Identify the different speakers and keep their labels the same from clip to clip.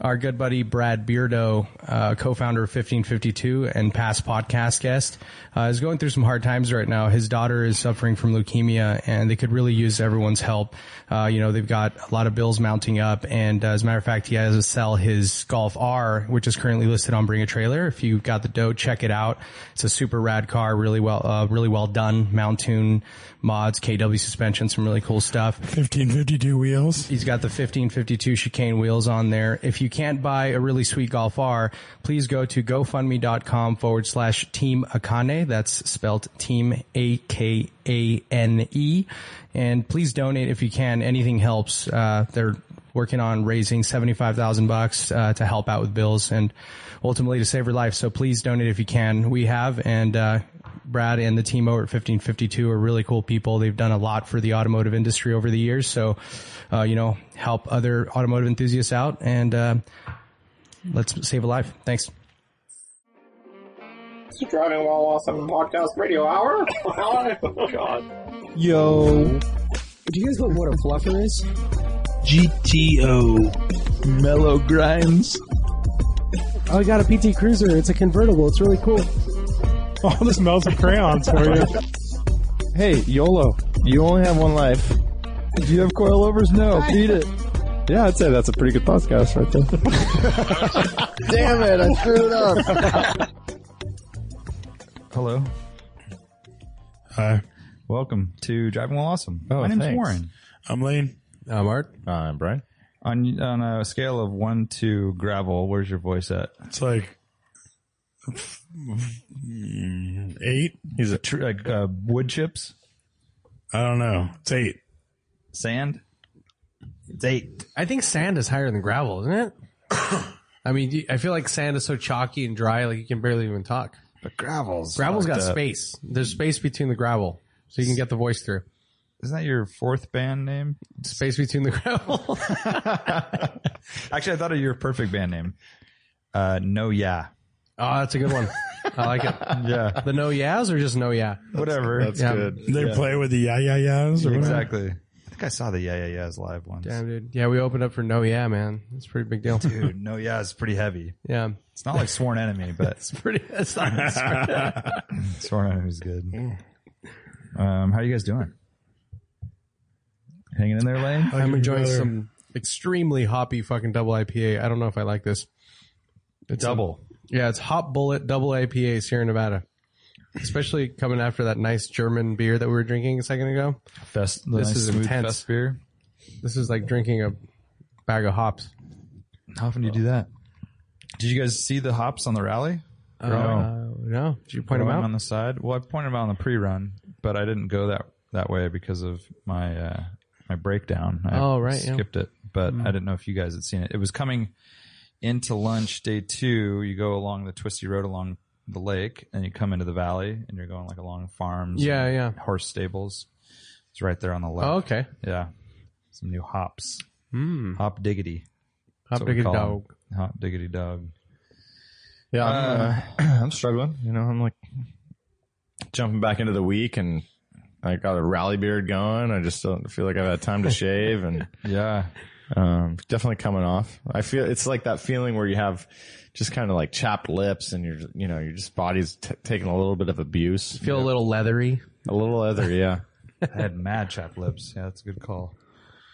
Speaker 1: our good buddy Brad Beardo, uh, co-founder of 1552 and past podcast guest, uh, is going through some hard times right now. His daughter is suffering from leukemia and they could really use everyone's help. Uh, you know, they've got a lot of bills mounting up. And uh, as a matter of fact, he has to sell his Golf R, which is currently listed on Bring a Trailer. If you got the dough, check it out. It's a super rad car, really well, uh, really well done. Mountain mods, KW suspension, some really cool stuff.
Speaker 2: 1552 wheels.
Speaker 1: He's got the 1552 chicane wheels on there. If you can't buy a really sweet Golf R, please go to gofundme.com forward slash team Akane. That's spelled team A K A N E. And please donate if you can. Anything helps. Uh, they're working on raising 75,000 bucks, uh, to help out with bills and ultimately to save your life. So please donate if you can. We have and, uh, Brad and the team over at 1552 are really cool people. They've done a lot for the automotive industry over the years. So, uh, you know, help other automotive enthusiasts out and, uh, let's save a life. Thanks.
Speaker 3: Keep driving while awesome podcast radio hour. oh god.
Speaker 4: Yo,
Speaker 5: Do you guys know what a fluffer is?
Speaker 4: GTO, mellow grinds.
Speaker 5: Oh, I got a PT Cruiser. It's a convertible. It's really cool.
Speaker 4: Oh,
Speaker 2: All this smells of crayons for you.
Speaker 4: Hey, YOLO, you only have one life. Do you have coilovers? No, beat it. Yeah, I'd say that's a pretty good podcast right there.
Speaker 6: Damn it, I screwed it up.
Speaker 4: Hello,
Speaker 2: Hi,
Speaker 7: Welcome to Driving While Awesome.
Speaker 4: Oh,
Speaker 7: My name's
Speaker 4: thanks.
Speaker 7: Warren.
Speaker 2: I'm Lane.
Speaker 8: I'm Art.
Speaker 4: uh, I'm Brian.
Speaker 7: On on a scale of one to gravel, where's your voice at?
Speaker 2: It's like eight.
Speaker 7: Is it tr- like uh, wood chips,
Speaker 2: I don't know. It's eight.
Speaker 7: sand? It's eight.
Speaker 8: I think sand is higher than gravel, isn't it? I mean, you- I feel like sand is so chalky and dry, like you can barely even talk.
Speaker 7: But gravels.
Speaker 8: Gravel's got
Speaker 7: fucked up.
Speaker 8: space. There's space between the gravel, so you can get the voice through.
Speaker 7: Isn't that your fourth band name?
Speaker 8: Space between the gravel. Oh,
Speaker 7: Actually, I thought of your perfect band name. Uh, no, yeah,
Speaker 8: Oh, that's a good one. I like it.
Speaker 7: yeah,
Speaker 8: The no yeahs or just no yeah?
Speaker 7: whatever.
Speaker 4: That's
Speaker 8: Yeah.
Speaker 4: good.
Speaker 2: They play with the yeah yeah yeahs or whatever.
Speaker 7: exactly. I think I saw the yeah yeah yeahs live once.
Speaker 8: Damn, dude. Yeah, we opened up for no yeah, man. It's a pretty big deal.
Speaker 7: Dude, no yeah is pretty heavy.
Speaker 8: Yeah.
Speaker 7: It's not like sworn enemy, but
Speaker 8: It's pretty. That's not. That's
Speaker 7: sworn enemy's good. Um, how you guys doing? Hanging in there, Lane?
Speaker 8: I'm enjoying
Speaker 2: brother.
Speaker 8: some extremely hoppy fucking double IPA. I don't know if I like this. It's
Speaker 7: Double.
Speaker 8: a- yeah, it's Hop Bullet Double IPA Sierra Nevada. Especially coming after that nice German beer that we were drinking a second ago.
Speaker 7: Fest,
Speaker 8: This is intense.
Speaker 7: Fest beer.
Speaker 8: This is like drinking a bag of hops.
Speaker 7: How often do you do that? Did you guys see the hops on the rally?
Speaker 8: Uh, no, did you point them
Speaker 7: Growing
Speaker 8: out?
Speaker 7: on the side. Well, I pointed them out on the pre-run, but I didn't go that that way because of my uh, my breakdown. I
Speaker 8: Oh, right, yeah. Mm-hmm.
Speaker 7: skipped it, but I didn't know if you guys had seen it. It was coming into lunch day two. You go along the twisty road along the lake, and you come into the valley, and you're going like along farms,
Speaker 8: Yeah,
Speaker 7: and
Speaker 8: yeah.
Speaker 7: horse stables. It's right there on the left.
Speaker 8: Oh, okay. Hmm.
Speaker 7: Yeah, some new hops. Hop diggity.
Speaker 8: Hop
Speaker 7: That's what we
Speaker 8: diggity
Speaker 7: call 'em.
Speaker 8: dog.
Speaker 7: Hop diggity dog.
Speaker 4: Yeah, I'm, uh, I'm struggling. You know, I'm like jumping back into the week, and I got a rally beard going. I just don't feel like I've had time to shave, and
Speaker 7: Yeah.
Speaker 4: um, definitely coming off. I feel it's like that feeling where you have just kind of like chapped lips, and you're you know your just body's t- taking a little bit of abuse,
Speaker 8: Feel a little leathery.
Speaker 4: a little leather. Yeah,
Speaker 7: I had mad chap lips. Yeah, that's a good call.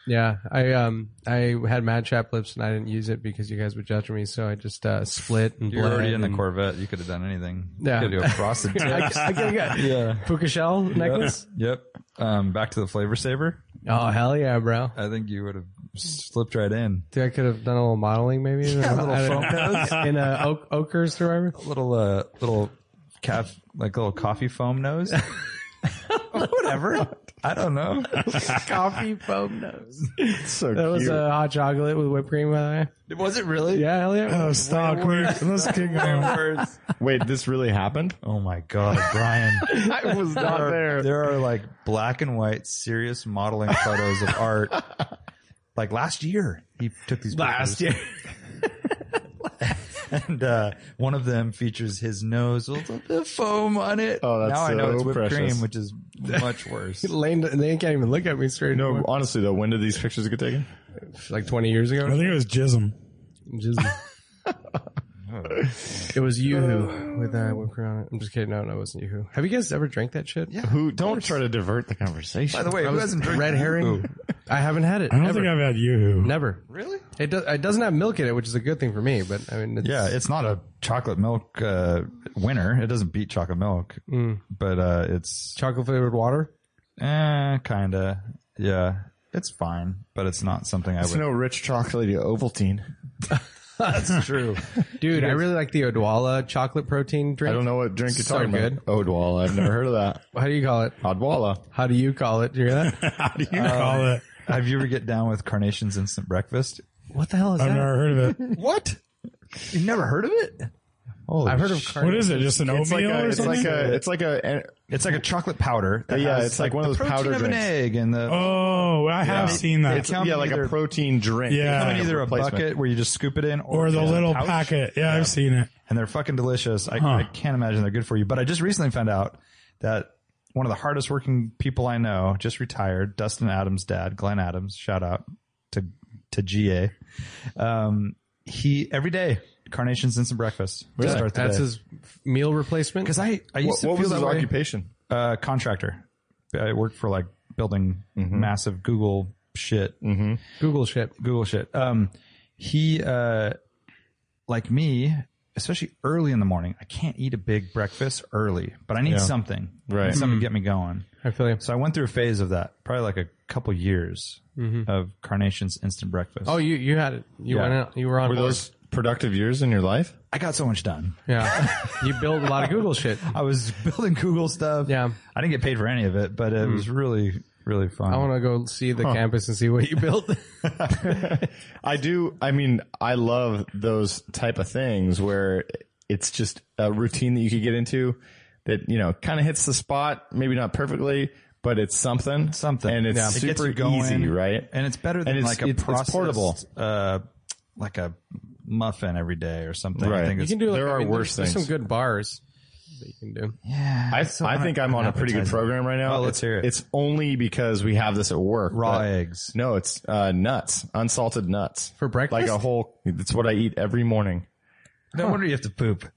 Speaker 8: Yeah, I um I had Mad Chap lips and I didn't use it because you guys would judge me, so I just uh, split and
Speaker 7: You're
Speaker 8: bled
Speaker 7: already in the
Speaker 8: and-
Speaker 7: Corvette. You could have done anything.
Speaker 8: Yeah.
Speaker 7: You could have frosted
Speaker 8: I,
Speaker 7: tips.
Speaker 8: I, I got
Speaker 7: yeah.
Speaker 8: puka shell necklace.
Speaker 7: Yep. Um, back to the flavor saver.
Speaker 8: Oh hell yeah, bro!
Speaker 7: I think you would have slipped right in.
Speaker 8: Dude, I could have done a little modeling maybe. Yeah,
Speaker 7: little foam
Speaker 8: in uh, oak, ochres or whatever.
Speaker 7: Little uh, little calf, like little coffee foam nose. Whatever. I don't know.
Speaker 8: Coffee foam nose.
Speaker 4: it's so
Speaker 8: That was a uh, hot chocolate with whipped cream, by the way.
Speaker 7: Was it really?
Speaker 8: Yeah, hell yeah.
Speaker 2: Oh, stop! We're- Let's keep going.
Speaker 4: Wait, this really happened?
Speaker 7: Oh my God, Brian.
Speaker 4: I was not
Speaker 7: there. are like black and white serious modeling photos of art. Like last year, he took these last year. and uh, one of them features his nose with a little bit of foam on it.
Speaker 4: Oh, that's
Speaker 7: now I know
Speaker 4: so
Speaker 7: it's whipped
Speaker 4: precious.
Speaker 7: cream, which is much worse.
Speaker 8: Lane, they can't even look at me straight.
Speaker 4: No,
Speaker 8: anymore.
Speaker 4: honestly though, when did these pictures get taken?
Speaker 8: like twenty years
Speaker 2: I
Speaker 8: ago.
Speaker 2: think it was Jism.
Speaker 1: It was Yoo-Hoo with uh, whipped cream on it. I'm just kidding. No, no, it wasn't Yoo-Hoo. Have you guys ever drank that shit? Yeah.
Speaker 4: Who? Don't try to divert the conversation.
Speaker 7: By the way, who hasn't drank
Speaker 1: Red herring. I haven't had it.
Speaker 2: I don't
Speaker 1: ever.
Speaker 2: think I've had yoo-hoo.
Speaker 1: Never.
Speaker 7: Really?
Speaker 1: It, does. it doesn't have milk in it, which is a good thing for me. But I mean, it's,
Speaker 7: Yeah, it's not a chocolate milk uh, winner. It doesn't beat chocolate milk,
Speaker 4: Mm.
Speaker 7: but uh, it's
Speaker 1: chocolate flavored water.
Speaker 7: eh, kinda. Yeah, it's fine, but it's not something I
Speaker 4: It's
Speaker 7: would.
Speaker 4: no rich chocolatey Ovaltine.
Speaker 7: That's true.
Speaker 1: Dude, I really like the Odwalla chocolate protein drink.
Speaker 4: I don't know what drink you're
Speaker 1: So
Speaker 4: talking
Speaker 1: good.
Speaker 4: about. Odwalla. I've never heard of that.
Speaker 1: How do you call it?
Speaker 4: Odwalla.
Speaker 1: How do you call it? Do you hear that?
Speaker 2: How do you call it?
Speaker 7: Have you ever get down with Carnation's instant breakfast?
Speaker 1: what the hell is
Speaker 2: I've
Speaker 1: that?
Speaker 2: never heard of it.
Speaker 7: What? You never heard of it?
Speaker 4: Holy
Speaker 1: I've heard of
Speaker 2: What
Speaker 1: carnation.
Speaker 2: is it? Just an
Speaker 4: It's like
Speaker 2: oatmeal
Speaker 4: a,
Speaker 2: or
Speaker 4: it's like
Speaker 2: something?
Speaker 4: a, it's like a,
Speaker 7: It's like a chocolate powder. that
Speaker 4: Yeah,
Speaker 7: has,
Speaker 4: it's like one of
Speaker 7: the
Speaker 4: those
Speaker 7: protein
Speaker 4: powder
Speaker 7: of an
Speaker 4: drinks.
Speaker 7: egg and the
Speaker 2: oh, I have seen that.
Speaker 4: it's,
Speaker 7: They come
Speaker 4: yeah,
Speaker 7: in
Speaker 4: like
Speaker 7: either-
Speaker 4: a protein drink.
Speaker 2: Yeah.
Speaker 4: It's
Speaker 7: come
Speaker 4: like
Speaker 7: in either a
Speaker 4: replacement.
Speaker 7: bucket where you just scoop it in,
Speaker 2: or the
Speaker 7: in a
Speaker 2: little
Speaker 7: pouch.
Speaker 2: packet. Yeah, I've seen it.
Speaker 7: and they're fucking delicious. I,
Speaker 2: Huh.
Speaker 7: I can't imagine they're good for you. But I just recently found out that one of the hardest working people I know just retired, Dustin Adams' dad, Glenn Adams. Shout out to to GA. Um, he every day carnations instant breakfast. to start the
Speaker 1: That's
Speaker 7: day.
Speaker 1: his meal replacement.
Speaker 7: because I I used
Speaker 4: What,
Speaker 7: to
Speaker 4: what
Speaker 7: feel
Speaker 4: was his
Speaker 7: that way.
Speaker 4: occupation?
Speaker 7: Uh, contractor. I worked for like building
Speaker 4: Mm-hmm.
Speaker 7: massive Google shit.
Speaker 1: Google shit.
Speaker 7: Google shit. Um, he, uh, like me, especially early in the morning, I can't eat a big breakfast early, but I need something. I
Speaker 4: Right.
Speaker 7: need something to get me going.
Speaker 1: I feel you.
Speaker 7: So I went through a phase of that, probably like a couple years of Carnation's instant breakfast.
Speaker 1: Oh, you you had it. You
Speaker 7: Yeah.
Speaker 1: went out. You were on
Speaker 4: Were
Speaker 1: board.
Speaker 4: those productive years in your life?
Speaker 7: I got so much done.
Speaker 1: Yeah. you built a lot of Google shit.
Speaker 7: I was building Google stuff.
Speaker 1: Yeah.
Speaker 7: I didn't get paid for any of it, but it was really, really fun.
Speaker 1: I want to go see the campus and see what you built.
Speaker 4: I do. I mean, I love those type of things where it's just a routine that you could get into that, you know, kind of hits the spot, maybe not perfectly, but it's something.
Speaker 7: something
Speaker 4: And it's
Speaker 7: Yeah. It gets
Speaker 4: super
Speaker 7: you going,
Speaker 4: easy, right?
Speaker 7: and it's better than
Speaker 4: And it's-
Speaker 7: like a
Speaker 4: it's- it's
Speaker 7: processed,
Speaker 4: portable.
Speaker 7: uh like a muffin every day or something
Speaker 4: Right.
Speaker 7: i think
Speaker 4: You
Speaker 7: it's,
Speaker 1: You can do like,
Speaker 4: There
Speaker 1: I
Speaker 4: are
Speaker 1: mean,
Speaker 4: worse
Speaker 1: there's, There's
Speaker 4: things.
Speaker 1: some good bars that you can do.
Speaker 7: yeah
Speaker 4: I, I think I'm on a pretty good
Speaker 7: appetizing.
Speaker 4: program right now.
Speaker 7: Oh, let's
Speaker 4: it's,
Speaker 7: hear it.
Speaker 4: It's only because we have this at work.
Speaker 7: raw
Speaker 4: but-
Speaker 7: eggs
Speaker 4: No, it's uh, nuts, unsalted nuts
Speaker 1: For breakfast?
Speaker 4: Like a whole. It's what I eat every morning,
Speaker 7: no wonder you have to poop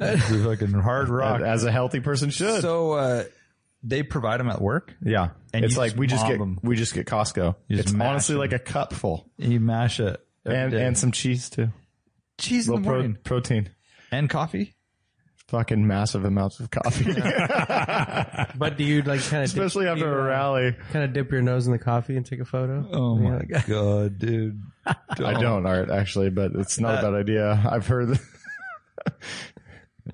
Speaker 7: you fucking hard rock
Speaker 4: as a healthy person should.
Speaker 7: so uh they provide them at work
Speaker 4: yeah,
Speaker 7: And
Speaker 4: it's
Speaker 7: you
Speaker 4: like
Speaker 7: just
Speaker 4: we just
Speaker 7: mob
Speaker 4: get
Speaker 7: 'em.
Speaker 4: we just get Costco.
Speaker 7: just
Speaker 4: It's
Speaker 7: mash
Speaker 4: honestly
Speaker 7: 'em.
Speaker 4: like a cup full,
Speaker 7: you mash it every
Speaker 4: and
Speaker 7: day.
Speaker 4: and some cheese too.
Speaker 7: cheese in the
Speaker 4: Little pro-
Speaker 7: morning
Speaker 4: protein,
Speaker 7: and coffee
Speaker 4: fucking massive amounts of coffee,
Speaker 1: But do you like kind of
Speaker 4: especially after a rally.
Speaker 1: kind of dip your nose in the coffee and take a photo?
Speaker 7: oh my god dude
Speaker 4: I don't, Art, actually, but it's not
Speaker 7: Uh,
Speaker 4: a bad idea. I've heard that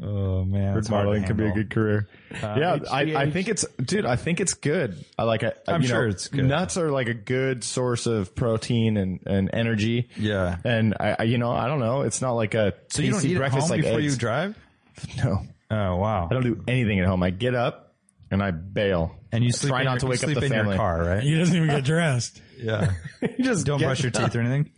Speaker 7: oh man it's hard to
Speaker 4: modeling could be a
Speaker 7: handle.
Speaker 4: good career.
Speaker 7: Uh,
Speaker 4: yeah, I, I think it's, dude. I think it's good. I like. I,
Speaker 7: I'm
Speaker 4: you know,
Speaker 7: sure it's good.
Speaker 4: Nuts are like a good source of protein and, and energy.
Speaker 7: Yeah.
Speaker 4: and I, I you know I don't know. It's not like a
Speaker 7: so you don't
Speaker 4: tasty
Speaker 7: eat breakfast at home
Speaker 4: breakfast like
Speaker 7: before
Speaker 4: eggs.
Speaker 7: you drive
Speaker 4: no,
Speaker 7: oh wow
Speaker 4: I don't do anything at home. I get up and I bail.
Speaker 7: and you
Speaker 4: I
Speaker 7: sleep
Speaker 4: try
Speaker 7: in
Speaker 4: not
Speaker 7: your,
Speaker 4: to
Speaker 7: you
Speaker 4: wake up
Speaker 7: sleep
Speaker 4: the
Speaker 7: in
Speaker 4: family.
Speaker 7: your car right
Speaker 2: He doesn't even get dressed.
Speaker 7: Yeah. you just don't brush your teeth or anything.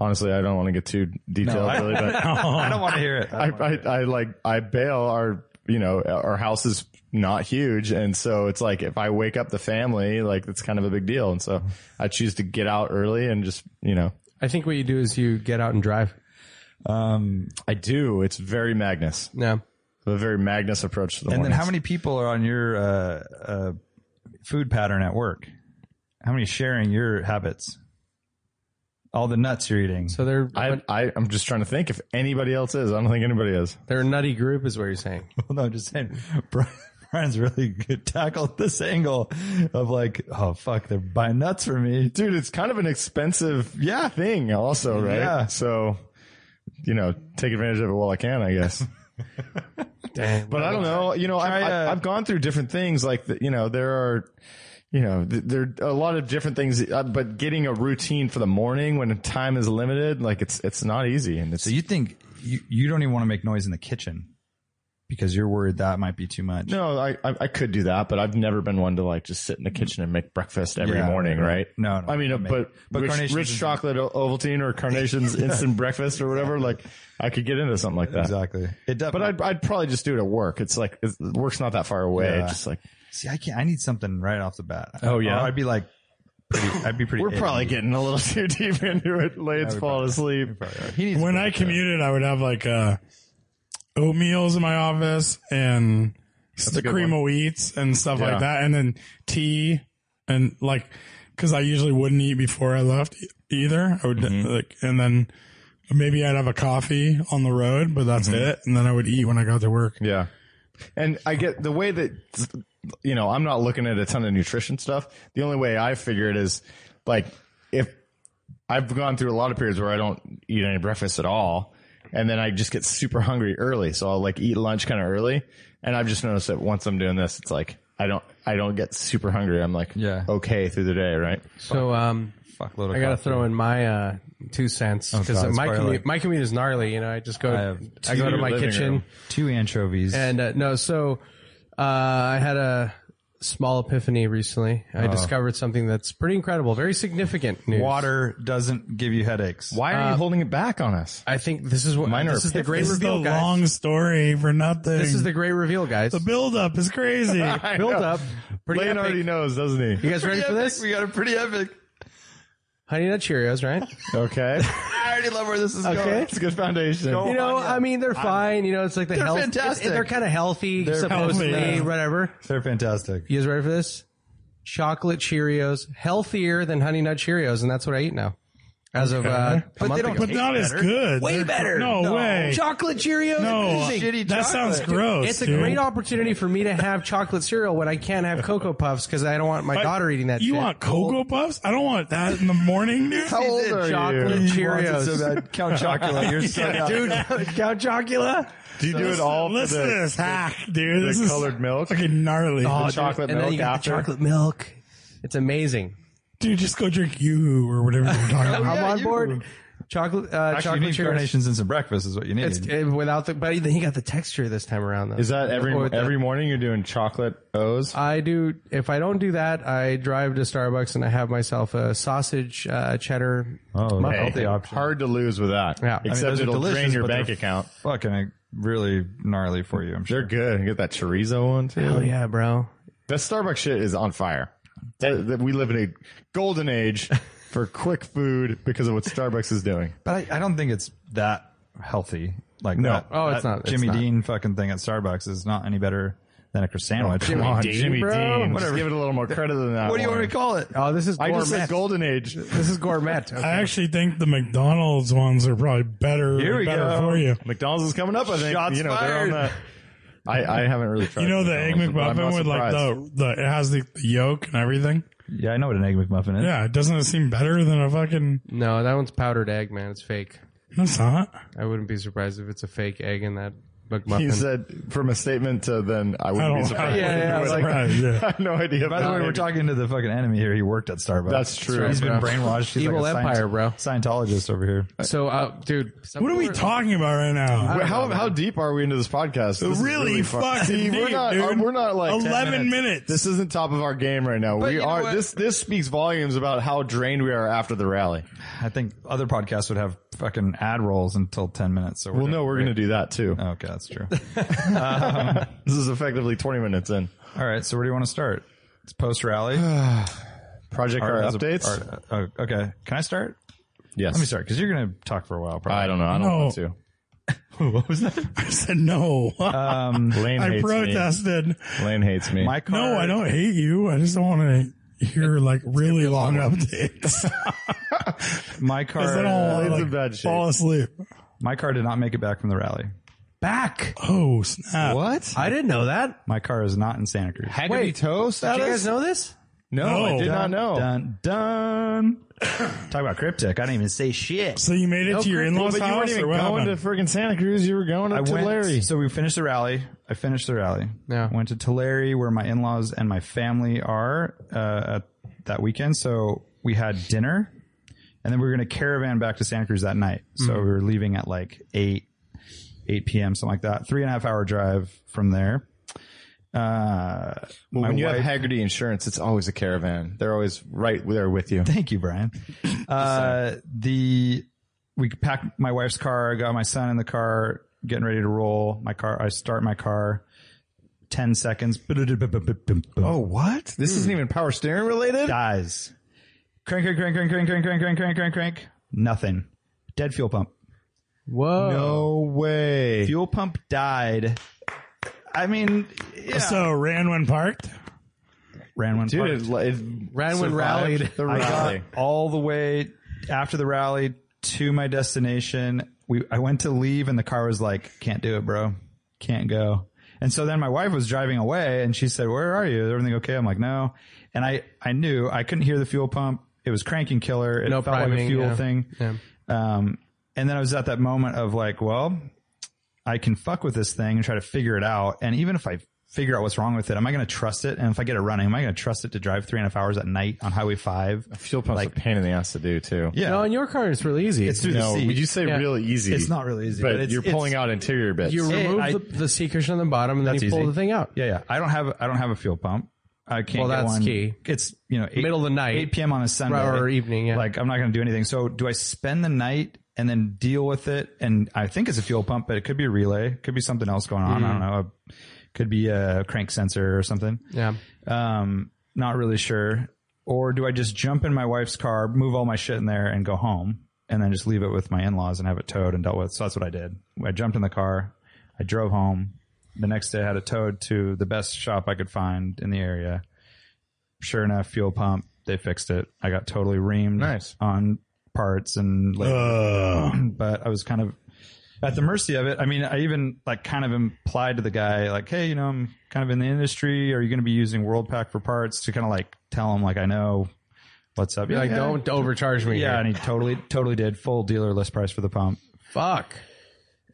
Speaker 4: Honestly, I don't want to get too detailed,
Speaker 7: I-
Speaker 4: really, but
Speaker 7: I don't want to hear it.
Speaker 4: I, I, I like I bail our you know our house is not huge and so it's like if I wake up the family like it's kind of a big deal and so I choose to get out early and just you know
Speaker 1: I think what you do is you get out and drive.
Speaker 7: Um,
Speaker 4: I do it's very Magnus
Speaker 1: No.
Speaker 4: a very Magnus approach to the
Speaker 7: and then
Speaker 4: mornings.
Speaker 7: how many people are on your uh, uh, food pattern at work? How many sharing your habits? All the nuts you're eating.
Speaker 1: So they're
Speaker 4: I, I I'm just trying to think if anybody else is I don't think anybody is
Speaker 1: they're a nutty group, is what you're saying.
Speaker 7: Well, no, I'm just saying, Brian, Brian's really good tackled this angle of like, oh fuck, they're buying nuts for me.
Speaker 4: dude it's kind of an expensive yeah thing also right
Speaker 7: Yeah.
Speaker 4: so you know take advantage of it while I can I guess. But I don't know. You know, I've,
Speaker 7: Try,
Speaker 4: I've-
Speaker 7: uh,
Speaker 4: I've gone through different things. Like, the, you know, there are, you know, th- there are a lot of different things. uh, But getting a routine for the morning when time is limited, like it's it's not easy. And it's
Speaker 7: So you think you, you don't even want to make noise in the kitchen because you're worried that might be too much.
Speaker 4: no, I, I I could do that, but I've never been one to like just sit in the kitchen and make breakfast every
Speaker 7: Yeah.
Speaker 4: morning, right?
Speaker 7: No, no,
Speaker 4: I mean,
Speaker 7: no,
Speaker 4: uh,
Speaker 7: maybe.
Speaker 4: but,
Speaker 7: But
Speaker 4: rich,
Speaker 7: Carnations
Speaker 4: rich
Speaker 7: is-
Speaker 4: chocolate o- Ovaltine or Carnations instant breakfast or whatever, like I could get into something like that.
Speaker 7: exactly. It
Speaker 4: But I'd, I'd probably just do it at work. It's like it's, work's not that far away.
Speaker 7: Yeah.
Speaker 4: Just like
Speaker 7: See, I can't. I need something right off the bat.
Speaker 4: Oh, yeah?
Speaker 7: Or I'd be like pretty. I'd be pretty.
Speaker 4: We're probably
Speaker 7: angry.
Speaker 4: getting a little too deep into it. Lane's
Speaker 7: we
Speaker 4: falling
Speaker 7: probably-
Speaker 4: asleep.
Speaker 7: Probably are. He needs
Speaker 2: when
Speaker 7: to
Speaker 2: I
Speaker 7: go to bed.
Speaker 2: commuted, I would have like uh, oatmeals in my office and the
Speaker 4: a good
Speaker 2: cream of wheats and stuff
Speaker 4: Yeah.
Speaker 2: like that, and then tea and like because I usually wouldn't eat before I left e- either. I would
Speaker 1: Mm-hmm.
Speaker 2: like, and then maybe I'd have a coffee on the road, but that's
Speaker 1: Mm-hmm.
Speaker 2: it. And then I would eat when I got to work.
Speaker 4: Yeah. And I get the way that, you know, I'm not looking at a ton of nutrition stuff. The only way I figure it is like if I've gone through a lot of periods where I don't eat any breakfast at all. And then I just get super hungry early. So I'll like eat lunch kind of early. And I've just noticed that once I'm doing this, it's like, I don't, I don't get super hungry. I'm like,
Speaker 7: Yeah.
Speaker 4: okay through the day, right?
Speaker 1: So um,
Speaker 7: Fuck load of
Speaker 1: I gotta
Speaker 7: coffee.
Speaker 1: throw in my uh, two cents because
Speaker 7: God, it's
Speaker 1: my
Speaker 7: probably
Speaker 1: commute,
Speaker 7: like-
Speaker 1: my commute is gnarly. You know, I just go
Speaker 7: I
Speaker 1: I,
Speaker 7: have
Speaker 1: go to
Speaker 4: two
Speaker 1: my
Speaker 4: living
Speaker 1: kitchen
Speaker 4: room.
Speaker 7: two anchovies.
Speaker 1: and uh, no. So uh, I had a small epiphany recently. I discovered something that's pretty incredible, very significant news.
Speaker 7: Oh. water doesn't give you headaches.
Speaker 4: Why are you holding it back on us?
Speaker 1: I think this is what
Speaker 4: Minor
Speaker 1: this is the great
Speaker 2: This is the
Speaker 1: reveal, guys.
Speaker 2: long story for nothing.
Speaker 1: this is the great reveal, guys.
Speaker 2: the buildup is crazy.
Speaker 1: Build up, pretty
Speaker 4: Lane
Speaker 1: epic.
Speaker 4: already knows, doesn't
Speaker 1: You
Speaker 4: he?
Speaker 1: guys ready for this?
Speaker 7: got a pretty epic.
Speaker 1: Honey Nut Cheerios, right?
Speaker 4: Okay.
Speaker 7: I already love where this is
Speaker 1: Okay.
Speaker 4: It's a good foundation.
Speaker 1: You know, Oh, I mean, they're fine. You know, it's like the health.
Speaker 7: fantastic.
Speaker 1: it- They're kind of healthy, supposedly,
Speaker 2: healthy, yeah.
Speaker 1: whatever.
Speaker 7: They're fantastic.
Speaker 1: You guys ready for this? Chocolate Cheerios, healthier than Honey Nut Cheerios, and that's what I eat now. As of uh, a month ago.
Speaker 2: but not as good.
Speaker 1: Way
Speaker 2: They're-
Speaker 1: better.
Speaker 2: No, way.
Speaker 1: Chocolate Cheerios.
Speaker 2: No,
Speaker 1: amazing.
Speaker 7: Shitty
Speaker 2: that sounds gross.
Speaker 1: It's a
Speaker 2: dude.
Speaker 1: great opportunity for me to have chocolate cereal when I can't have Cocoa Puffs because I don't want my
Speaker 2: I-
Speaker 1: daughter eating that.
Speaker 2: You
Speaker 1: shit.
Speaker 2: want Cocoa Puffs? I don't want that in the morning, dude.
Speaker 4: How old are
Speaker 1: chocolate
Speaker 4: you?
Speaker 1: Cheerios,
Speaker 7: Count Chocula, you're so
Speaker 1: dude? Count Chocula.
Speaker 4: Do you do it all for
Speaker 2: Listen to
Speaker 4: the,
Speaker 2: this hack, dude.
Speaker 4: the
Speaker 2: this is
Speaker 4: colored milk?
Speaker 2: fucking gnarly.
Speaker 1: dude,
Speaker 4: chocolate
Speaker 1: and then
Speaker 4: milk
Speaker 1: you got the
Speaker 4: after?
Speaker 1: chocolate milk. It's amazing.
Speaker 2: Dude, just go drink Yoo-Hoo or whatever you're talking about.
Speaker 1: I'm on board. Chocolate, uh,
Speaker 7: Actually, you
Speaker 1: chocolate
Speaker 7: need
Speaker 1: Cheerios.
Speaker 7: carnations and some breakfast is what you need.
Speaker 1: It's uh, without the, but then he got the texture this time around. Though.
Speaker 4: Is that every
Speaker 1: Or with the-
Speaker 4: every morning you're doing chocolate O's?
Speaker 1: I do. If I don't do that, I drive to Starbucks and I have myself a sausage uh, cheddar.
Speaker 7: oh,
Speaker 1: Hey.
Speaker 7: healthy option.
Speaker 4: Hard to lose with that.
Speaker 1: Yeah. I mean,
Speaker 4: Except
Speaker 7: those are
Speaker 4: it'll drain
Speaker 7: delicious,
Speaker 4: your
Speaker 7: but
Speaker 4: bank
Speaker 7: they're-
Speaker 4: account.
Speaker 7: Fucking uh, really gnarly for you. I'm sure.
Speaker 4: They're good. You get that chorizo one too.
Speaker 1: Oh yeah, bro.
Speaker 4: That Starbucks shit is on fire. That, that we live in a golden age for quick food because of what Starbucks is doing.
Speaker 7: But I, I don't think it's that healthy. Like
Speaker 4: No.
Speaker 7: that,
Speaker 1: Oh, it's
Speaker 7: that
Speaker 1: not- it's
Speaker 7: Jimmy
Speaker 1: not.
Speaker 7: Dean fucking thing at Starbucks is not any better than a croissant sandwich.
Speaker 4: Come on, Jimmy
Speaker 1: Oh, bro.
Speaker 4: Dean. Just
Speaker 1: Whatever.
Speaker 4: give it a little more credit than that.
Speaker 7: What do you
Speaker 4: one.
Speaker 7: want me to call it?
Speaker 1: Oh, this is
Speaker 4: I
Speaker 1: gourmet.
Speaker 4: just said golden age.
Speaker 1: this is gourmet. Okay.
Speaker 2: I actually think the McDonald's ones are probably better,
Speaker 7: Here we
Speaker 2: better
Speaker 7: go.
Speaker 2: for you.
Speaker 4: McDonald's is coming up. I think.
Speaker 7: Shots
Speaker 4: you know, they're on
Speaker 7: fired.
Speaker 4: the. I, I haven't really tried.
Speaker 2: You know the egg
Speaker 4: McDonald's, but I'm not
Speaker 2: McMuffin with like
Speaker 4: surprised.
Speaker 2: the, the it has the, the yolk and everything.
Speaker 7: Yeah, I know what an egg McMuffin is.
Speaker 2: Yeah, doesn't it seem better than a fucking?
Speaker 1: no, that one's powdered egg, man. It's fake.
Speaker 2: No, it's not.
Speaker 1: I wouldn't be surprised if it's a fake egg in that
Speaker 4: He
Speaker 1: McMuffin.
Speaker 4: said from a statement to then I
Speaker 2: I
Speaker 4: wouldn't
Speaker 2: don't.
Speaker 4: be surprised.
Speaker 1: Yeah, yeah,
Speaker 2: I
Speaker 1: I
Speaker 2: wouldn't
Speaker 1: was
Speaker 2: be
Speaker 1: like-
Speaker 2: surprised, yeah.
Speaker 4: I have no idea.
Speaker 7: By the way, we're talking to the fucking enemy here. He worked at Starbucks.
Speaker 4: That's true.
Speaker 7: He's been
Speaker 1: bro.
Speaker 7: brainwashed. He's
Speaker 1: Evil
Speaker 7: like a
Speaker 1: empire, bro.
Speaker 7: Scientologist over here.
Speaker 1: so, uh, dude,
Speaker 2: What are we talking about right now?
Speaker 4: Wait, how how deep are we into this podcast? This is
Speaker 2: really,
Speaker 4: fu-
Speaker 2: fucking
Speaker 4: See, we're
Speaker 2: deep,
Speaker 4: not
Speaker 2: dude.
Speaker 4: uh, we're not like 10
Speaker 2: Eleven
Speaker 4: minutes.
Speaker 2: minutes.
Speaker 4: This isn't top of our game right now. we
Speaker 7: you know
Speaker 4: are
Speaker 7: what?
Speaker 4: this this speaks volumes about how drained we are after the rally.
Speaker 7: I think other podcasts would have fucking ad rolls until ten minutes. So we're
Speaker 4: Well, no, we're going to do that too.
Speaker 7: gonna. Okay, that's true.
Speaker 4: This is effectively 20 minutes in.
Speaker 7: All right, so where do you want to start? It's post rally.
Speaker 4: Project our updates.
Speaker 7: oh, okay, can I start?
Speaker 4: yes.
Speaker 7: Let me start because you're gonna talk for a while. Probably.
Speaker 4: I don't know. I don't
Speaker 2: No.
Speaker 4: want to.
Speaker 7: what was that?
Speaker 2: I said no.
Speaker 4: Lane
Speaker 2: I
Speaker 4: hates
Speaker 2: protested.
Speaker 4: me. Lane hates me.
Speaker 7: My car.
Speaker 2: No, I don't hate you. I just don't want to hear like really long updates.
Speaker 7: My car.
Speaker 2: Because then
Speaker 7: uh,
Speaker 2: I'll
Speaker 4: Lane's
Speaker 2: like,
Speaker 4: in bad shape.
Speaker 2: fall asleep.
Speaker 7: my car did not make it back from the rally.
Speaker 1: back.
Speaker 2: Oh, snap.
Speaker 4: what?
Speaker 1: I didn't know that.
Speaker 7: My car is not in Santa Cruz.
Speaker 4: Wait, toast?
Speaker 1: Did you guys know this?
Speaker 4: No, I
Speaker 2: No.
Speaker 4: did not know.
Speaker 7: Dun dun. Talk about cryptic. I didn't even say shit.
Speaker 2: So you made it to your
Speaker 4: Well,
Speaker 2: in-laws
Speaker 4: but you
Speaker 2: house
Speaker 4: weren't
Speaker 2: or
Speaker 4: even
Speaker 2: what
Speaker 4: going
Speaker 2: happened?
Speaker 4: to freaking Santa Cruz. You were going up
Speaker 7: I
Speaker 4: to
Speaker 7: went,
Speaker 4: Larry.
Speaker 7: So we finished the rally. I finished the rally.
Speaker 1: Yeah.
Speaker 7: Went to Tulare where my in-laws and my family are uh, at that weekend. So we had dinner and then we were going to caravan back to Santa Cruz that night. So
Speaker 4: Mm.
Speaker 7: we were leaving at like 8, 8 p.m., something like that. Three and a half hour drive from there. Uh,
Speaker 4: Well,
Speaker 7: my
Speaker 4: when you
Speaker 7: wife-
Speaker 4: have Haggerty Insurance, it's always a caravan. They're always right there with you.
Speaker 7: Thank you, Brian. Uh, the we packed my wife's car. I got my son in the car, getting ready to roll. My car. I start my car. Ten seconds. Oh,
Speaker 4: Hmm. what? This isn't even power steering related.
Speaker 7: dies. Crank, crank, crank, crank, crank, crank, crank, crank, crank, crank, crank. Nothing. Dead fuel pump.
Speaker 8: Whoa.
Speaker 4: No way.
Speaker 7: Fuel pump died. I mean, yeah.
Speaker 2: So ran when parked.
Speaker 7: ran one
Speaker 4: Dude,
Speaker 7: part.
Speaker 4: it, it
Speaker 8: Radwin
Speaker 4: survived
Speaker 8: rallied.
Speaker 4: The
Speaker 7: I got
Speaker 4: rally.
Speaker 7: all the way after the rally to my destination. We I went to leave and the car was like, "Can't do it, bro. Can't go." And so then my wife was driving away and she said, "Where are you? Is everything okay?" I'm like, "No." And I I knew I couldn't hear the fuel pump. It was cranking killer. It
Speaker 8: No
Speaker 7: felt like a
Speaker 8: priming,
Speaker 7: fuel
Speaker 8: yeah.
Speaker 7: thing.
Speaker 8: Yeah.
Speaker 7: Um, and then I was at that moment of like, well, I can fuck with this thing and try to figure it out. And even if I figure out what's wrong with it, am I going to trust it? And if I get it running, am I going to trust it to drive three and a half hours at night on Highway 5?
Speaker 4: Fuel pump's
Speaker 7: Like-
Speaker 4: a pain in the ass to do too.
Speaker 7: Yeah.
Speaker 8: No, in your car it's really easy.
Speaker 7: it's through
Speaker 4: No,
Speaker 7: the seat.
Speaker 4: would you say
Speaker 8: Yeah.
Speaker 4: real easy?
Speaker 7: it's not really easy.
Speaker 4: but,
Speaker 7: it's,
Speaker 4: you're
Speaker 7: it's-
Speaker 4: pulling out interior bits.
Speaker 8: you remove
Speaker 7: I-
Speaker 8: the, the seat cushion on the bottom and then
Speaker 7: That's
Speaker 8: you pull
Speaker 7: easy.
Speaker 8: the thing out.
Speaker 7: Yeah, yeah. I don't have I don't have a fuel pump. I
Speaker 8: Well,
Speaker 7: can't. get
Speaker 8: that's
Speaker 7: one.
Speaker 8: key.
Speaker 7: It's you know eight,
Speaker 8: Middle of the night.
Speaker 7: eight p.m. on a Sunday
Speaker 8: Or- or evening, yeah.
Speaker 7: Like I'm not going to do anything. So do I spend the night and then deal with it? And I think it's a fuel pump, but it could be a relay, It could be something else going on. I
Speaker 8: Mm-hmm.
Speaker 7: don't know. Could be a crank sensor or something.
Speaker 8: Yeah.
Speaker 7: Um, not really sure. Or do I just jump in my wife's car, move all my shit in there, and go home, and then just leave it with my in-laws and have it towed and dealt with? So that's what I did. I jumped in the car, I drove home. The next day, I had it towed to the best shop I could find in the area. Sure enough, fuel pump. They fixed it. I got totally reamed
Speaker 4: Nice.
Speaker 7: on parts and labor
Speaker 2: Uh,
Speaker 7: but I was kind of at the mercy of it. I mean, I even like kind of implied to the guy, like, hey, you know, I'm kind of in the industry. Are you going to be using World Pack for parts to kind of like tell him, like, I know what's up?
Speaker 8: You're like,
Speaker 7: yeah,
Speaker 8: don't overcharge me.
Speaker 7: Yeah,
Speaker 8: here.
Speaker 7: and he totally, totally did full dealer list price for the pump.
Speaker 8: Fuck.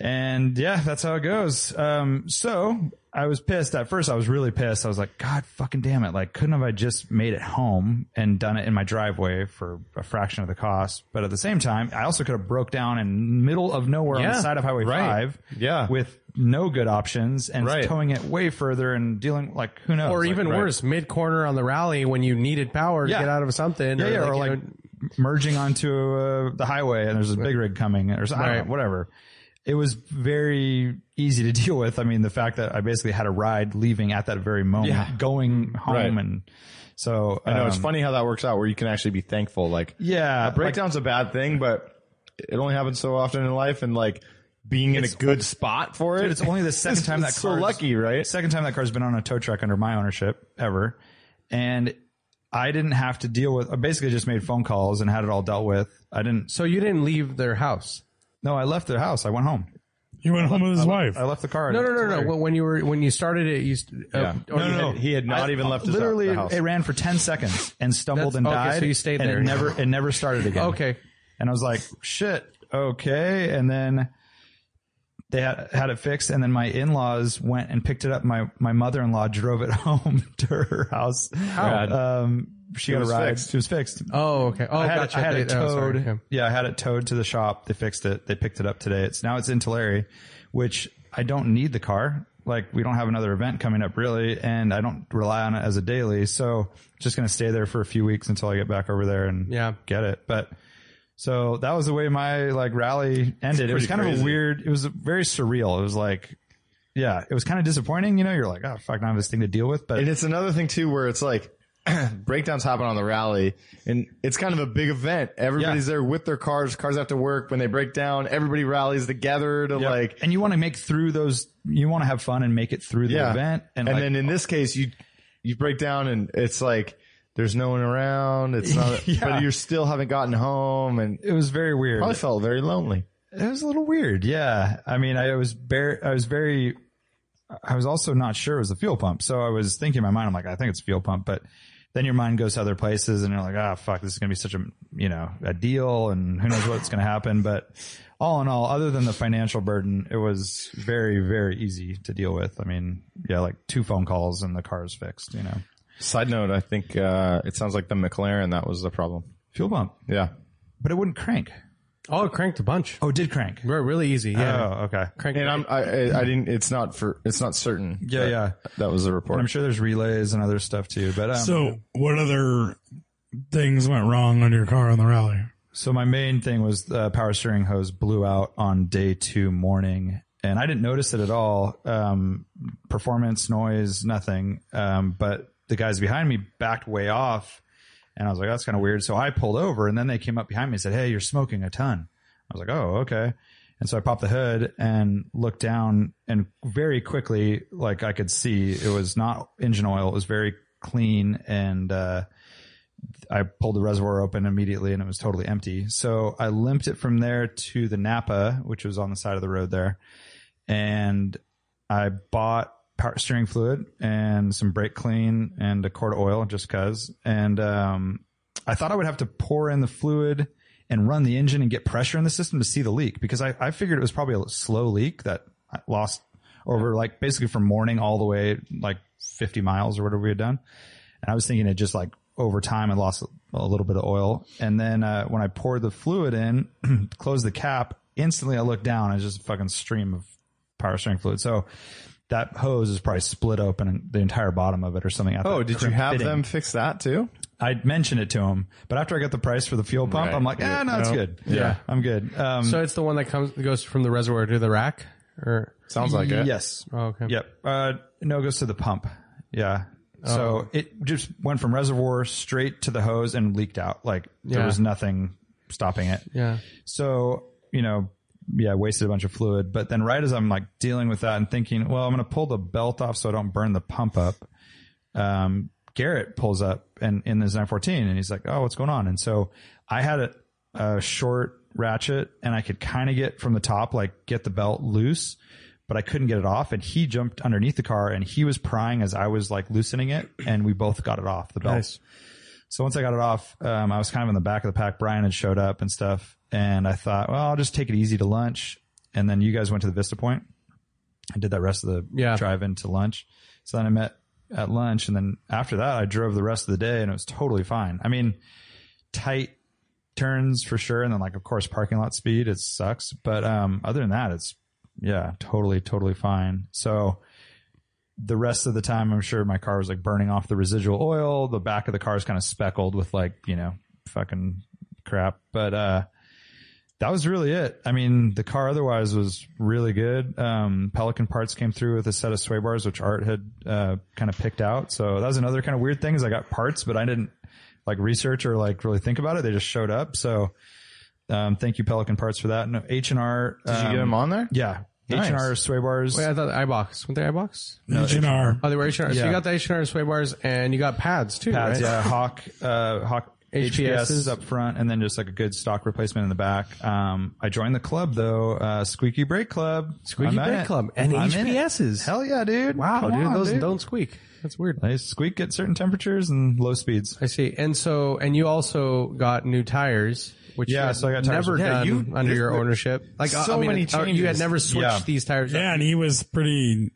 Speaker 7: And yeah, that's how it goes. Um, so I was pissed at first. I was really pissed. I was like, God fucking damn it. Like, couldn't have I just made it home and done it in my driveway for a fraction of the cost? But at the same time, I also could have broke down in middle of nowhere on
Speaker 8: Yeah.
Speaker 7: the side of Highway
Speaker 4: Right.
Speaker 7: 5.
Speaker 4: Yeah.
Speaker 7: With no good options and
Speaker 4: Right.
Speaker 7: towing it way further and dealing like who knows?
Speaker 8: Or
Speaker 7: Like,
Speaker 8: even
Speaker 7: right.
Speaker 8: worse, mid corner on the rally when you needed power to
Speaker 7: Yeah.
Speaker 8: get out of something.
Speaker 7: Yeah, yeah, or
Speaker 8: you
Speaker 7: like,
Speaker 8: know,
Speaker 7: merging onto uh, the highway and there's a big rig coming or something,
Speaker 8: Right.
Speaker 7: whatever. It was very easy to deal with. I mean, the fact that I basically had a ride leaving at that very moment,
Speaker 4: Yeah.
Speaker 7: going home,
Speaker 4: Right.
Speaker 7: and so
Speaker 4: I know it's
Speaker 7: um,
Speaker 4: funny how that works out, where you can actually be thankful. Like
Speaker 7: Yeah, like,
Speaker 4: breakdown's a bad thing, but it only happens so often in life, and like being in a good spot for it.
Speaker 7: Dude, it's only the second time that
Speaker 4: it's so
Speaker 7: car's-
Speaker 4: lucky, right?
Speaker 7: Second time that car's been on a tow truck under my ownership ever, and I didn't have to deal with. I basically just made phone calls and had it all dealt with. I didn't.
Speaker 8: so you didn't leave their house.
Speaker 7: No, I left the house. I went home.
Speaker 2: he went home with his wife.
Speaker 7: I left the car.
Speaker 8: No, no, no, no. Well, When you were when you started it, you st- uh, or
Speaker 4: No,
Speaker 8: you
Speaker 4: no,
Speaker 8: had-
Speaker 4: he oh, had not
Speaker 7: I-
Speaker 4: even left his
Speaker 7: literally,
Speaker 4: the house.
Speaker 7: it ran for ten seconds and stumbled
Speaker 8: That's-
Speaker 7: and
Speaker 8: okay,
Speaker 7: died.
Speaker 8: so you stayed
Speaker 7: and
Speaker 8: there.
Speaker 7: It never, it never started again.
Speaker 8: Okay.
Speaker 7: and I was like, shit, okay. And then they had, had it fixed, and then my in laws went and picked it up. My my mother in law drove it home to her house.
Speaker 4: Rad.
Speaker 7: Um, she got
Speaker 4: was
Speaker 7: a ride.
Speaker 4: fixed.
Speaker 7: It was fixed.
Speaker 8: Oh, okay. Oh,
Speaker 7: I had,
Speaker 8: gotcha.
Speaker 7: I had it
Speaker 8: They- oh, sorry.
Speaker 7: towed.
Speaker 8: Yeah.
Speaker 7: yeah, I had it towed to the shop. They fixed it. They picked it up today. It's now it's in Tulare, which I don't need the car. Like we don't have another event coming up really, and I don't rely on it as a daily. So just gonna stay there for a few weeks until I get back over there and
Speaker 8: Yeah.
Speaker 7: get it. But so that was the way my like rally ended. It was
Speaker 4: pretty
Speaker 7: kind of
Speaker 4: crazy.
Speaker 7: a weird. It was very surreal. It was like, yeah, it was kind of disappointing. You know, you're like, oh fuck, I have this thing to deal with. But
Speaker 4: And it's another thing too, where it's like breakdowns happen on the rally, and it's kind of a big event. Everybody's
Speaker 7: Yeah.
Speaker 4: there with their cars. Cars have to work when they break down. Everybody rallies together to
Speaker 7: Yep.
Speaker 4: like,
Speaker 7: and you want to make through those. You want to have fun and make it through the
Speaker 4: yeah.
Speaker 7: event.
Speaker 4: and
Speaker 7: And, like,
Speaker 4: then in this case, you you break down, and it's like there's no one around. It's not,
Speaker 7: Yeah.
Speaker 4: but you still haven't gotten home, and
Speaker 7: it was very weird.
Speaker 4: probably felt very lonely.
Speaker 7: It was a little weird. Yeah. I mean, I was bare, I was very, I was also not sure it was the fuel pump. So I was thinking in my mind, I'm like, I think it's fuel pump, but then your mind goes to other places and you're like, ah, fuck, this is going to be such a, you know, a deal and who knows what's going to happen. But all in all, other than the financial burden, it was very, very easy to deal with. I mean, yeah, like two phone calls and the car is fixed, you know,
Speaker 4: Side note: I think uh, it sounds like the McLaren that was the problem.
Speaker 7: fuel pump,
Speaker 4: Yeah,
Speaker 7: but it wouldn't crank.
Speaker 8: Oh, it cranked a bunch.
Speaker 7: Oh, it did crank.
Speaker 8: We're really easy. Yeah.
Speaker 7: Oh, okay.
Speaker 8: Cranked
Speaker 4: and I'm I, I, I didn't. It's not for. It's not certain.
Speaker 7: Yeah.
Speaker 4: that-
Speaker 7: Yeah.
Speaker 4: That was the report.
Speaker 7: And I'm sure there's relays and other stuff too, but um,
Speaker 2: So what other things went wrong on your car on the rally?
Speaker 7: So my main thing was the power steering hose blew out on day two morning, and I didn't notice it at all. Um, performance, noise, nothing. Um, but the guys behind me backed way off, And I was like, that's kind of weird. So I pulled over and then they came up behind me and said, Hey, you're smoking a ton. I was like, Oh, okay. And so I popped the hood and looked down and very quickly, like I could see it was not engine oil. It was very clean. And, uh, I pulled the reservoir open immediately and it was totally empty. So I limped it from there to the Napa, which was on the side of the road there. And I bought power steering fluid and some brake clean and a quart of oil just cause. And, um, I thought I would have to pour in the fluid and run the engine and get pressure in the system to see the leak because I, I figured it was probably a slow leak that I lost over like basically from morning all the way like 50 miles or whatever we had done. And I was thinking it just like over time I lost a little bit of oil. And then uh, when I poured the fluid in, closed the cap, instantly I looked down. It's just a fucking stream of power steering fluid. So that hose is probably split open and the entire bottom of it or something. at
Speaker 4: Oh,
Speaker 7: that
Speaker 4: did you
Speaker 7: crimp
Speaker 4: have
Speaker 7: fitting.
Speaker 4: them fix that too?
Speaker 7: I mentioned it to him, but after I got the price for the fuel pump,
Speaker 4: Right.
Speaker 7: I'm like, ah, no, it's good. Yeah, I'm good. Um,
Speaker 8: So it's the one that comes goes from the reservoir to the rack, or
Speaker 4: Sounds like it.
Speaker 7: yes,
Speaker 8: oh, okay.
Speaker 7: Yep. Uh, no, it goes to the pump. Yeah. So it just went from reservoir straight to the hose and leaked out. Like there
Speaker 8: Yeah.
Speaker 7: was nothing stopping it.
Speaker 8: Yeah.
Speaker 7: So, you know, yeah, I wasted a bunch of fluid. But then right as I'm like dealing with that and thinking, well, I'm going to pull the belt off so I don't burn the pump up. Um, Garrett pulls up and in his 914 and he's like, Oh, what's going on? And so I had a, a short ratchet and I could kind of get from the top, like get the belt loose, but I couldn't get it off. And he jumped underneath the car and he was prying as I was like loosening it and we both got it off the belt. So once I got it off, um, I was kind of in the back of the pack. Brian had showed up and stuff, and I thought, well, I'll just take it easy to lunch. And then you guys went to the Vista Point. I did that rest of the
Speaker 8: Yeah.
Speaker 7: drive into lunch. So then I met at lunch, and then after that, I drove the rest of the day, and it was totally fine. I mean, tight turns for sure, and then like of course parking lot speed, it sucks. But um, other than that, it's yeah, totally, totally fine. So the rest of the time, I'm sure my car was like burning off the residual oil. The back of the car is kind of speckled with like, you know, fucking crap. But, uh, that was really it. I mean, the car otherwise was really good. Um, Pelican parts came through with a set of sway bars, which Art had, uh, kind of picked out. So that was another kind of weird thing is I got parts, but I didn't like research or like really think about it. They just showed up. So, um, thank you Pelican parts for that. No, H and R. um,
Speaker 4: Did you get them on there?
Speaker 7: Yeah.
Speaker 4: Nice.
Speaker 7: H&R sway bars.
Speaker 8: Wait, I thought iBox. Weren't they iBox?
Speaker 2: H&R.
Speaker 8: Oh, they were H&R. So
Speaker 7: Yeah.
Speaker 8: you got the H&R sway bars, and you got pads too,
Speaker 7: pads,
Speaker 8: right?
Speaker 7: yeah, Hawk, uh, Hawk
Speaker 8: HPSs.
Speaker 7: HPSs up front, and then just like a good stock replacement in the back. Um, I joined the club though, uh, Squeaky Brake Club.
Speaker 8: Squeaky
Speaker 7: I'm in
Speaker 8: brake
Speaker 7: it.
Speaker 8: club and
Speaker 7: I'm in it.
Speaker 8: HPSs.
Speaker 7: Hell yeah, dude!
Speaker 8: Wow,
Speaker 7: Come
Speaker 8: dude,
Speaker 7: on,
Speaker 8: those don't squeak. That's weird.
Speaker 7: They squeak at certain temperatures and low speeds.
Speaker 8: I see. And so, and you also got new tires, which
Speaker 7: Yeah,
Speaker 8: you had
Speaker 7: so I got tires.
Speaker 8: never
Speaker 7: Yeah,
Speaker 8: done
Speaker 7: you-
Speaker 8: under
Speaker 7: this-
Speaker 8: your ownership. Like I-
Speaker 4: so
Speaker 8: I mean,
Speaker 4: many
Speaker 8: uh, You had
Speaker 4: changes.
Speaker 8: never switched
Speaker 7: Yeah.
Speaker 8: these tires.
Speaker 2: Yeah,
Speaker 8: up.
Speaker 2: and he was pretty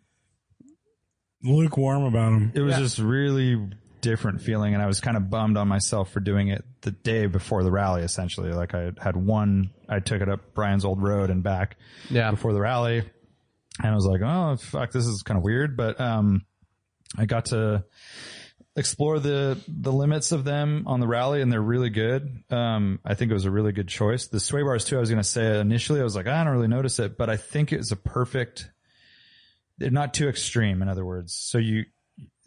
Speaker 2: lukewarm about him.
Speaker 7: It was just really different feeling, and I was kind of bummed on myself for doing it the day before the rally. Essentially, like I had one, I took it up Brian's old road and back.
Speaker 8: yeah.
Speaker 7: before the rally and I was like, oh fuck, this is kind of weird. But um, I got to explore the the limits of them on the rally, and they're really good. Um, I think it was a really good choice. The sway bars too. I was gonna say initially, I was like, I don't really notice it, but I think it's a perfect. They're not too extreme, in other words. So you,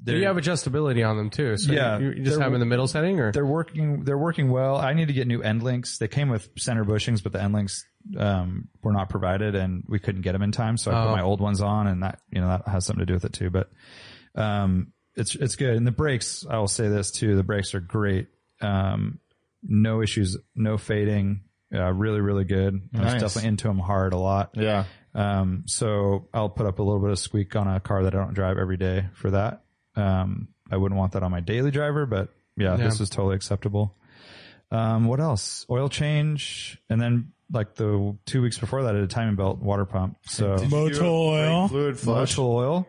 Speaker 7: they're-
Speaker 8: You have adjustability on them too. So
Speaker 7: Yeah.
Speaker 8: you, you just
Speaker 7: They're-
Speaker 8: have them in the middle setting, or
Speaker 7: they're working they're working well. I need to get new end links. They came with center bushings, but the end links um, were not provided, and we couldn't get them in time. So I put
Speaker 8: Oh.
Speaker 7: my old ones on, and that you know that has something to do with it too. But um, it's it's good. And the brakes, I will say this too: the brakes are great. Um, no issues, no fading. Uh, really, really good. I was
Speaker 4: Nice.
Speaker 7: definitely into them hard a lot.
Speaker 4: Yeah.
Speaker 7: Um, so I'll put up a little bit of squeak on a car that I don't drive every day for that. Um, I wouldn't want that on my daily driver, but yeah, this is totally acceptable. Um, what else? Oil change, and then like the two weeks before that, I did a timing belt water pump. So
Speaker 2: Motul oil.
Speaker 4: Fluid flush.
Speaker 7: motul oil.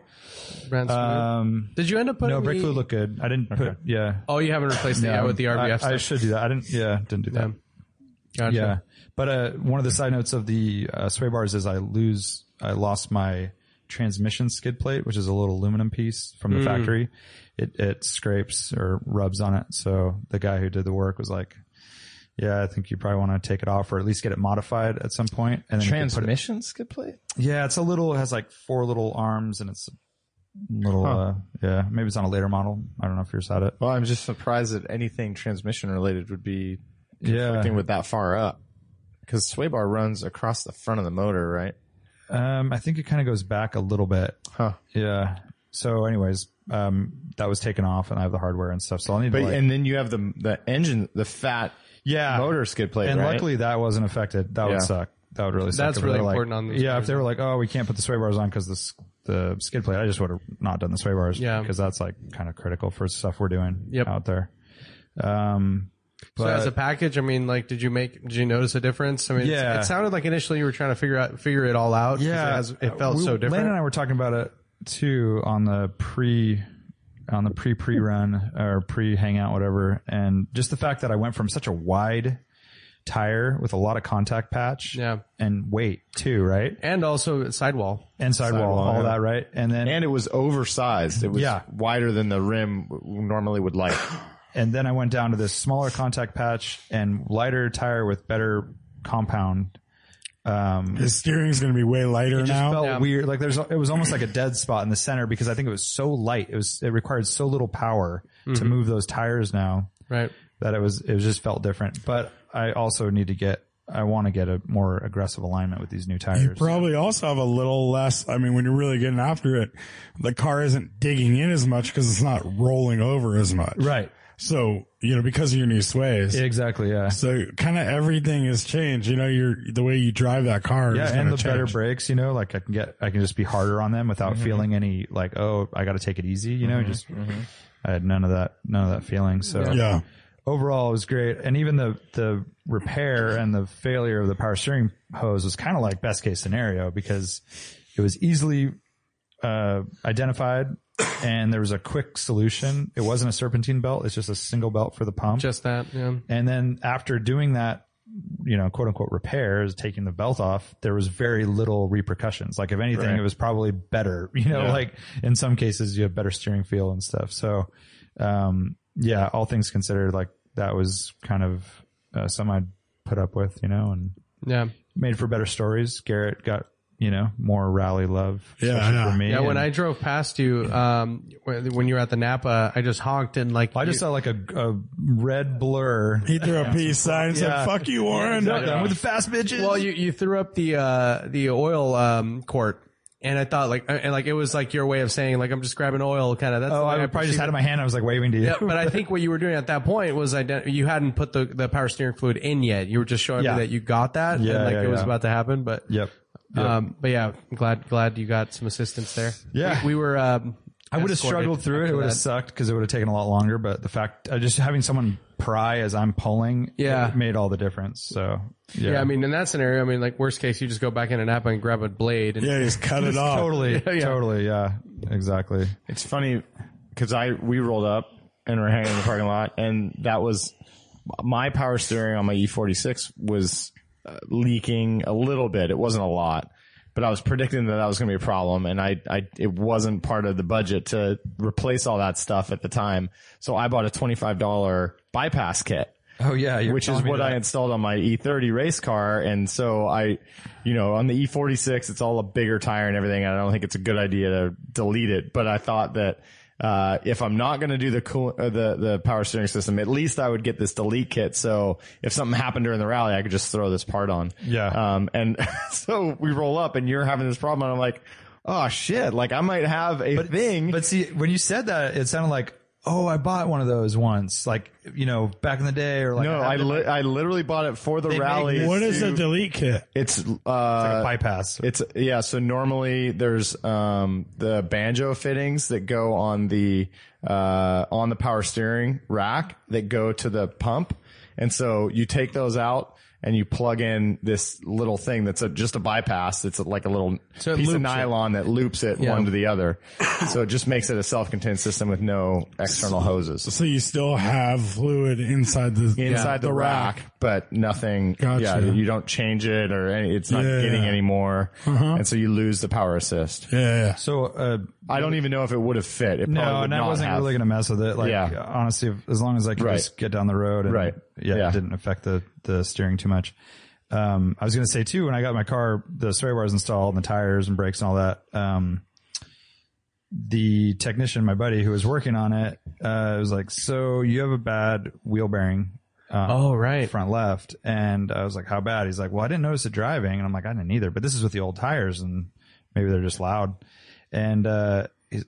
Speaker 8: Brand new?
Speaker 7: Um,
Speaker 8: did you end up putting
Speaker 7: no, brake
Speaker 8: the-
Speaker 7: fluid looked good. I didn't put. Yeah,
Speaker 8: Oh, you haven't replaced the yeah with the
Speaker 7: I-
Speaker 8: RBF.
Speaker 7: I,
Speaker 8: stuff.
Speaker 7: should do that. I didn't. Yeah, didn't do that.
Speaker 8: Gotcha.
Speaker 7: Yeah. But uh, one of the side notes of the uh, sway bars is I lose, I lost my transmission skid plate, which is a little aluminum piece from the factory. It, it scrapes or rubs on it. So the guy who did the work was like, yeah, I think you probably want to take it off or at least get it modified at some point. And then you can put it-
Speaker 4: Transmission skid plate?
Speaker 7: yeah, it's a little. It has like four little arms, and it's little uh, yeah maybe it's on a later model i don't know if yours had it
Speaker 4: Well, I'm just surprised that anything transmission related would be
Speaker 7: yeah
Speaker 4: conflicting with that far up. Because sway bar runs across the front of the motor, right?
Speaker 7: um i think it kind of goes back a little bit
Speaker 4: Huh.
Speaker 7: yeah so anyways um that was taken off and i have the hardware and stuff so i'll need
Speaker 4: But
Speaker 7: to like,
Speaker 4: and then you have the the engine, the fat
Speaker 7: yeah
Speaker 4: motor skid plate,
Speaker 7: and
Speaker 4: right?
Speaker 7: luckily that wasn't affected that
Speaker 4: Yeah.
Speaker 7: would suck that would really suck
Speaker 8: That's
Speaker 7: if they
Speaker 8: really
Speaker 7: were like-
Speaker 8: important on those
Speaker 7: yeah if
Speaker 8: cars.
Speaker 7: they were like oh we can't put the sway bars on because this the skid plate i just would have not done the sway bars
Speaker 8: Yeah.
Speaker 7: because that's like kind of critical for stuff we're doing
Speaker 8: Yep.
Speaker 7: out there um
Speaker 8: So as a package, I mean, like, did you make? Did you notice a difference? I mean, it's-
Speaker 7: Yeah.
Speaker 8: it sounded like initially you were trying to figure out figure it all out. 'cause it,
Speaker 7: Yeah,
Speaker 8: has- it felt
Speaker 7: uh, we-
Speaker 8: so different.
Speaker 7: Lane and I were talking about it too on the pre, on the pre pre run or pre hangout whatever, and just the fact that I went from such a wide tire with a lot of contact patch,
Speaker 8: Yeah.
Speaker 7: and weight too, right,
Speaker 8: and also sidewall.
Speaker 7: and sidewall,
Speaker 4: Sidewall,
Speaker 7: all
Speaker 4: yeah.
Speaker 7: that, right, and then
Speaker 4: and it was oversized. It was
Speaker 7: Yeah.
Speaker 4: wider than the rim w- normally would like.
Speaker 7: and then I went down to this smaller contact patch and lighter tire with better compound. Um,
Speaker 2: His steering's going to be way lighter
Speaker 7: It just
Speaker 2: now.
Speaker 7: felt weird. Like there's, it was almost like a dead spot in the center because I think it was so light. It was, it required so little power to move those tires now
Speaker 8: Right.
Speaker 7: that it was, it was just felt different. But I also need to get, I want to get a more aggressive alignment with these new tires.
Speaker 2: Probably also have a little less. I mean, when you're really getting after it, the car isn't digging in as much because it's not rolling over as much.
Speaker 7: right.
Speaker 2: So, you know, because of your new sways.
Speaker 7: Exactly. Yeah.
Speaker 2: so kind of everything has changed. You know, your the way you drive that car
Speaker 7: Yeah.
Speaker 2: is
Speaker 7: And
Speaker 2: going
Speaker 7: the
Speaker 2: to change.
Speaker 7: better brakes, you know, like I can get, I can just be harder on them without feeling any like, oh, I got to take it easy, you know, just, I had none of that, none of that feeling. So
Speaker 2: yeah.
Speaker 7: overall it was great and even the the repair and the failure of the power steering hose was kind of like best case scenario because it was easily uh, identified and there was a quick solution it wasn't a serpentine belt it's just a single belt for the pump
Speaker 8: Just that. Yeah.
Speaker 7: and then after doing that you know quote unquote repairs taking the belt off there was very little repercussions like if anything
Speaker 4: Right.
Speaker 7: it was probably better you know like in some cases you have better steering feel and stuff so um yeah all things considered like that was kind of uh, some i put up with you know and
Speaker 8: Yeah.
Speaker 7: made for better stories garrett got you know more rally love
Speaker 2: Yeah, I
Speaker 7: especially
Speaker 2: know.
Speaker 7: for me
Speaker 8: Yeah, when
Speaker 7: and-
Speaker 8: I drove past you, um, when when you were at the Napa, I just honked and like
Speaker 7: I just saw like a, a red blur.
Speaker 2: He threw a peace sign and said,
Speaker 7: Yeah.
Speaker 2: fuck you, Warren.
Speaker 7: Done with the fast bitches.
Speaker 8: Well, you, you threw up the uh, the oil um, quart, and I thought like and like it was like your way of saying like I'm just grabbing oil, kind of. That's
Speaker 7: oh,
Speaker 8: the way
Speaker 7: I probably
Speaker 8: perceived
Speaker 7: just had
Speaker 8: it.
Speaker 7: it in my hand. I was like waving to you.
Speaker 8: Yeah, but I think what you were doing at that point was ident- you hadn't put the, the power steering fluid in yet. You were just showing
Speaker 7: Yeah.
Speaker 8: me that you got that
Speaker 7: Yeah,
Speaker 8: and like
Speaker 7: yeah,
Speaker 8: it was
Speaker 7: yeah.
Speaker 8: about to happen. But
Speaker 7: Yep.
Speaker 8: um, but yeah, I'm glad glad you got some assistance there.
Speaker 7: Yeah.
Speaker 8: we, we were. Um,
Speaker 7: I would have struggled through it. It would have sucked because it would have taken a lot longer. But the fact, uh, just having someone pry as I'm pulling,
Speaker 8: Yeah.
Speaker 7: it made all the difference. So yeah,
Speaker 8: Yeah, I mean, in that scenario, I mean, like worst case, you just go back in an app and grab a blade. And,
Speaker 2: Yeah, just cut it
Speaker 4: Oh,
Speaker 2: off.
Speaker 7: totally, totally, yeah, exactly.
Speaker 4: It's funny because I we rolled up and we're hanging in the parking lot, and that was my power steering on my E46 was uh, leaking a little bit. It wasn't a lot, but I was predicting that that was going to be a problem, and I, I it wasn't part of the budget to replace all that stuff at the time. So I bought a twenty five dollar bypass kit.
Speaker 7: Oh yeah, you were
Speaker 4: which is
Speaker 7: telling me
Speaker 4: what
Speaker 7: that.
Speaker 4: I installed on my E30 race car. And so I, you know, on the E46, it's all a bigger tire and everything. And I don't think it's a good idea to delete it, but I thought that. Uh, if I'm not going to do the cool, uh, the, the power steering system, at least I would get this delete kit. So if something happened during the rally, I could just throw this part on.
Speaker 7: Yeah.
Speaker 4: Um, and so we roll up and you're having this problem. And I'm like, oh shit, like I might have a thing.
Speaker 7: But see, when you said that, it sounded like, oh, I bought one of those once, like you know, back in the day, or like
Speaker 4: no,
Speaker 7: had
Speaker 4: I,
Speaker 7: it in
Speaker 4: li- I literally bought it for the
Speaker 7: make
Speaker 4: rally.
Speaker 7: this
Speaker 2: What is a delete kit?
Speaker 4: It's, uh,
Speaker 7: my bypass.
Speaker 4: It's yeah. So normally there's um, the banjo fittings that go on the uh, on the power steering rack that go to the pump, and so you take those out and you plug in this little thing that's a, just a bypass. It's like a little
Speaker 8: it
Speaker 4: piece
Speaker 8: loops
Speaker 4: of
Speaker 8: it.
Speaker 4: nylon that loops it one to the other. so it just makes it a self-contained system with no external hoses
Speaker 2: So you still have fluid inside the
Speaker 4: inside the, rack, but nothing.
Speaker 2: Gotcha.
Speaker 4: Yeah, you don't change it or any, it's not
Speaker 2: Yeah.
Speaker 4: getting any more, and so you lose the power assist.
Speaker 2: Yeah, yeah.
Speaker 7: so uh,
Speaker 4: I don't even know if it would have fit. It probably
Speaker 7: No,
Speaker 4: would
Speaker 7: and I
Speaker 4: not
Speaker 7: wasn't
Speaker 4: have.
Speaker 7: really going to mess with it. Like,
Speaker 4: Yeah.
Speaker 7: honestly, if- as long as I could
Speaker 4: Right.
Speaker 7: just get down the road and
Speaker 4: Right.
Speaker 7: yeah,
Speaker 4: Yeah.
Speaker 7: it didn't affect the, the steering too much. Um, I was going to say too, when I got my car, the sway bars installed and the tires and brakes and all that, um, the technician, my buddy who was working on it, uh, was like, "So you have a bad wheel bearing." Um,
Speaker 8: Oh, right.
Speaker 7: front left, and I was like, "How bad?" He's like, "Well, I didn't notice it driving," and I'm like, "I didn't either." But this is with the old tires, and maybe they're just loud. And uh, he's,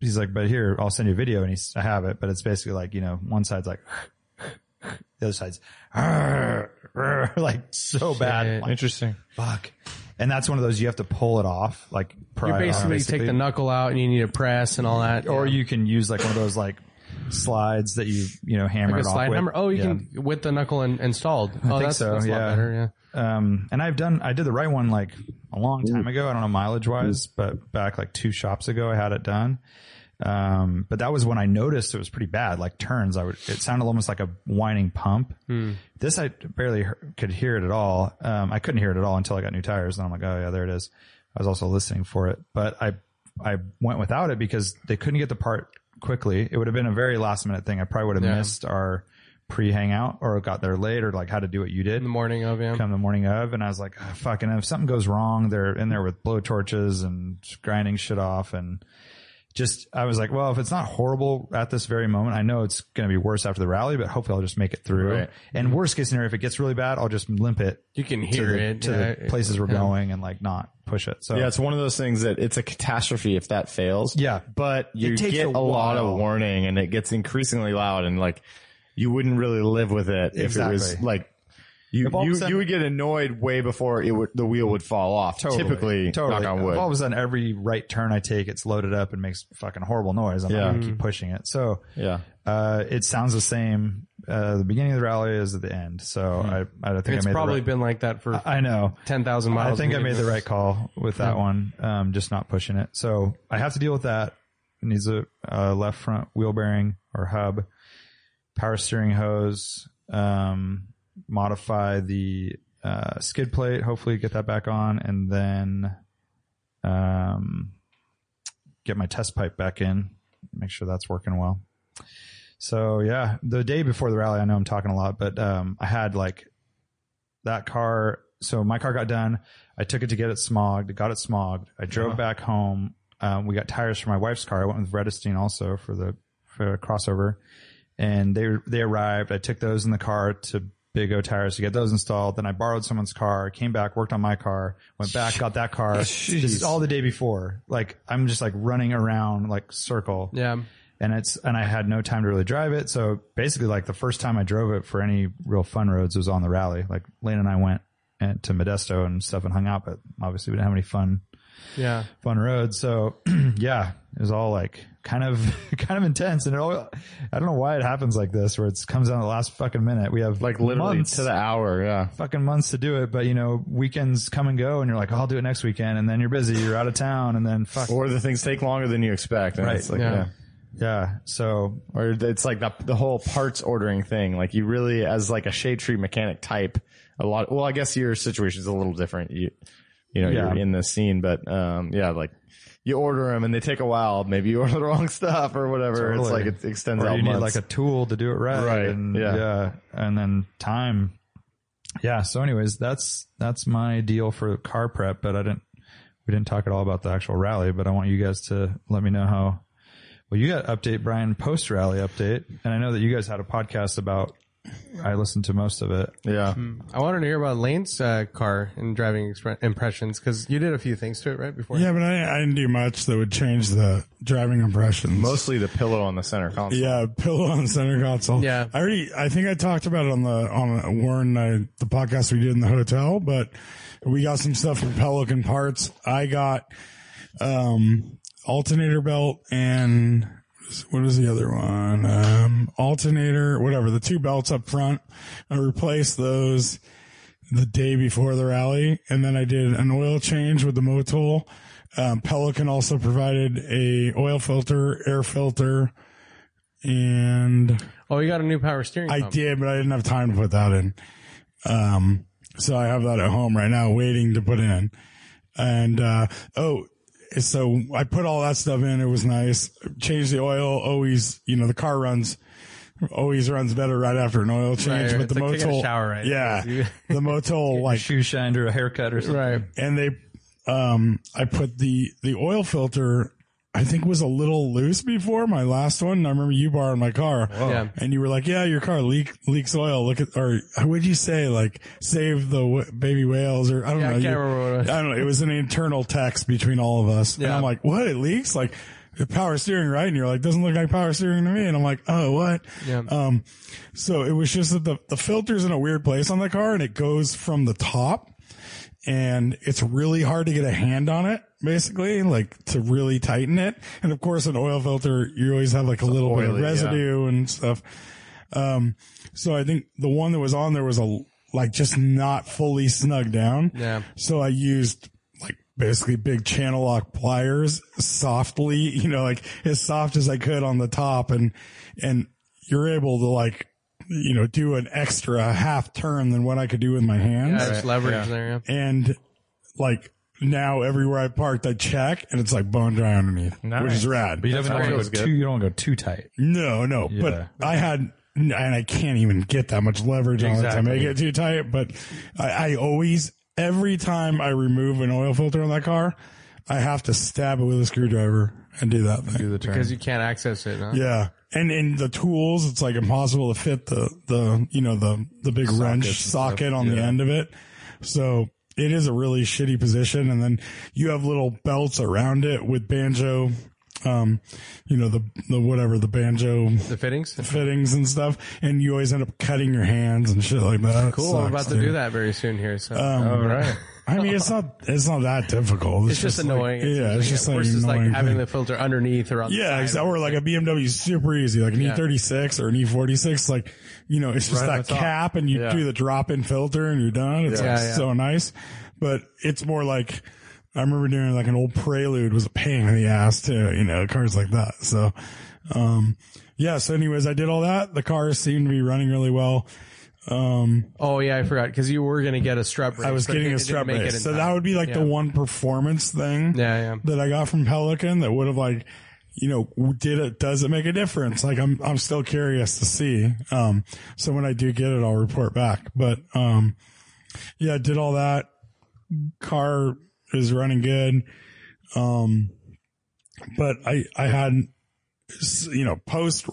Speaker 7: he's like, "But here, I'll send you a video," and he's, I have it, but it's basically like you know, one side's like, the other side's like so bad, I'm like,
Speaker 4: Interesting.
Speaker 7: fuck. And that's one of those you have to pull it off, like pry
Speaker 8: You
Speaker 7: it off,
Speaker 8: basically take the knuckle out and you need to press and all that.
Speaker 7: or
Speaker 8: yeah.
Speaker 7: you can use like one of those like slides that you you know hammer
Speaker 8: like a
Speaker 7: it off
Speaker 8: slide
Speaker 7: with.
Speaker 8: hammer. Oh, you
Speaker 7: Yeah.
Speaker 8: can with the knuckle and installed. oh,
Speaker 7: think
Speaker 8: that's,
Speaker 7: so,
Speaker 8: that's a
Speaker 7: yeah.
Speaker 8: lot better. Yeah.
Speaker 7: Um, and I've done I did the right one like a long time ago. I don't know mileage wise, but back like two shops ago, I had it done. Um, but that was when I noticed it was pretty bad. Like turns, I would it sounded almost like a whining pump. This I barely he- could hear it at all. Um, I couldn't hear it at all until I got new tires, and I'm like, oh yeah, there it is. I was also listening for it, but I I went without it because they couldn't get the part quickly. It would have been a very last minute thing. I probably would have
Speaker 8: Yeah.
Speaker 7: missed our pre hangout or got there late or like how to do what you did
Speaker 8: In the morning of yeah.
Speaker 7: come the morning of, and I was like, oh, "Fucking!" If something goes wrong, they're in there with blowtorches and grinding shit off, and just I was like, "Well, if it's not horrible at this very moment, I know it's going to be worse after the rally, but hopefully I'll just make it through."
Speaker 4: Right.
Speaker 7: And worst case scenario, if it gets really bad, I'll just limp it
Speaker 8: You can
Speaker 7: to
Speaker 8: hear
Speaker 7: the,
Speaker 8: it
Speaker 7: to the
Speaker 8: yeah.
Speaker 7: places we're
Speaker 8: Yeah.
Speaker 7: going and like not push it. So
Speaker 4: Yeah, it's one of those things that it's a catastrophe if that fails.
Speaker 7: Yeah.
Speaker 4: But you
Speaker 7: takes
Speaker 4: get
Speaker 7: a
Speaker 4: a, lot
Speaker 7: while.
Speaker 4: of warning and it gets increasingly loud and like you wouldn't really live with it if it was
Speaker 7: Exactly.
Speaker 4: like you
Speaker 7: all of a
Speaker 4: you,
Speaker 7: sudden-
Speaker 4: you would get annoyed way before it would the wheel would fall off.
Speaker 7: Totally.
Speaker 4: Typically
Speaker 7: totally.
Speaker 4: knock on wood.
Speaker 7: If all of a sudden, every right turn I take, it's loaded up and makes fucking horrible noise. I'm
Speaker 4: Yeah.
Speaker 7: not going to keep pushing it. So
Speaker 4: yeah.
Speaker 7: Uh, it sounds the same. Uh, the beginning of the rally is at the end. So I, I don't think
Speaker 8: Hmm. It's
Speaker 7: I made
Speaker 8: probably
Speaker 7: the
Speaker 8: been like that for
Speaker 7: right, I know.
Speaker 8: ten thousand miles.
Speaker 7: I think I
Speaker 8: maybe.
Speaker 7: made the right call with that one. Um, just not pushing it. So I have to deal with that. It needs a, a left front wheel bearing or hub, power steering hose, um, modify the, uh, skid plate, hopefully get that back on and then, um, get my test pipe back in, make sure that's working well. So yeah, the day before the rally, I know I'm talking a lot, but um, I had like that car. So my car got done. I took it to get it smogged. Got it smogged. I drove back home. Um, we got tires for my wife's car. I went with Redestein also for the for a crossover, and they they arrived. I took those in the car to Big O Tires to get those installed. Then I borrowed someone's car. Came back, worked on my car. Went back, got that car. this is all the day before. Like I'm just like running around like circle
Speaker 8: Yeah.
Speaker 7: and it's and I had no time to really drive it. So basically, like the first time I drove it for any real fun roads was on the rally. Like Lane and I went and, to Modesto and stuff and hung out, but obviously we didn't have any fun
Speaker 8: Yeah.
Speaker 7: fun road. So yeah, it was all like kind of kind of intense, and it all I don't know why it happens like this where it comes down to the last fucking minute. We have
Speaker 4: Like literally
Speaker 7: months
Speaker 4: to the hour, yeah.
Speaker 7: fucking months to do it, but you know weekends come and go, and you're like, oh, I'll do it next weekend, and then you're busy, you're out of town, and then fuck.
Speaker 4: Or the things take longer than you expect. And
Speaker 7: Right,
Speaker 4: it's like,
Speaker 8: yeah.
Speaker 4: yeah.
Speaker 7: yeah, so
Speaker 4: or it's like the, the whole parts ordering thing. Like you really, as like a shade tree mechanic type, a lot. Well, I guess your situation is a little different. You, you know,
Speaker 7: Yeah.
Speaker 4: you're in the scene, but um, yeah, like you order them and they take a while. Maybe you order the wrong stuff or whatever. It's
Speaker 7: Totally.
Speaker 4: like it extends
Speaker 7: or
Speaker 4: out
Speaker 7: you need
Speaker 4: months.
Speaker 7: like a tool to do it right,
Speaker 4: Right,
Speaker 7: and
Speaker 4: yeah.
Speaker 7: and then time yeah so anyways that's that's my deal for car prep but i didn't we didn't talk at all about the actual rally but i want you guys to let me know how well you got update brian post rally update and i know that you guys had a podcast about i listened to most of it
Speaker 4: yeah,
Speaker 8: I wanted to hear about Lane's uh, car and driving expre- impressions because you did a few things to it right before.
Speaker 2: Yeah, but I, I didn't do much that would change the driving impressions.
Speaker 4: mostly the pillow on the center console.
Speaker 2: Yeah, pillow on center console.
Speaker 8: Yeah.
Speaker 2: I already, I think I talked about it on the, on Warren, uh, the podcast we did in the hotel, but we got some stuff from Pelican parts. I got, um, alternator belt and what is the other one? Um, alternator, whatever, the two belts up front. I replaced those the day before the rally and then I did an oil change with the Motul. Um, Pelican also provided a oil filter, air filter, and
Speaker 8: Oh, you got a new power steering.
Speaker 2: I
Speaker 8: pump.
Speaker 2: did, but I didn't have time to put that in. Um, so I have that at home right now, waiting to put in. And uh, oh, so I put all that stuff in. It was nice. Changed the oil. Always, you know, the car runs. Always runs better right after an oil change,
Speaker 8: right.
Speaker 2: but the
Speaker 8: It's like taking a
Speaker 2: Motul,
Speaker 8: shower, right?
Speaker 2: yeah,
Speaker 8: You-
Speaker 2: the Motul like
Speaker 7: shoe shine or a haircut or something
Speaker 8: Right.
Speaker 2: and they um I put the the oil filter I think was a little loose before my last one. And I remember you borrowed my car,
Speaker 7: Oh.
Speaker 8: Yeah.
Speaker 2: and you were like, "Yeah, your car leak, leaks oil. Look at or what'd you say? Like save the w- baby whales or I don't
Speaker 8: Yeah, I
Speaker 2: know.
Speaker 8: can't
Speaker 2: you-
Speaker 8: remember what it was.
Speaker 2: I don't know. It was an internal text between all of us, and
Speaker 8: Yeah.
Speaker 2: I'm like, "What? It leaks like." Power steering, right? And you're like, doesn't look like power steering to me. And I'm like, oh, what?
Speaker 8: Yeah.
Speaker 7: Uh,
Speaker 2: Um, so it was just that the, the filter's in a weird place on the car and it goes from the top and it's really hard to get a hand on it basically like to really tighten it and of course an oil filter you always have like a little bit
Speaker 4: oily,
Speaker 2: of
Speaker 4: yeah.
Speaker 2: residue and stuff um so i think the one that was on there was a like just not fully snug down
Speaker 8: Yeah.
Speaker 2: so i used like basically big channel lock pliers softly you know like as soft as i could on the top and and you're able to like you know do an extra half turn than what i could do with my hands
Speaker 8: Yeah, just leverage there. Yeah.
Speaker 2: and like now everywhere I parked, I check and it's like bone dry underneath, which is rad.
Speaker 7: But you don't want to go too. You don't want to go too tight.
Speaker 2: No, no, but I had, and I can't even get that much leverage on it to
Speaker 7: Exactly.
Speaker 2: make it too tight. But I, I always, every time I remove an oil filter on that car, I have to stab it with a screwdriver and do that thing.
Speaker 7: Do the turn.
Speaker 8: Because you can't access it. Huh?
Speaker 2: Yeah. And in the tools, it's like impossible to fit the, the, you know, the, the big wrench socket on the end of it. So it is a really shitty position. And then you have little belts around it with banjo, um, you know, the, the whatever, the banjo
Speaker 8: The fittings.
Speaker 2: fittings and stuff. And you always end up cutting your hands and shit like that. It
Speaker 8: Cool.
Speaker 2: sucks,
Speaker 8: I'm about to
Speaker 2: dude.
Speaker 8: do that very soon here. So
Speaker 2: Um,
Speaker 7: right.
Speaker 2: I mean, it's not, it's not that difficult.
Speaker 8: it's just,
Speaker 2: like-
Speaker 8: annoying.
Speaker 2: yeah. It's just like,
Speaker 8: versus like
Speaker 2: annoying
Speaker 8: having
Speaker 2: thing.
Speaker 8: the filter underneath or on. the
Speaker 2: Yeah,
Speaker 8: side.
Speaker 2: exactly. Or like a BMW is super easy, like an
Speaker 8: Yeah.
Speaker 2: E36 or an E46. Like, you know, it's just that cap and you do the drop in filter and you're done. It's
Speaker 8: Yeah.
Speaker 2: like
Speaker 8: Yeah, yeah.
Speaker 2: so nice. But it's more like, I remember doing like an old prelude was a pain in the ass too, you know, cars like that. So, um, yeah. So anyways, I did all that. The cars seemed to be running really well. Um,
Speaker 8: Oh yeah, I forgot because you were gonna get a strut brace.
Speaker 2: I was
Speaker 8: but
Speaker 2: getting
Speaker 8: it
Speaker 2: a
Speaker 8: didn't
Speaker 2: strap
Speaker 8: make it
Speaker 2: brace.
Speaker 8: in
Speaker 2: So
Speaker 8: time.
Speaker 2: that would be like
Speaker 8: Yeah.
Speaker 2: the one performance thing
Speaker 8: Yeah, yeah.
Speaker 2: that I got from Pelican that would have like, you know, did it, does it make a difference? Like I'm, I'm still curious to see. Um, so when I do get it, I'll report back, but, um, yeah, did all that. Car is running good. Um, but I, I had, you know, post,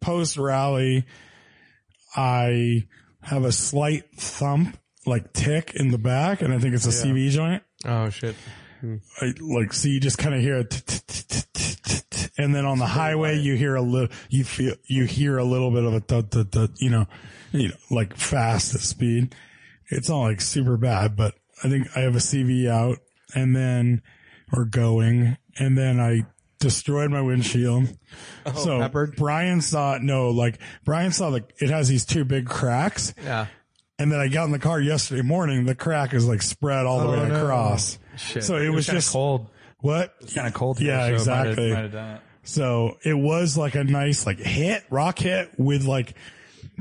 Speaker 2: post rally, I have a slight thump, like tick in the back. And I think it's a CV joint.
Speaker 8: Oh shit.
Speaker 2: I, like so you just kind of hear a t- t- t- t- t- t- t- and then on the highway you hear a little you feel you hear a little bit of a thud, thud, thud, you know you know like fast at speed it's not like super bad but i think i have a cv out and then or going and then i destroyed my windshield
Speaker 7: Oh,
Speaker 2: so brian saw no like brian saw the it has these two big cracks
Speaker 8: Yeah.
Speaker 2: and then i got in the car yesterday morning the crack is like spread all the
Speaker 7: Oh,
Speaker 2: way across
Speaker 8: Shit.
Speaker 2: so it, was, just
Speaker 7: cold.
Speaker 2: what
Speaker 7: Kind of cold.
Speaker 2: Yeah,
Speaker 7: today, so it might have-
Speaker 2: exactly.
Speaker 7: might have done it.
Speaker 2: So it was like a nice like hit, rock hit with like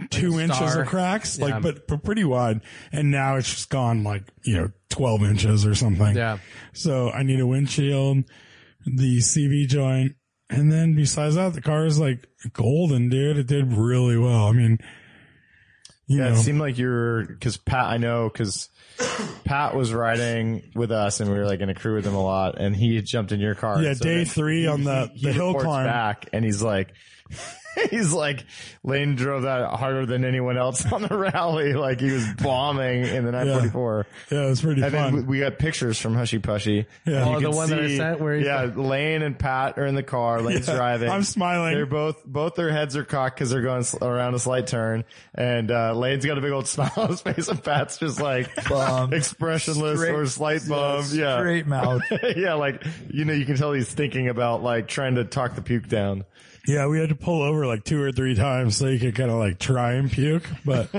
Speaker 2: two inches
Speaker 8: star.
Speaker 2: of cracks,
Speaker 8: Yeah.
Speaker 2: like but, but pretty wide. And now it's just gone like, you know, 12 inches or something.
Speaker 8: Yeah.
Speaker 2: So I need a windshield, the CV joint. And then besides that, the car is like golden, dude. It did really well. I mean, you
Speaker 4: Yeah,
Speaker 2: know,
Speaker 4: it seemed like you were because Pat. I know because Pat was riding with us, and we were like in a crew with him a lot, and he had jumped in your car.
Speaker 2: Yeah,
Speaker 4: So
Speaker 2: day
Speaker 4: then
Speaker 2: three on the- the hill
Speaker 4: reports
Speaker 2: climb.
Speaker 4: back, and he's like. He's like, Lane drove that harder than anyone else on the rally. Like he was bombing in the 944.
Speaker 2: yeah, it's pretty
Speaker 4: And
Speaker 2: fun.
Speaker 4: then we- we got pictures from Hushy Pushy.
Speaker 2: Yeah.
Speaker 4: And
Speaker 2: Oh,
Speaker 4: you
Speaker 8: the
Speaker 4: can
Speaker 8: one that I
Speaker 4: see-
Speaker 8: sent where he's
Speaker 4: yeah, Lane and Pat are in the car. Lane's driving.
Speaker 2: I'm smiling.
Speaker 4: They're both both their heads are cocked because they're going s- around a slight turn, and uh, Lane's got a big old smile on his face, and Pat's just like
Speaker 7: Bum.
Speaker 4: expressionless
Speaker 7: Straight-
Speaker 4: or slight bum. Yeah,
Speaker 7: Straight mouth.
Speaker 4: yeah, like you know, you can tell he's thinking about like trying to talk the puke down.
Speaker 2: Yeah, we had to pull over like two or three times so you could kind of like try and puke, but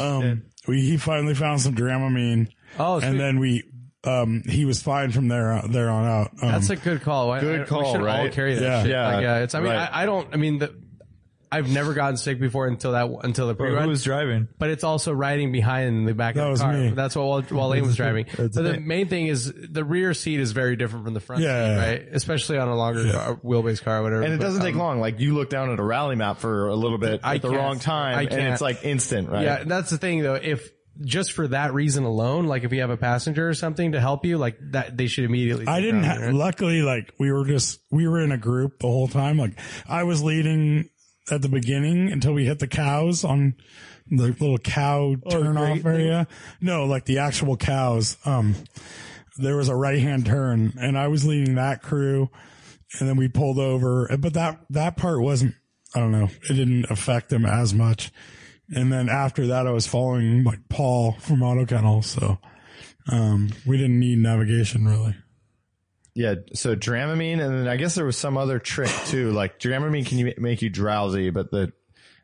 Speaker 2: um, we he finally found some Dramamine,
Speaker 8: Oh, sweet.
Speaker 2: and then we um he was fine from there there on out. Um,
Speaker 8: That's a good call. I,
Speaker 4: Good
Speaker 8: I- We
Speaker 4: call,
Speaker 8: should all
Speaker 4: right?
Speaker 8: carry that.
Speaker 2: Yeah.
Speaker 8: shit.
Speaker 4: Yeah.
Speaker 8: Like, yeah. It's. I mean,
Speaker 4: Right.
Speaker 8: I, I don't. I mean, the, I've never gotten sick before until that until the pre-run.
Speaker 7: Who was driving?
Speaker 8: but it's also riding behind the back
Speaker 2: That
Speaker 8: of
Speaker 2: was
Speaker 8: the car.
Speaker 2: me.
Speaker 8: That's what while, while Lane was driving. but the
Speaker 2: me.
Speaker 8: main thing is the rear seat is very different from the front
Speaker 2: Yeah.
Speaker 8: seat, right? Especially on a longer car, wheelbase car or whatever.
Speaker 4: And it
Speaker 8: But,
Speaker 4: doesn't take
Speaker 8: um,
Speaker 4: long. Like you look down at a rally map for a little bit
Speaker 8: I
Speaker 4: at the
Speaker 8: can't.
Speaker 4: wrong time,
Speaker 8: I
Speaker 4: and
Speaker 8: can't. uh,
Speaker 4: it's like instant, right?
Speaker 8: Yeah, that's the thing though. If
Speaker 1: just for that reason alone, like if you have a passenger or something to help you, like that they should immediately.
Speaker 2: I
Speaker 1: sit
Speaker 2: didn't.
Speaker 1: down,
Speaker 2: Ha-
Speaker 1: right?
Speaker 2: luckily, like we were just we were in a group the whole time. Like I was leading at the beginning until we hit the cows on the little cow turn off area. No, like the actual cows. Um, there was a right hand turn, and I was leading that crew, and then we pulled over. But that that part wasn't. I don't know. It didn't affect them as much. And then after that, I was following like Paul from Auto Kennel, so um, we didn't need navigation really.
Speaker 4: Yeah, so Dramamine, and then I guess there was some other trick too. Like Dramamine can you- make you drowsy, but the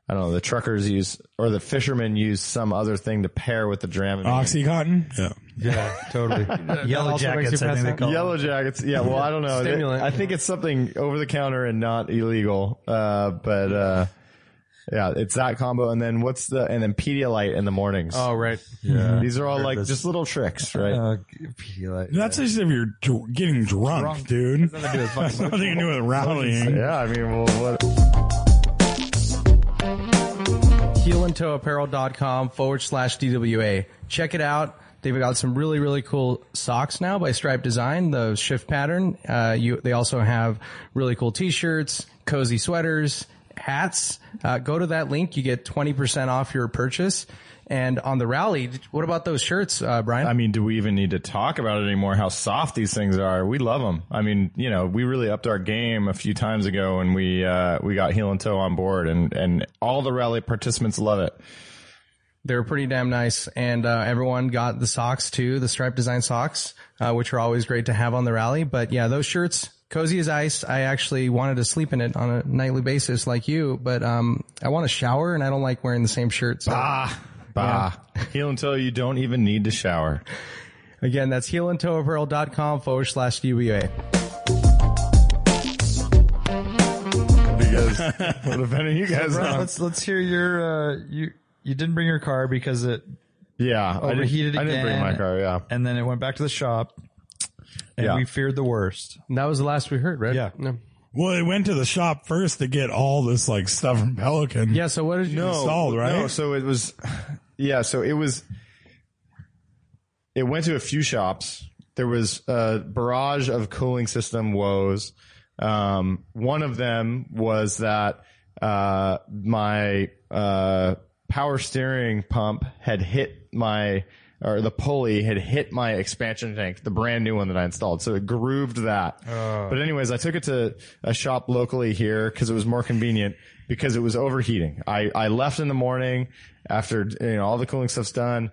Speaker 4: I don't know the truckers use or the fishermen use some other thing to pair with the Dramamine.
Speaker 2: Oh, Oxycontin? Yeah.
Speaker 7: Yeah, totally. Yellow
Speaker 1: also makes
Speaker 7: jackets,
Speaker 1: you
Speaker 7: I think
Speaker 1: pass
Speaker 7: they
Speaker 1: out.
Speaker 7: call.
Speaker 4: Yellow jackets. Yeah, well, I don't know.
Speaker 1: Stimulant.
Speaker 4: I think it's something over the counter and not illegal. Uh, but uh, yeah, it's that combo. And then what's the and then Pedialyte in the mornings.
Speaker 1: Oh right.
Speaker 7: Yeah.
Speaker 4: These are all like just little tricks, right?
Speaker 7: Uh, Pedialyte.
Speaker 2: That's just if you're dr- getting drunk, dude. That's
Speaker 4: do with fucking
Speaker 2: nothing to do with rallying.
Speaker 4: yeah, I mean, well, what?
Speaker 1: heelandtoeapparel.com forward slash DWA. Check it out. They've got some really, really cool socks now by Stripe Design, the shift pattern. Uh, you, they also have really cool t-shirts, cozy sweaters, hats. Uh, go to that link. You get 20% off your purchase. And on the rally, what about those shirts, uh, Brian?
Speaker 4: I mean, do we even need to talk about it anymore? How soft these things are. We love them. I mean, you know, we really upped our game a few times ago, and we uh, we got heel and toe on board, and and all the rally participants love it.
Speaker 1: they were pretty damn nice and uh, everyone got the socks too the stripe design socks uh, which are always great to have on the rally but yeah those shirts cozy as ice i actually wanted to sleep in it on a nightly basis like you but um, i want to shower and i don't like wearing the same shirt so
Speaker 4: Ah, bah. Heel and toe, you don't even need to shower.
Speaker 1: again that's heelandtoeapparel.com forward slash uba
Speaker 4: Because what if any of you guys?
Speaker 7: Brian,
Speaker 4: know?
Speaker 7: let's let's hear your uh, you you didn't bring your car because it
Speaker 4: Yeah, I
Speaker 7: overheated
Speaker 4: didn't, I didn't bring
Speaker 7: again.
Speaker 4: my car. Yeah,
Speaker 7: and then it went back to the shop and
Speaker 4: Yeah.
Speaker 7: we feared the worst.
Speaker 1: and that was the last we heard right
Speaker 7: Yeah.
Speaker 1: no.
Speaker 2: Well, it went to the shop first to get all this like stuff from Pelican.
Speaker 1: yeah so what did you
Speaker 2: installed, right?
Speaker 4: No, so it was, yeah, so it was, it went to a few shops. There was a barrage of cooling system woes. Um, one of them was that, uh, my, uh, power steering pump had hit my, or the pulley had hit my expansion tank, the brand new one that I installed. So it grooved that. But anyways, I took it to a shop locally here because it was more convenient because it was overheating. I, I left in the morning after you know all the cooling stuff's done.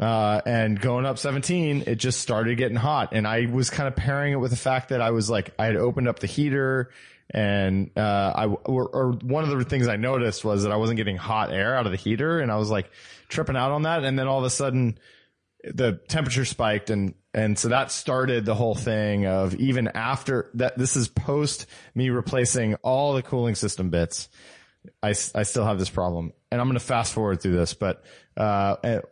Speaker 4: Uh, and going up 17, it just started getting hot. And I was kind of pairing it with the fact that I was like, I had opened up the heater and, uh, I, or, or one of the things I noticed was that I wasn't getting hot air out of the heater. And I was like tripping out on that. And then all of a sudden, the temperature spiked and and so that started the whole thing of even after that this is post me replacing all the cooling system bits I, s- I still have this problem and I'm going to fast forward through this, but, uh, it,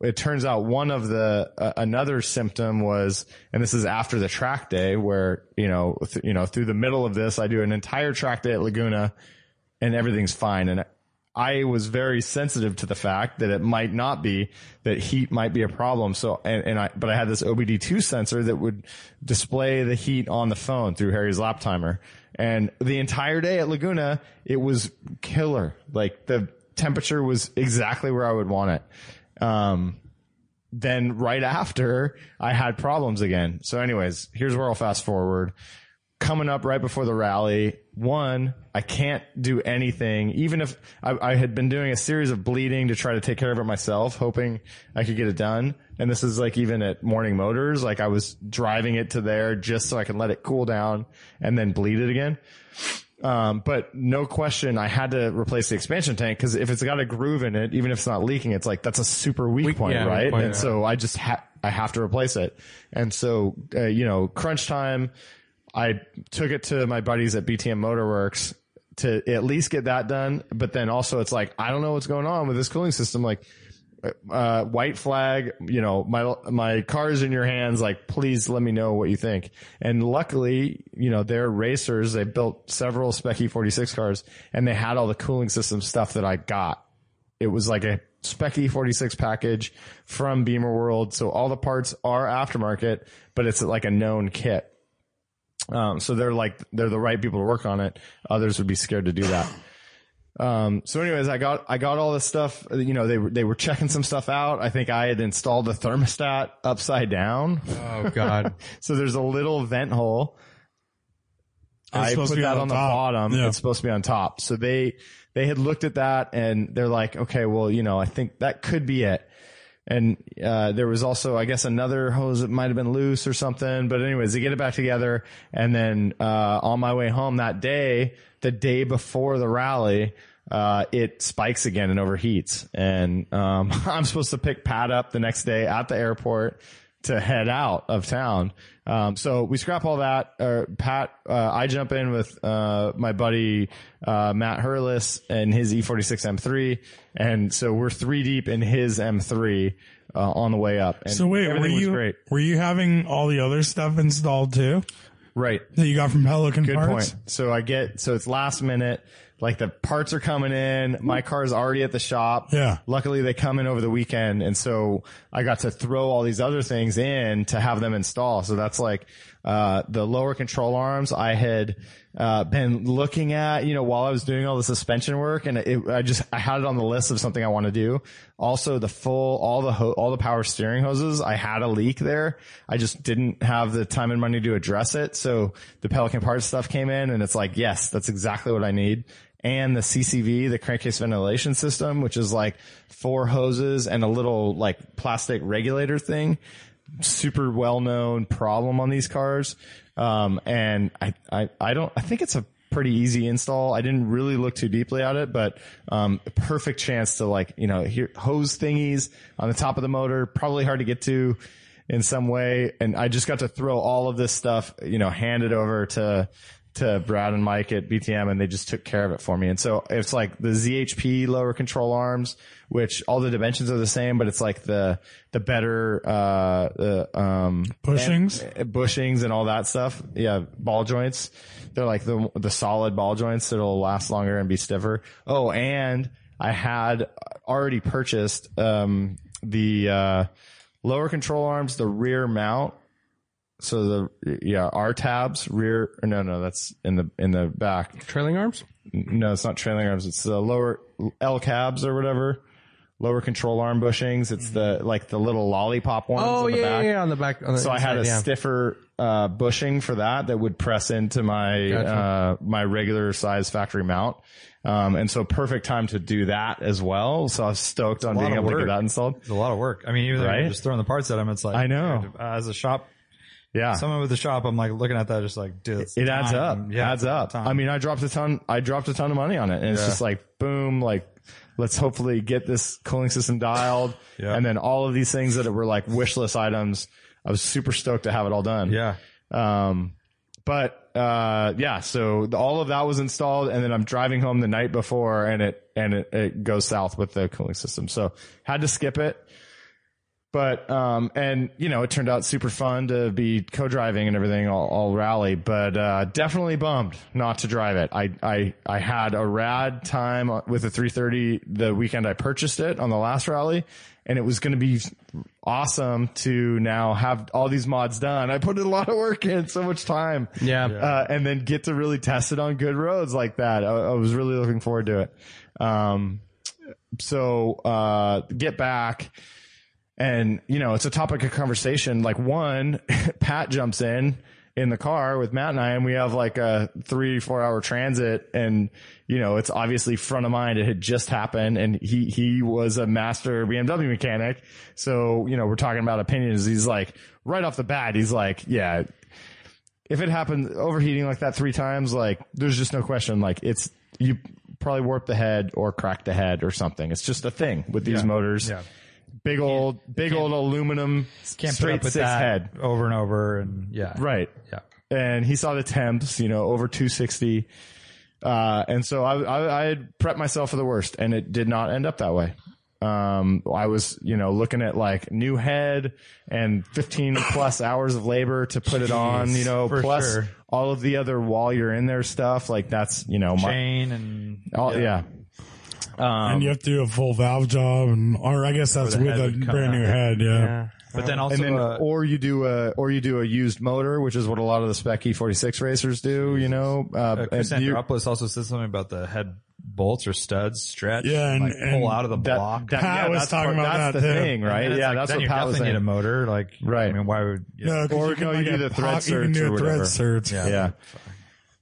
Speaker 4: it turns out one of the, uh, another symptom was, and this is after the track day where, you know, th- you know, through the middle of this, I do an entire track day at Laguna and everything's fine. And I was very sensitive to the fact that it might not be that heat might be a problem. So, and, and I, but I had this OBD2 sensor that would display the heat on the phone through Harry's lap timer. And the entire day at Laguna, it was killer. Like the temperature was exactly where I would want it. Um, then right after I had problems again. So anyways, here's where I'll fast forward. Coming up right before the rally, one, I can't do anything. Even if I, I had been doing a series of bleeding to try to take care of it myself, hoping I could get it done. And this is like even at morning motors, like I was driving it to there just so I can let it cool down and then bleed it again. Um, but no question, I had to replace the expansion tank because if it's got a groove in it, even if it's not leaking, it's like that's a super weak, point,
Speaker 1: yeah, weak
Speaker 4: right?
Speaker 1: point,
Speaker 4: and
Speaker 1: yeah.
Speaker 4: so I just ha- I have to replace it. And so uh, you know, crunch time, I took it to my buddies at BTM Motorworks to at least get that done. But then also, it's like I don't know what's going on with this cooling system, like. Uh, white flag, you know, my, my car's in your hands. Like, please let me know what you think. And luckily, you know, they're racers. They built several Speccy 46 cars and they had all the cooling system stuff that I got. It was like a spec E46 package from Beamer World. So all the parts are aftermarket, but it's like a known kit. Um, so they're like, they're the right people to work on it. Others would be scared to do that. Um, so anyways, I got, I got all this stuff, you know, they were, they were checking some stuff out. I think I had installed the thermostat upside down.
Speaker 1: Oh God.
Speaker 4: So there's a little vent hole. I
Speaker 2: supposed
Speaker 4: put
Speaker 2: to be
Speaker 4: that
Speaker 2: on
Speaker 4: on the
Speaker 2: top.
Speaker 4: bottom.
Speaker 2: Yeah.
Speaker 4: It's supposed to be on top. So they they had looked at that and they're like, okay, well, you know, I think that could be it. And uh, there was also, I guess, another hose that might have been loose or something. But anyways, they get it back together. And then uh, on my way home that day, the day before the rally, uh, it spikes again and overheats. And um, I'm supposed to pick Pat up the next day at the airport to head out of town. Um, so we scrap all that. Uh, Pat, uh, I jump in with uh, my buddy uh, Matt Hurlis and his E E46 M3, and so we're three deep in his M3 uh, on the way up. And
Speaker 2: So wait, were
Speaker 4: everything was
Speaker 2: you
Speaker 4: great?
Speaker 2: were you having all the other stuff installed too
Speaker 4: Right.
Speaker 2: that you got from Pelican
Speaker 4: Good
Speaker 2: Parts?
Speaker 4: point. So I get so it's last minute. Like the parts are coming in. My car's already at the shop.
Speaker 2: Yeah.
Speaker 4: Luckily they come in over the weekend, and so I got to throw all these other things in to have them install. So that's like uh, the lower control arms. I had uh, been looking at you know while I was doing all the suspension work, and it, I just I had it on the list of something I want to do. Also the full all the ho- all the power steering hoses. I had a leak there. I just didn't have the time and money to address it. So the Pelican parts stuff came in, and it's like yes, that's exactly what I need and the CCV, the crankcase ventilation system, which is like four hoses and a little like plastic regulator thing. Super well known problem on these cars. Um, and I, I, I don't, I think it's a pretty easy install. I didn't really look too deeply at it, but, um, a perfect chance to like, you know, here, hose thingies on the top of the motor, probably hard to get to in some way. And I just got to throw all of this stuff, you know, hand it over to, to Brad and Mike at BTM and they just took care of it for me. And so it's like the ZHP lower control arms, which all the dimensions are the same, but it's like the, the better, uh, the, um,
Speaker 2: Bushings?
Speaker 4: and- bushings and all that stuff. Yeah. Ball joints. They're like the, the solid ball joints that'll last longer and be stiffer. Oh, and I had already purchased, um, the, uh, lower control arms, the rear mount so the yeah R tabs rear or no no that's in the in the back
Speaker 1: Trailing arms?
Speaker 4: no it's not trailing arms it's the lower L cabs or whatever lower control arm bushings it's the like the little lollipop ones
Speaker 1: Mm-hmm. Oh
Speaker 4: on the
Speaker 1: yeah, yeah,
Speaker 4: back
Speaker 1: yeah, on the back. On the
Speaker 4: so I had
Speaker 1: inside,
Speaker 4: a
Speaker 1: yeah.
Speaker 4: stiffer uh, bushing for that that would press into my uh, my regular size factory mount um, and so perfect time to do that as well so I was stoked on
Speaker 7: lot
Speaker 4: being
Speaker 7: of
Speaker 4: able to
Speaker 7: work.
Speaker 4: get that installed
Speaker 7: It's a lot of work. I mean, even though you're
Speaker 4: Right?
Speaker 7: just throwing the parts at them, it's like
Speaker 4: I know.
Speaker 7: uh, as a shop,
Speaker 4: yeah
Speaker 7: someone with the shop, I'm like looking at that, just like, dude, it's
Speaker 4: it adds up.
Speaker 7: time. Yeah,
Speaker 4: adds
Speaker 7: it's
Speaker 4: up.
Speaker 7: time.
Speaker 4: I mean, I dropped a ton. I dropped a ton of money on it, and it's just like boom. Like, let's hopefully get this cooling system dialed,
Speaker 7: Yeah.
Speaker 4: and then all of these things that were like wish list items. I was super stoked to have it all done.
Speaker 7: yeah,
Speaker 4: Um, but uh, yeah, so the, all of that was installed, and then I'm driving home the night before, and it and it, it goes south with the cooling system. So had to skip it. But um, and you know, it turned out super fun to be co-driving and everything all, all rally. But uh, definitely bummed not to drive it. I I I had a rad time with the 330 the weekend I purchased it on the last rally, and it was going to be awesome to now have all these mods done. I put in a lot of work in, so much time.
Speaker 1: Yeah.
Speaker 4: Uh, and then get to really test it on good roads like that. I, I was really looking forward to it. Um, so, uh, get back and, you know, it's a topic of conversation. Like one, Pat jumps in in the car with Matt and I, and we have like a three, four hour transit. And, you know, it's obviously front of mind. It had just happened and he, he was a master BMW mechanic. So, you know, we're talking about opinions. He's like, right off the bat, he's like, yeah, if it happens overheating like that three times, like there's just no question. Like it's you probably warped the head or cracked the head or something. It's just a thing with these motors.
Speaker 7: yeah.
Speaker 4: Big old, big old aluminum
Speaker 7: Can't put
Speaker 4: straight
Speaker 7: up with
Speaker 4: six
Speaker 7: that
Speaker 4: head.
Speaker 7: over and over, and yeah,
Speaker 4: Right.
Speaker 7: Yeah.
Speaker 4: And he saw the temps, you know, over 260. Uh, and so I, I, I had prepped myself for the worst and it did not end up that way. Um, I was, you know, looking at like new head and 15 plus hours of labor to put it on, you know,
Speaker 7: for
Speaker 4: plus
Speaker 7: sure.
Speaker 4: all of the other while you're in there stuff. Like that's, you know, my,
Speaker 7: chain and
Speaker 4: all, yeah.
Speaker 2: and you have to do a full valve job, and or I guess that's
Speaker 7: the
Speaker 2: with
Speaker 7: head
Speaker 2: a
Speaker 7: would come
Speaker 2: brand new
Speaker 7: out.
Speaker 2: head. Yeah.
Speaker 7: But then also,
Speaker 4: and then,
Speaker 7: uh,
Speaker 4: or you do a, or you do a used motor, which is what a lot of the spec E46 racers do. You know,
Speaker 7: uh,
Speaker 4: uh,
Speaker 7: Chris
Speaker 4: and you-
Speaker 7: Andropoulos also said something about the head bolts or studs stretch.
Speaker 2: Yeah, and-
Speaker 7: like
Speaker 2: and
Speaker 7: pull out of the
Speaker 4: that,
Speaker 7: block.
Speaker 4: that-
Speaker 2: Pat
Speaker 4: yeah,
Speaker 2: was
Speaker 4: that's
Speaker 2: talking
Speaker 4: part-
Speaker 2: about
Speaker 4: that's
Speaker 2: that,
Speaker 4: the
Speaker 2: too.
Speaker 4: thing, right? Yeah, that's
Speaker 7: then
Speaker 4: what
Speaker 7: you
Speaker 4: Pat was
Speaker 7: definitely
Speaker 4: saying.
Speaker 7: need a motor. Like,
Speaker 4: Right.
Speaker 7: I mean, why would? Yeah.
Speaker 2: No, 'cause
Speaker 4: Or
Speaker 2: can,
Speaker 4: no, you
Speaker 2: like,
Speaker 4: do
Speaker 2: get
Speaker 4: the thread
Speaker 2: pock- you can
Speaker 4: search
Speaker 2: do
Speaker 4: or
Speaker 2: a thread
Speaker 4: whatever.
Speaker 2: search.
Speaker 4: yeah.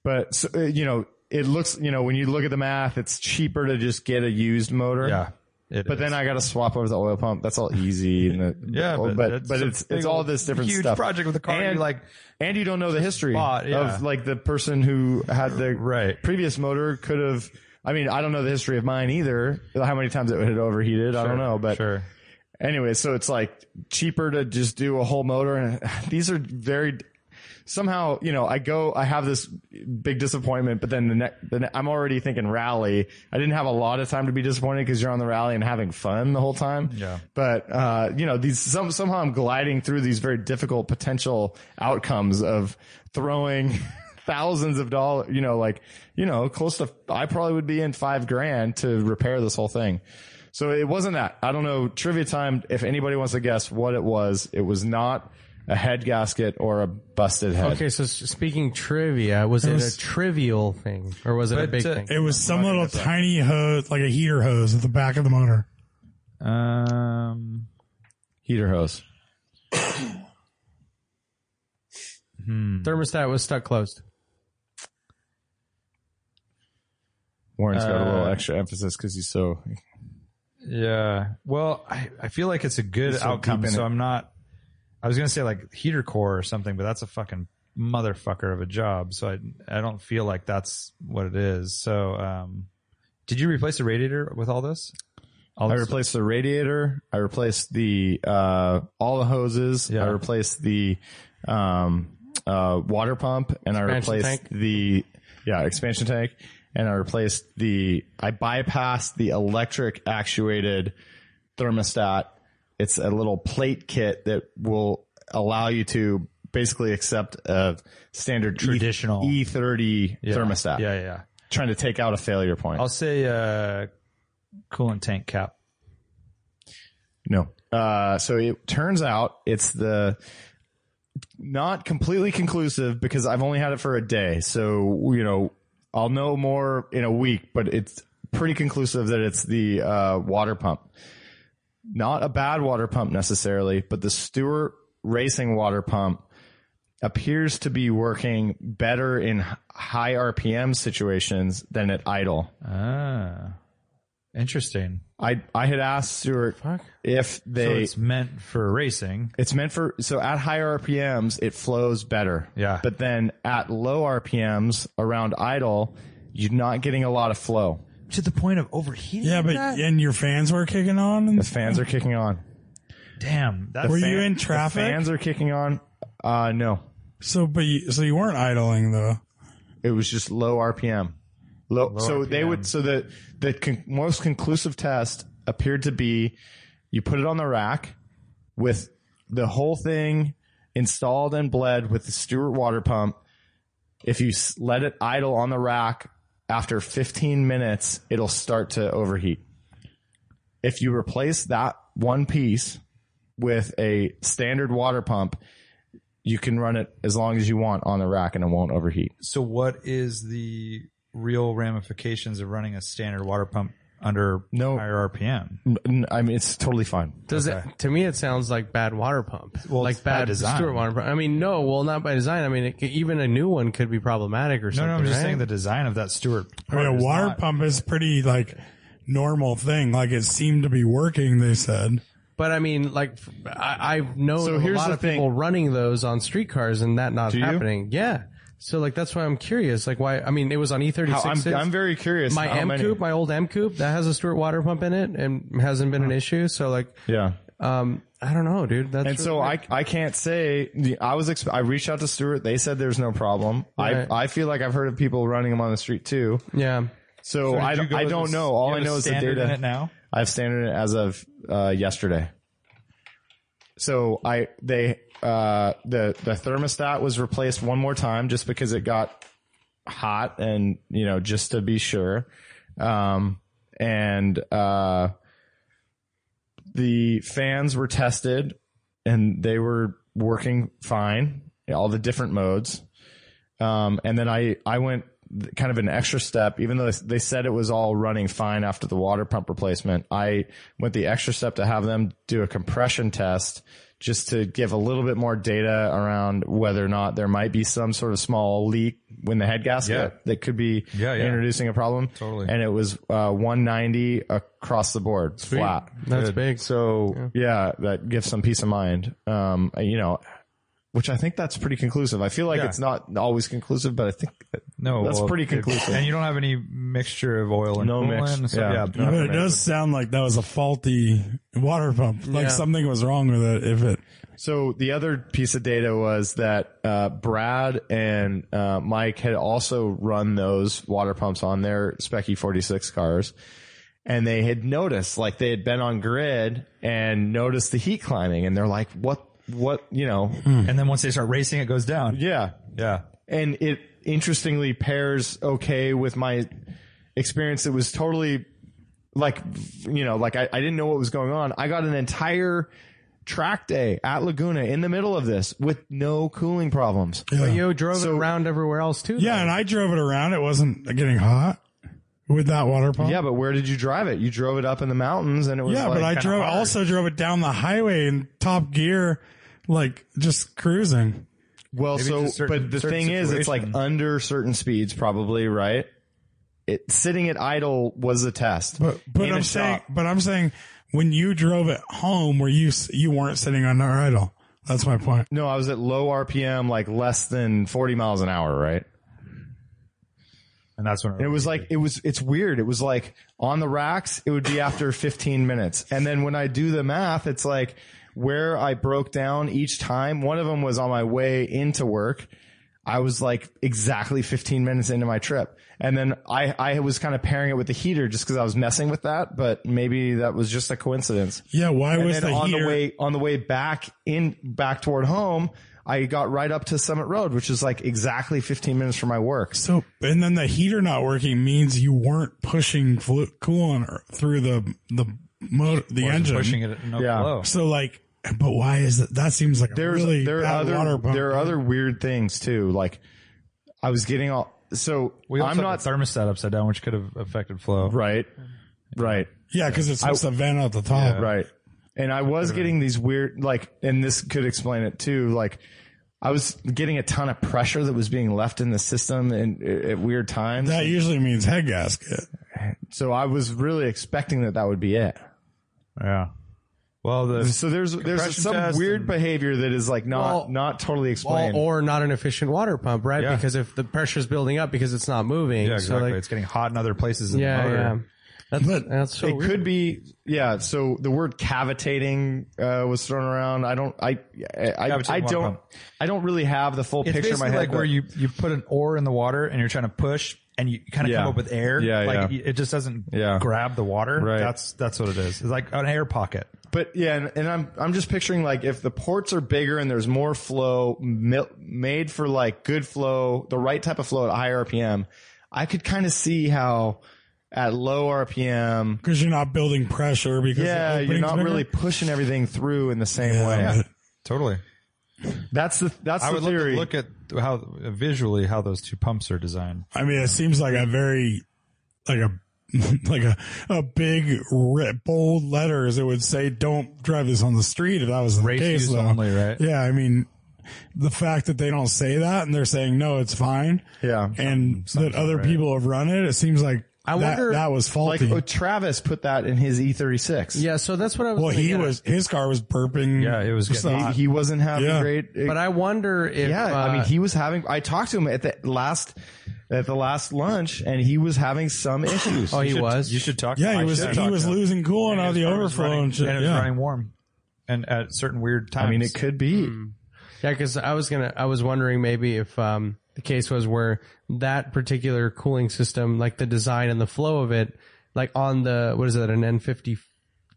Speaker 4: But so, uh, you know, it looks, you know, when you look at the math, it's cheaper to just get a used motor.
Speaker 7: yeah it
Speaker 4: But
Speaker 7: is.
Speaker 4: then I got to swap over the oil pump. That's all easy. And it-
Speaker 7: Yeah,
Speaker 4: but
Speaker 7: but
Speaker 4: but,
Speaker 7: that's a
Speaker 4: it's
Speaker 7: big
Speaker 4: it's all
Speaker 7: old
Speaker 4: this different
Speaker 7: huge
Speaker 4: stuff.
Speaker 7: project with the car,
Speaker 4: And
Speaker 7: you, like,
Speaker 4: and you don't know the history
Speaker 7: bought, yeah.
Speaker 4: of like the person who had the
Speaker 7: Right.
Speaker 4: previous motor could have. I mean, I don't know the history of mine either. How many times it had overheated, I don't know. But
Speaker 7: sure.
Speaker 4: anyway, so it's like cheaper to just do a whole motor. And these are very somehow, you know, I go, I have this big disappointment, but then the next, the ne- I'm already thinking rally. I didn't have a lot of time to be disappointed because you're on the rally and having fun the whole time.
Speaker 7: Yeah.
Speaker 4: But, uh, you know, these some, somehow I'm gliding through these very difficult potential outcomes of throwing thousands of dollars, you know, like, you know, close to, I probably would be in five grand to repair this whole thing. So it wasn't that. I don't know. Trivia time. If anybody wants to guess what it was, it was not a head gasket or a busted head.
Speaker 1: Okay, so s- speaking trivia, was it,
Speaker 2: was-
Speaker 1: a trivial thing or was it a
Speaker 7: But,
Speaker 1: big
Speaker 7: uh,
Speaker 1: thing?
Speaker 2: It was some little tiny hose, like a heater hose at the back of the motor.
Speaker 7: Um,
Speaker 4: Heater hose.
Speaker 7: hmm.
Speaker 1: Mm-hmm. Thermostat was stuck closed.
Speaker 4: Warren's got a little
Speaker 7: Uh,
Speaker 4: extra emphasis because he's so.
Speaker 7: yeah. Well, I, I feel like it's a good
Speaker 4: You're so
Speaker 7: outcome.
Speaker 4: deep in
Speaker 7: So
Speaker 4: it.
Speaker 7: I'm not. I was gonna say like heater core or something, but that's a fucking motherfucker of a job. So I I don't feel like that's what it is. So um, did you replace the radiator with all this? All
Speaker 4: I
Speaker 7: this-
Speaker 4: replaced the radiator. I replaced the uh, all the hoses.
Speaker 7: Yeah.
Speaker 4: I replaced the um, uh, water pump, and I
Speaker 1: Expansion
Speaker 4: replaced
Speaker 1: tank.
Speaker 4: the yeah expansion tank, and I replaced the. I bypassed the electric actuated thermostat. It's a little plate kit that will allow you to basically accept a standard
Speaker 7: Traditional.
Speaker 4: E thirty
Speaker 7: yeah.
Speaker 4: thermostat.
Speaker 7: Yeah, yeah.
Speaker 4: Trying to take out a failure point.
Speaker 7: I'll say uh, coolant tank cap.
Speaker 4: No. Uh, so it turns out it's the not completely conclusive because I've only had it for a day. So, you know, I'll know more in a week, but it's pretty conclusive that it's the uh, water pump. Not a bad water pump necessarily, but the Stewart Racing water pump appears to be working better in h- high RPM situations than at idle.
Speaker 7: Ah, interesting.
Speaker 4: I I had asked Stewart if
Speaker 7: So
Speaker 4: they
Speaker 7: it's meant for racing.
Speaker 4: It's meant for so at higher RPMs it flows better.
Speaker 7: Yeah.
Speaker 4: But then at low RPMs around idle, you're not getting a lot of flow.
Speaker 7: To the point of overheating.
Speaker 2: Yeah, but and your fans were kicking on. And
Speaker 4: The fans are kicking on.
Speaker 7: damn, that's
Speaker 2: were you
Speaker 4: fan-
Speaker 2: in
Speaker 4: the
Speaker 2: traffic?
Speaker 4: fans are kicking on. Uh no.
Speaker 2: so, but you, so you weren't idling though.
Speaker 4: It was just low RPM. Low, so they
Speaker 7: RPM.
Speaker 4: would so the the con- most conclusive test appeared to be you put it on the rack with the whole thing installed and bled with the Stewart water pump. If you s- let it idle on the rack after 15 minutes, it'll start to overheat. If you replace that one piece with a standard water pump, you can run it as long as you want on the rack and it won't overheat.
Speaker 7: so. What is the real ramifications of running a standard water pump under
Speaker 4: No.
Speaker 7: higher RPM?
Speaker 4: N- I mean, it's totally fine.
Speaker 1: Does it? To me, it sounds like bad water pump.
Speaker 7: Well,
Speaker 1: like
Speaker 7: it's by
Speaker 1: bad
Speaker 7: design.
Speaker 1: Stewart water pump. I mean, no. Well, not by design. I mean, it, could- even a new one could be problematic or
Speaker 7: No,
Speaker 1: something.
Speaker 7: no, I'm just
Speaker 1: right?
Speaker 7: saying the design of that Stewart.
Speaker 2: I mean,
Speaker 7: part
Speaker 2: a
Speaker 7: is
Speaker 2: water
Speaker 7: not-
Speaker 2: pump is pretty like normal thing. Like it seemed to be working. They said.
Speaker 1: But I mean, like, f- I, have known
Speaker 4: So
Speaker 1: a
Speaker 4: here's
Speaker 1: lot
Speaker 4: the
Speaker 1: of people
Speaker 4: thing.
Speaker 1: running those on streetcars and that not
Speaker 4: you?
Speaker 1: happening. Yeah. So like, that's why I'm curious. Like, why? I mean, it was on
Speaker 4: How- I'm,
Speaker 1: E36.
Speaker 4: I'm very curious.
Speaker 1: my
Speaker 4: how
Speaker 1: M
Speaker 4: many-
Speaker 1: coupe, my old M coupe, that has a Stewart water pump in it and hasn't been an issue. So like,
Speaker 4: Yeah.
Speaker 1: um, I don't know, dude. That's
Speaker 4: And so I, I can't say I was exp- I reached out to Stuart. They said there's no problem.
Speaker 1: Right.
Speaker 4: I I feel like I've heard of people running them on the street too.
Speaker 1: yeah.
Speaker 4: So,
Speaker 7: Did
Speaker 4: I,
Speaker 7: you
Speaker 4: don't-
Speaker 7: go
Speaker 4: I
Speaker 7: with
Speaker 4: don't
Speaker 7: this-
Speaker 4: know.
Speaker 7: you
Speaker 4: All I
Speaker 7: have a
Speaker 4: know is the
Speaker 7: standard
Speaker 4: data.
Speaker 7: in it now.
Speaker 4: I've standard it as of uh, yesterday. So I they uh, the the thermostat was replaced one more time just because it got hot and you know just to be sure. Um, and uh, the fans were tested and they were working fine all the different modes um, and then i i went th- kind of an extra step even though they said it was all running fine after the water pump replacement i went the extra step to have them do a compression test just to give a little bit more data around whether or not there might be some sort of small leak when the head gasket
Speaker 7: Yeah.
Speaker 4: that could be
Speaker 7: Yeah, yeah.
Speaker 4: introducing a problem
Speaker 7: Totally.
Speaker 4: and it was uh, 190 across the board flat
Speaker 1: That's big.
Speaker 4: so yeah. that gives some peace of mind. Um, you know, which I think that's pretty conclusive. I feel like
Speaker 7: Yeah.
Speaker 4: it's not always conclusive, but I think
Speaker 7: No,
Speaker 4: That's pretty
Speaker 7: it-
Speaker 4: conclusive.
Speaker 7: And you don't have any mixture of oil and
Speaker 4: No
Speaker 7: coolant,
Speaker 4: mix,
Speaker 7: so
Speaker 4: yeah.
Speaker 7: yeah.
Speaker 4: No.
Speaker 2: But it does sound like that was a faulty water pump. Like
Speaker 1: Yeah.
Speaker 2: something was wrong with it. If it,
Speaker 4: so. The other piece of data was that uh, Brad and uh, Mike had also run those water pumps on their Specky 46 cars. And they had noticed, like they had been on grid and noticed the heat climbing, and they're like, "What? What? You know?
Speaker 7: And then once they start racing, it goes down.
Speaker 4: Yeah,
Speaker 7: Yeah.
Speaker 4: and it interestingly pairs okay with my experience. It was totally like, you know, like I, I didn't know what was going on. I got an entire track day at Laguna in the middle of this with no cooling problems.
Speaker 2: yeah.
Speaker 1: Yo drove it around everywhere else too.
Speaker 2: yeah, and I drove it around. It wasn't getting hot with that water pump.
Speaker 4: Yeah, but where did you drive it? You drove it up in the mountains and it was
Speaker 2: Oh. Yeah,
Speaker 4: like-
Speaker 2: but I drove also drove it down the highway in top gear, like just cruising.
Speaker 4: well,
Speaker 7: Maybe
Speaker 4: so,
Speaker 7: it's a certain-
Speaker 4: but the
Speaker 7: certain
Speaker 4: thing is, it's like
Speaker 7: situation.
Speaker 4: under certain speeds probably, right? It sitting at idle was a test.
Speaker 2: But but
Speaker 4: In a
Speaker 2: I'm saying,
Speaker 4: shop.
Speaker 2: but I'm saying, when you drove it home, where you s- you weren't sitting on our idle. That's my point.
Speaker 4: No, I was at low RPM, like less than 40 miles an hour, right?
Speaker 7: And that's when
Speaker 4: And it was like it was it's weird. It was like on the racks, it would be after 15 minutes. And then when I do the math, it's like where I broke down each time. One of them was on my way into work. I was like exactly 15 minutes into my trip. And then I I was kind of pairing it with the heater just cuz I was messing with that, but maybe that was just a coincidence.
Speaker 2: Yeah, why
Speaker 4: And
Speaker 2: was
Speaker 4: then
Speaker 2: the
Speaker 4: on
Speaker 2: heater?
Speaker 4: the way on the way back in back toward home, I got right up to Summit Road, which is like exactly 15 minutes from my work.
Speaker 2: so and then the heater not working means you weren't pushing flu- coolant or- through the the motor, the engine.
Speaker 7: pushing it at no
Speaker 4: Yeah.
Speaker 7: flow.
Speaker 2: So like, but why is that? That seems like
Speaker 4: there's
Speaker 2: a really
Speaker 4: there
Speaker 2: bad
Speaker 4: are other
Speaker 2: water pump.
Speaker 4: there are other weird things too. Like I was getting all so
Speaker 7: We also
Speaker 4: I'm not
Speaker 7: the thermostat upside down, which could have affected flow.
Speaker 4: right, right,
Speaker 2: yeah, because it's just a vent at the top.
Speaker 4: right. And I was getting these weird like, and this could explain it too. Like I was getting a ton of pressure that was being left in the system and at weird times.
Speaker 2: That usually means head gasket.
Speaker 4: so I was really expecting that that would be it.
Speaker 7: Yeah. Well, the
Speaker 4: So there's there's
Speaker 7: Compression
Speaker 4: some
Speaker 7: test
Speaker 4: weird
Speaker 7: and-
Speaker 4: behavior that is like not
Speaker 1: Well-
Speaker 4: not totally
Speaker 1: Well,
Speaker 4: explained.
Speaker 1: or not an efficient water pump, right?
Speaker 7: Yeah.
Speaker 1: Because if the pressure's building up because it's not moving,
Speaker 7: yeah,
Speaker 1: so
Speaker 7: exactly.
Speaker 1: like,
Speaker 7: it's getting hot in other places. In
Speaker 1: yeah,
Speaker 7: the motor.
Speaker 1: yeah. That's,
Speaker 2: But
Speaker 1: that's so
Speaker 4: it
Speaker 1: weird.
Speaker 4: could be yeah so the word cavitating uh, was thrown around i don't i i, I,
Speaker 7: Cavitating
Speaker 4: I
Speaker 7: water
Speaker 4: don't
Speaker 7: pump.
Speaker 4: i don't really have the full
Speaker 7: It's
Speaker 4: picture in my
Speaker 7: basically
Speaker 4: head
Speaker 7: like where
Speaker 4: but-
Speaker 7: you, you put an oar in the water and you're trying to push and you kind of
Speaker 4: Yeah.
Speaker 7: come up with air.
Speaker 4: Yeah,
Speaker 7: like
Speaker 4: yeah.
Speaker 7: it just doesn't
Speaker 4: Yeah.
Speaker 7: grab the water.
Speaker 4: Right.
Speaker 7: That's that's what it is. It's like an air pocket.
Speaker 4: but yeah and, and i'm i'm just picturing like if the ports are bigger and there's more flow mil- made for like good flow the right type of flow at high rpm i could kind of see how at low rpm
Speaker 2: Because you're not building pressure. Because the
Speaker 4: yeah you're
Speaker 2: opening's
Speaker 4: not
Speaker 2: bigger.
Speaker 4: really pushing everything through in the same
Speaker 2: Yeah,
Speaker 4: way
Speaker 2: but-
Speaker 7: Totally.
Speaker 4: that's the that's
Speaker 7: I
Speaker 4: the
Speaker 7: would love
Speaker 4: theory
Speaker 7: to look at how visually how those two pumps are designed.
Speaker 2: I mean, it seems like a very like a like a a big red, bold letters. It would say, "Don't drive this on the street." If that was the
Speaker 7: Race
Speaker 2: case,
Speaker 7: use
Speaker 2: though.
Speaker 7: only, right?
Speaker 2: Yeah, I mean, the fact that they don't say that and they're saying no, it's fine,
Speaker 4: yeah
Speaker 2: and that other people have run it, it seems like
Speaker 1: I
Speaker 2: that,
Speaker 1: wonder-
Speaker 2: that was
Speaker 4: like
Speaker 2: faulty.
Speaker 4: oh, Travis put that in his E E36.
Speaker 1: Yeah, so that's what I was.
Speaker 2: well,
Speaker 1: gonna
Speaker 2: he
Speaker 1: get at.
Speaker 2: was his car was burping.
Speaker 7: Yeah, it was getting-
Speaker 2: snot.
Speaker 4: He, he wasn't having
Speaker 2: Yeah.
Speaker 4: great.
Speaker 1: but I wonder if.
Speaker 4: yeah,
Speaker 1: uh,
Speaker 4: I mean, he was having. I talked to him at the last at the last lunch, and he was having some issues.
Speaker 1: oh, he was.
Speaker 7: You should talk.
Speaker 2: yeah,
Speaker 7: I
Speaker 2: he was
Speaker 7: should
Speaker 2: he
Speaker 7: talk
Speaker 2: was
Speaker 7: to him.
Speaker 2: losing coolant out of
Speaker 7: And
Speaker 2: the
Speaker 7: his car was
Speaker 2: overflow
Speaker 7: running-
Speaker 2: and shit.
Speaker 7: it was
Speaker 2: yeah.
Speaker 7: running warm, and at certain weird times.
Speaker 4: I mean, it could be.
Speaker 1: Mm. Yeah, because I was gonna, I was wondering maybe if um, the case was where that particular cooling system, like the design and the flow of it, like on the what is that an N fifty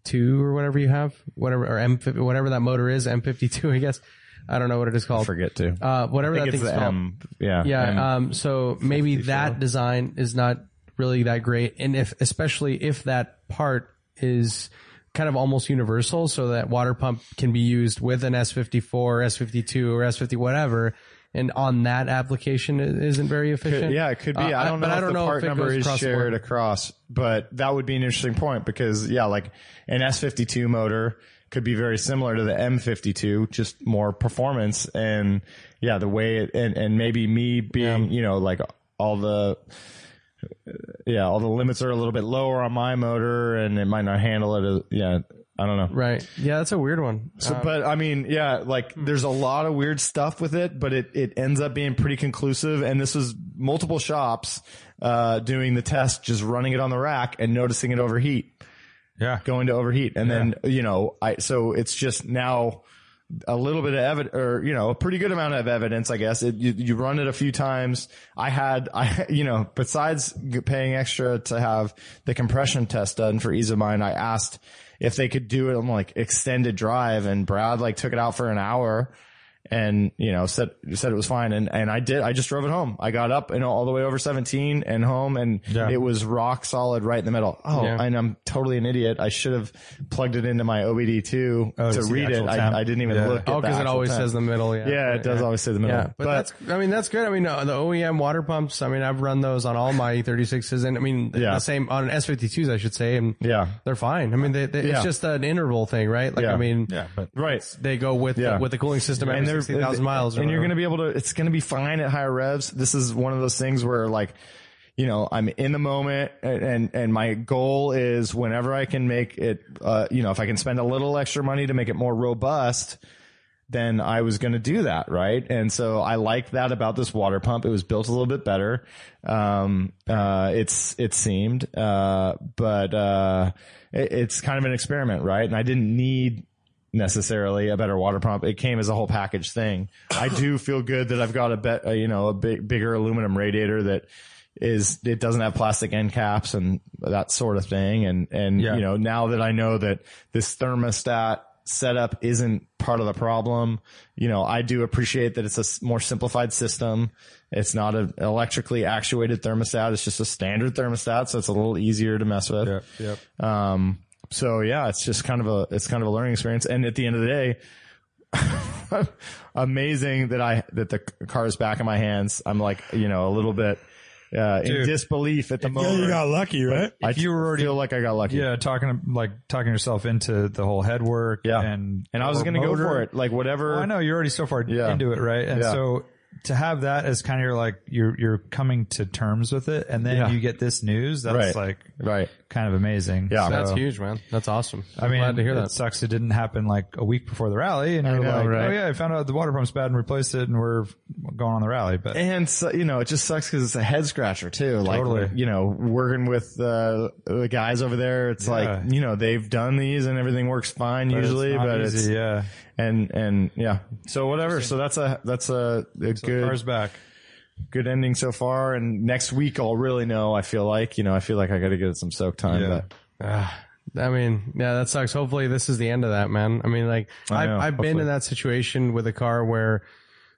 Speaker 1: two or whatever you have, whatever or M whatever that motor is, M fifty two, I guess. I don't know what it is called.
Speaker 4: Forget to.
Speaker 1: Uh, whatever
Speaker 4: I
Speaker 1: that
Speaker 4: think it's
Speaker 1: thing's
Speaker 4: the
Speaker 1: called.
Speaker 4: M. Yeah.
Speaker 1: Yeah.
Speaker 4: M.
Speaker 1: um, so maybe that design is not really that great. And if, especially if that part is kind of almost universal so that water pump can be used with an S54 or S52 or S50, whatever. And on that application it isn't very efficient.
Speaker 4: Yeah, it could be.
Speaker 1: Uh,
Speaker 4: I don't know
Speaker 1: but
Speaker 4: if
Speaker 1: I don't
Speaker 4: the
Speaker 1: know
Speaker 4: part
Speaker 1: if it
Speaker 4: number
Speaker 1: goes
Speaker 4: is
Speaker 1: cross-border.
Speaker 4: shared across, but that would be an interesting point because yeah, like an S52 motor could be very similar to the M52, just more performance and yeah, the way it, and, and maybe me being, you know, like all the, yeah, all the limits are a little bit lower on my motor and it might not handle it. As, yeah. I don't know.
Speaker 1: Right. Yeah, that's a weird one.
Speaker 4: So, but I mean, yeah, like there's a lot of weird stuff with it, but it, it ends up being pretty conclusive. And this was multiple shops, uh, doing the test, just running it on the rack and noticing it overheat,
Speaker 7: Yeah.
Speaker 4: going to overheat. And then, you know, I, so it's just now a little bit of evidence or, you know, a pretty good amount of evidence, I guess. It, you, you run it a few times. I had, I, you know, besides g- paying extra to have the compression test done for ease of mind, I asked if they could do it on like extended drive and Brad like took it out for an hour and you know said said it was fine and and I did I just drove it home I got up and all the way over 17 and home and it was rock solid right in the middle oh and I'm totally an idiot I should have plugged it into my OBD2 to
Speaker 7: to see the
Speaker 4: read it
Speaker 7: actual temp.
Speaker 4: I, I didn't even
Speaker 7: Yeah.
Speaker 4: look at
Speaker 1: Oh, because it always says the middle. Yeah.
Speaker 4: yeah, it does always say the middle
Speaker 1: Yeah, but, that's I mean that's good. I mean uh, the OEM water pumps. I mean I've run those on all my E36s, and I mean
Speaker 4: Yeah.
Speaker 1: the same on S52s I should say, and
Speaker 4: yeah
Speaker 1: they're fine. I mean they, they,
Speaker 4: Yeah.
Speaker 1: it's just an interval thing, right? Like
Speaker 4: Yeah.
Speaker 1: I mean
Speaker 7: Yeah, but
Speaker 4: right
Speaker 1: they go with
Speaker 4: Yeah.
Speaker 1: the, with the cooling system every
Speaker 4: they're-
Speaker 1: sixty thousand miles, or
Speaker 4: And you're
Speaker 1: whatever.
Speaker 4: going to be able to, it's going to be fine at higher revs. This is one of those things where like, you know, I'm in the moment and, and, and my goal is whenever I can make it, uh, you know, if I can spend a little extra money to make it more robust, then I was going to do that. Right. And so I like that about this water pump. It was built a little bit better. Um, uh, it's, it seemed, uh, but, uh, it, it's kind of an experiment. Right. And I didn't need, necessarily a better water pump. It came as a whole package thing. I do feel good that I've got a bet, uh, you know, a big, bigger aluminum radiator that is, it doesn't have plastic end caps and that sort of thing. And, and,
Speaker 7: Yeah.
Speaker 4: you know, now that I know that this thermostat setup isn't part of the problem, you know, I do appreciate that it's a s- more simplified system. It's not an electrically actuated thermostat. It's just a standard thermostat. So it's a little easier to mess with.
Speaker 7: yep.
Speaker 4: Um, so yeah, it's just kind of a, it's kind of a learning experience. And at the end of the day, amazing that I, that the car is back in my hands. I'm like, you know, a little bit, uh, in
Speaker 7: Dude.
Speaker 4: disbelief at the
Speaker 2: Yeah,
Speaker 4: moment.
Speaker 2: you got lucky, right?
Speaker 4: I you were already feel like I got lucky.
Speaker 7: Yeah, talking like talking yourself into the whole head work.
Speaker 4: Yeah.
Speaker 7: and
Speaker 4: And I was
Speaker 7: or
Speaker 4: going to go
Speaker 7: motor.
Speaker 4: for it. Like whatever.
Speaker 7: Well, Oh, I know you're already so far
Speaker 4: Yeah.
Speaker 7: into it, right? And
Speaker 4: Yeah.
Speaker 7: so to have that as kind of your like you're you're coming to terms with it, and then
Speaker 4: Yeah.
Speaker 7: you get this news. That's
Speaker 4: Right.
Speaker 7: like
Speaker 4: Right.
Speaker 7: kind of amazing.
Speaker 4: Yeah.
Speaker 7: So,
Speaker 1: that's huge, man. That's awesome.
Speaker 7: I mean,
Speaker 1: glad to hear
Speaker 7: it
Speaker 1: that.
Speaker 7: sucks. It didn't happen like a week before the rally, and you're
Speaker 4: know,
Speaker 7: like,
Speaker 4: right?
Speaker 7: oh yeah, I found out the water pump's bad and replaced it, and we're going on the rally. But
Speaker 4: And so, you know, it just sucks because it's a head scratcher too. Like,
Speaker 7: Totally.
Speaker 4: you know, working with uh, the guys over there, it's
Speaker 7: Yeah.
Speaker 4: like, you know, they've done these and everything works fine
Speaker 7: but it's
Speaker 4: usually,
Speaker 7: not
Speaker 4: but
Speaker 7: easy,
Speaker 4: it's,
Speaker 7: yeah,
Speaker 4: and, and yeah. So whatever. So that's a, that's a, a
Speaker 7: the
Speaker 4: good,
Speaker 7: car's back.
Speaker 4: good ending so far. And next week I'll really know. I feel like, you know, I feel like I got to get some soak time.
Speaker 7: Yeah.
Speaker 4: But
Speaker 1: I mean, yeah, that sucks. Hopefully, this is the end of that, man. I mean, like, I
Speaker 4: know,
Speaker 1: have I've been
Speaker 4: hopefully.
Speaker 1: in that situation with a car where,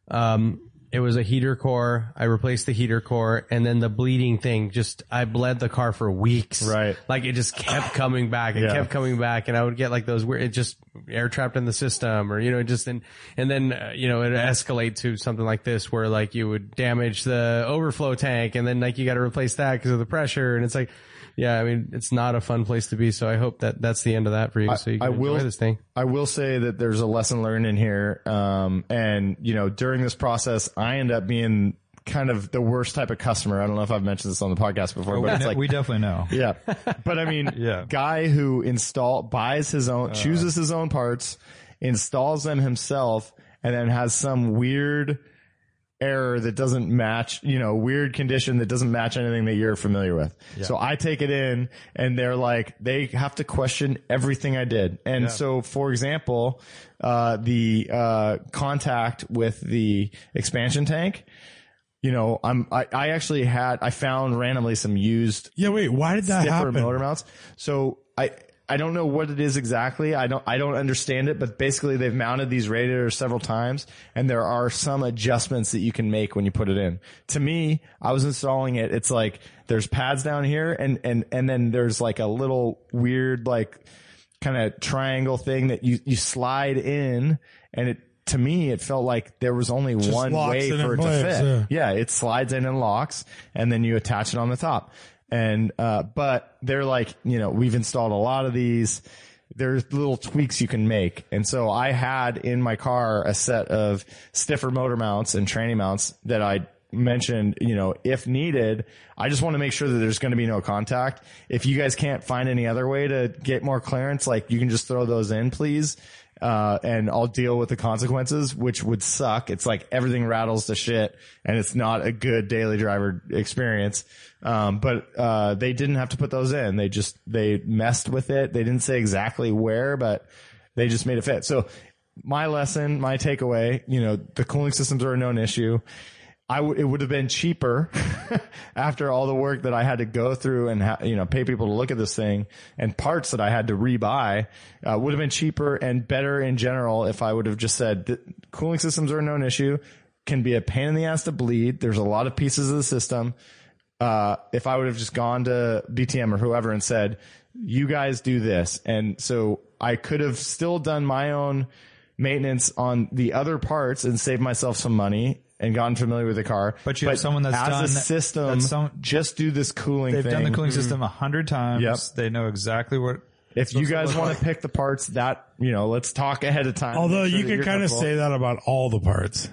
Speaker 1: um, it was a heater core. I replaced the heater core, and then the bleeding thing just I bled the car for weeks.
Speaker 4: Right.
Speaker 1: like it just kept coming back. It
Speaker 4: Yeah.
Speaker 1: kept coming back, and I would get like those weird. It just air trapped in the system, or you know, it just and and then uh, you know it escalate to something like this where like you would damage the overflow tank, and then like you got to replace that because of the pressure, and it's like. Yeah, I mean it's not a fun place to be, so I hope that that's the end of that for you. so you can
Speaker 4: I will-
Speaker 1: enjoy this thing.
Speaker 4: I will say that there's a lesson learned in here. Um, and you know, during this process, I end up being kind of the worst type of customer. I don't know if I've mentioned this on the podcast before,
Speaker 7: Oh,
Speaker 4: but it's like,
Speaker 7: we definitely know.
Speaker 4: Yeah. But I mean,
Speaker 7: Yeah.
Speaker 4: guy who install buys his own, chooses his own parts, installs them himself, and then has some weird error that doesn't match, you know, weird condition that doesn't match anything that you're familiar with. So I take it in and they're like, they have to question everything I did. And so, for example, uh, the, uh, contact with the expansion tank, you know, I'm, I, I actually had, I found randomly some used
Speaker 2: Yeah, wait, why did that
Speaker 4: different
Speaker 2: happen?
Speaker 4: motor mounts. So I I don't know what it is exactly. I don't I don't understand it, but basically they've mounted these radiators several times and there are some adjustments that you can make when you put it in. To me, I was installing it, it's like there's pads down here and and and then there's like a little weird like kind of triangle thing that you you slide in and it to me it felt like there was only one
Speaker 2: locks
Speaker 4: way
Speaker 2: it in
Speaker 4: for it
Speaker 2: place,
Speaker 4: to fit.
Speaker 2: yeah.
Speaker 4: Yeah, it slides in and locks, and then you attach it on the top. And uh, but they're like, you know, we've installed a lot of these. There's little tweaks you can make, and so I had in my car a set of stiffer motor mounts and tranny mounts that I mentioned. You know, if needed, I just want to make sure that there's going to be no contact. If you guys can't find any other way to get more clearance, like you can just throw those in, please uh, and I'll deal with the consequences, which would suck. It's like everything rattles to shit and it's not a good daily driver experience. Um, but, uh, they didn't have to put those in. They just, they messed with it. They didn't say exactly where, but they just made it fit. So my lesson, my takeaway, you know, the cooling systems are a known issue. I w- it would have been cheaper after all the work that I had to go through and ha- you know pay people to look at this thing and parts that I had to rebuy uh, would have been cheaper and better in general if I would have just said that cooling systems are a known issue can be a pain in the ass to bleed. There's a lot of pieces of the system. Uh, if I would have just gone to BTM or whoever and said, "You guys do this," and so I could have still done my own maintenance on the other parts and saved myself some money and gotten familiar with the car.
Speaker 7: But you have someone that's
Speaker 4: as
Speaker 7: done-
Speaker 4: a system.
Speaker 7: that's some-
Speaker 4: just do this cooling
Speaker 7: They've
Speaker 4: thing.
Speaker 7: done the cooling system a hundred times.
Speaker 4: Mm-hmm. Yep.
Speaker 7: They know exactly what.
Speaker 4: if you guys want to pick the parts, that you know, let's talk ahead of time.
Speaker 2: Although
Speaker 4: Make sure
Speaker 2: you
Speaker 4: that
Speaker 2: can
Speaker 4: you're
Speaker 2: kind of
Speaker 4: comfortable.
Speaker 2: say that about all the parts.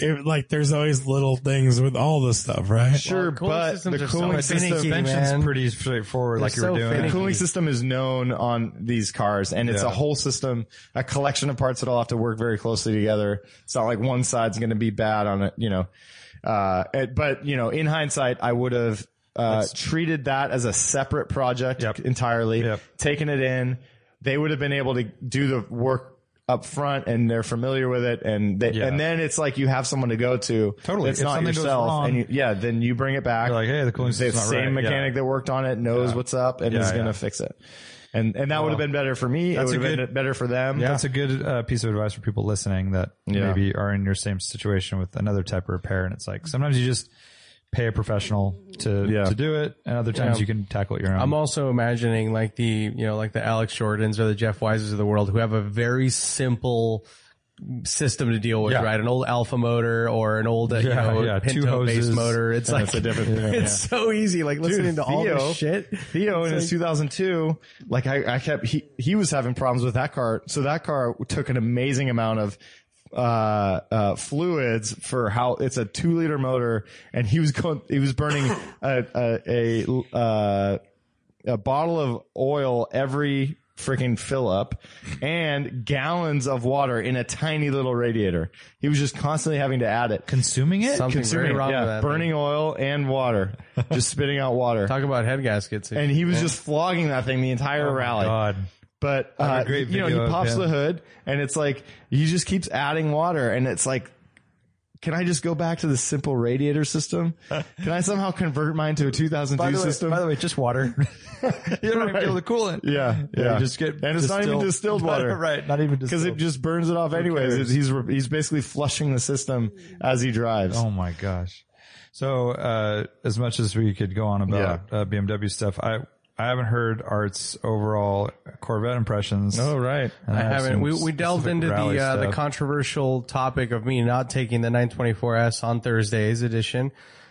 Speaker 2: It- like there's always little things with all this stuff, right?
Speaker 4: sure,
Speaker 1: Well, cooling
Speaker 4: but
Speaker 1: systems
Speaker 4: the
Speaker 1: are so
Speaker 4: cooling
Speaker 1: finicky,
Speaker 4: system
Speaker 1: man.
Speaker 7: Suspension's
Speaker 1: man.
Speaker 7: pretty straightforward, like you
Speaker 1: so
Speaker 7: were doing.
Speaker 4: The
Speaker 1: finicky.
Speaker 4: cooling system is known on these cars, and it's
Speaker 7: Yeah.
Speaker 4: a whole system, a collection of parts that all have to work very closely together. It's not like one side's going to be bad on it, you know. Uh, it- but you know, in hindsight, I would have uh, treated that as a separate project
Speaker 7: Yep.
Speaker 4: entirely,
Speaker 7: Yep.
Speaker 4: taken it in. They would have been able to do the work up front, and they're familiar with it, and they,
Speaker 7: Yeah.
Speaker 4: and then it's like you have someone to go to.
Speaker 7: Totally.
Speaker 4: it's
Speaker 7: If
Speaker 4: not
Speaker 7: something goes
Speaker 4: yourself,
Speaker 7: wrong-
Speaker 4: and you, yeah, then you bring it back.
Speaker 7: You're like, hey, the cooling
Speaker 4: the
Speaker 7: system's not
Speaker 4: same
Speaker 7: right. Yeah.
Speaker 4: mechanic that worked on it knows what's up and
Speaker 7: Yeah,
Speaker 4: is going
Speaker 7: yeah.
Speaker 4: to fix it. And and that would have been better for me. It
Speaker 7: That's
Speaker 4: would
Speaker 7: a
Speaker 4: have been
Speaker 7: good-
Speaker 4: better for them.
Speaker 7: That's a good uh, piece of advice for people listening that
Speaker 4: Yeah.
Speaker 7: maybe are in your same situation with another type of repair. And it's like sometimes you just pay a professional to
Speaker 4: Yeah.
Speaker 7: to do it, and other times
Speaker 1: Yeah.
Speaker 7: you can tackle it your own.
Speaker 1: I'm also imagining like the you know like the Alex Jordans or the Jeff Wises of the world who have a very simple system to deal with,
Speaker 7: Yeah.
Speaker 1: right? An old Alpha motor or an old uh, you
Speaker 7: Yeah,
Speaker 1: know
Speaker 7: yeah, two
Speaker 1: Pinto base
Speaker 7: hoses.
Speaker 1: motor. It's like
Speaker 4: That's a different thing.
Speaker 1: it's so easy. Like listening to all
Speaker 4: Theo-
Speaker 1: this shit.
Speaker 4: Theo in his 2002, like I, I kept, he, he was having problems with that car. So that car took an amazing amount of, uh, uh, fluids for how it's a two liter motor and he was going, he was burning a, a, a, uh, a bottle of oil every freaking fill up and gallons of water in a tiny little radiator. He was just constantly having to add it.
Speaker 7: consuming it.
Speaker 1: Something very
Speaker 4: Consuming,
Speaker 1: wrong
Speaker 4: yeah,
Speaker 1: with that.
Speaker 4: burning oil and water, just spitting out water
Speaker 1: Talk about head gaskets.
Speaker 4: and he was just flogging that thing the entire rally.
Speaker 7: Oh God,
Speaker 4: But
Speaker 7: I have
Speaker 4: uh,
Speaker 7: a great
Speaker 4: you know,
Speaker 7: video
Speaker 4: he
Speaker 7: of
Speaker 4: pops
Speaker 7: him.
Speaker 4: the hood, and it's like he just keeps adding water, and it's like, can I just go back to the simple radiator system? Can I somehow convert mine to a 2002
Speaker 7: by the, way,
Speaker 4: system?
Speaker 7: by the way, just water. you don't have to deal with the coolant.
Speaker 4: yeah, yeah.
Speaker 7: You just get
Speaker 4: and it's not even distilled water,
Speaker 7: right? Not even
Speaker 4: Because
Speaker 7: distilled.
Speaker 4: it just burns it off anyways. It's- He's re- he's basically flushing the system as he drives.
Speaker 7: Oh my gosh. So, uh, as much as we could go on about uh, BMW stuff, I, I haven't heard Art's overall Corvette impressions.
Speaker 4: right.
Speaker 7: And
Speaker 1: I
Speaker 7: have
Speaker 1: haven't.
Speaker 7: some
Speaker 1: We, we
Speaker 7: specific
Speaker 1: delved into
Speaker 7: rally
Speaker 1: the uh, the
Speaker 7: stuff.
Speaker 1: controversial topic of me not taking the 924S on Thursday's edition.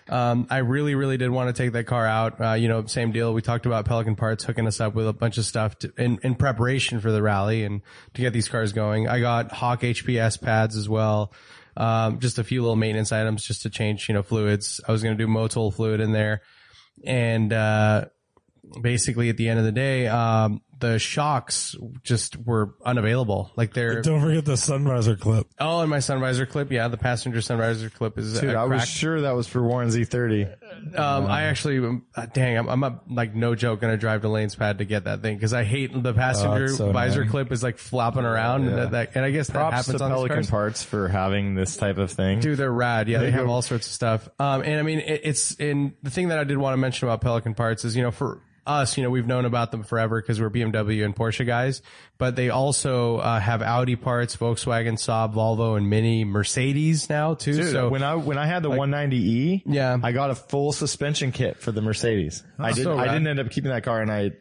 Speaker 1: Um, I really, really did want to take that car out. Uh, you know, same deal. We talked about Pelican Parts hooking us up with a bunch of stuff to, in, in preparation for the rally and to get these cars going. I got Hawk HPS pads as well. Um, just a few little maintenance items just to change, you know, fluids. I was going to do Motul fluid in there and, uh, basically at the end of the day, um, the shocks just were unavailable. Like they're
Speaker 2: Don't forget the sunriser clip.
Speaker 1: oh, and my sun visor clip, yeah, the passenger sun visor clip is
Speaker 4: Dude,
Speaker 1: uh,
Speaker 4: I was
Speaker 1: cracked.
Speaker 4: sure that was for Warren Z30.
Speaker 1: Um, I actually, um, uh, dang, I'm, I'm up, like no joke gonna drive to Lane's pad to get that thing because I hate the passenger
Speaker 7: it's Oh, so
Speaker 1: visor
Speaker 7: annoying.
Speaker 1: clip is like flopping around and that, that and I guess that
Speaker 4: Props to
Speaker 1: happens on these
Speaker 4: Pelican
Speaker 1: cars.
Speaker 4: Parts for having this type of thing.
Speaker 1: Dude, they're rad. Yeah, they, have all sorts of stuff. Um, and I mean, it, it's in the thing that I did want to mention about Pelican parts is, you know, for us, you know, we've known about them forever because we're BMW and Porsche guys, but they also uh, have Audi parts, Volkswagen, Saab, Volvo, and Mini, Mercedes now too.
Speaker 4: Dude,
Speaker 1: so
Speaker 4: when I when I had the 190e,
Speaker 1: Yeah. Oh,
Speaker 4: I got a full suspension kit for the Mercedes. I didn't
Speaker 1: so
Speaker 4: I
Speaker 1: rad.
Speaker 4: didn't end up keeping that car, and I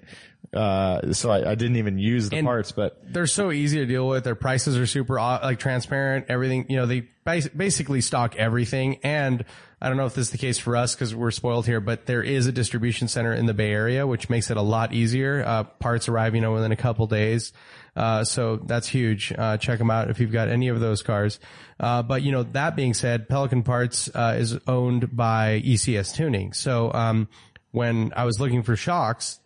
Speaker 4: uh, so I, I didn't even use the
Speaker 1: And-
Speaker 4: parts. But
Speaker 1: they're so easy to deal with. Their prices are super uh, like transparent. Everything, you know, they bas- basically stock everything. And I don't know if this is the case for us because we're spoiled here, but there is a distribution center in the Bay Area, which makes it a lot easier. Uh, parts arrive, you know, within a couple days. Uh, so that's huge. Uh, check them out if you've got any of those cars. Uh, but you know, that being said, Pelican Parts, uh, is owned by ECS Tuning. So, um, when I was looking for shocks,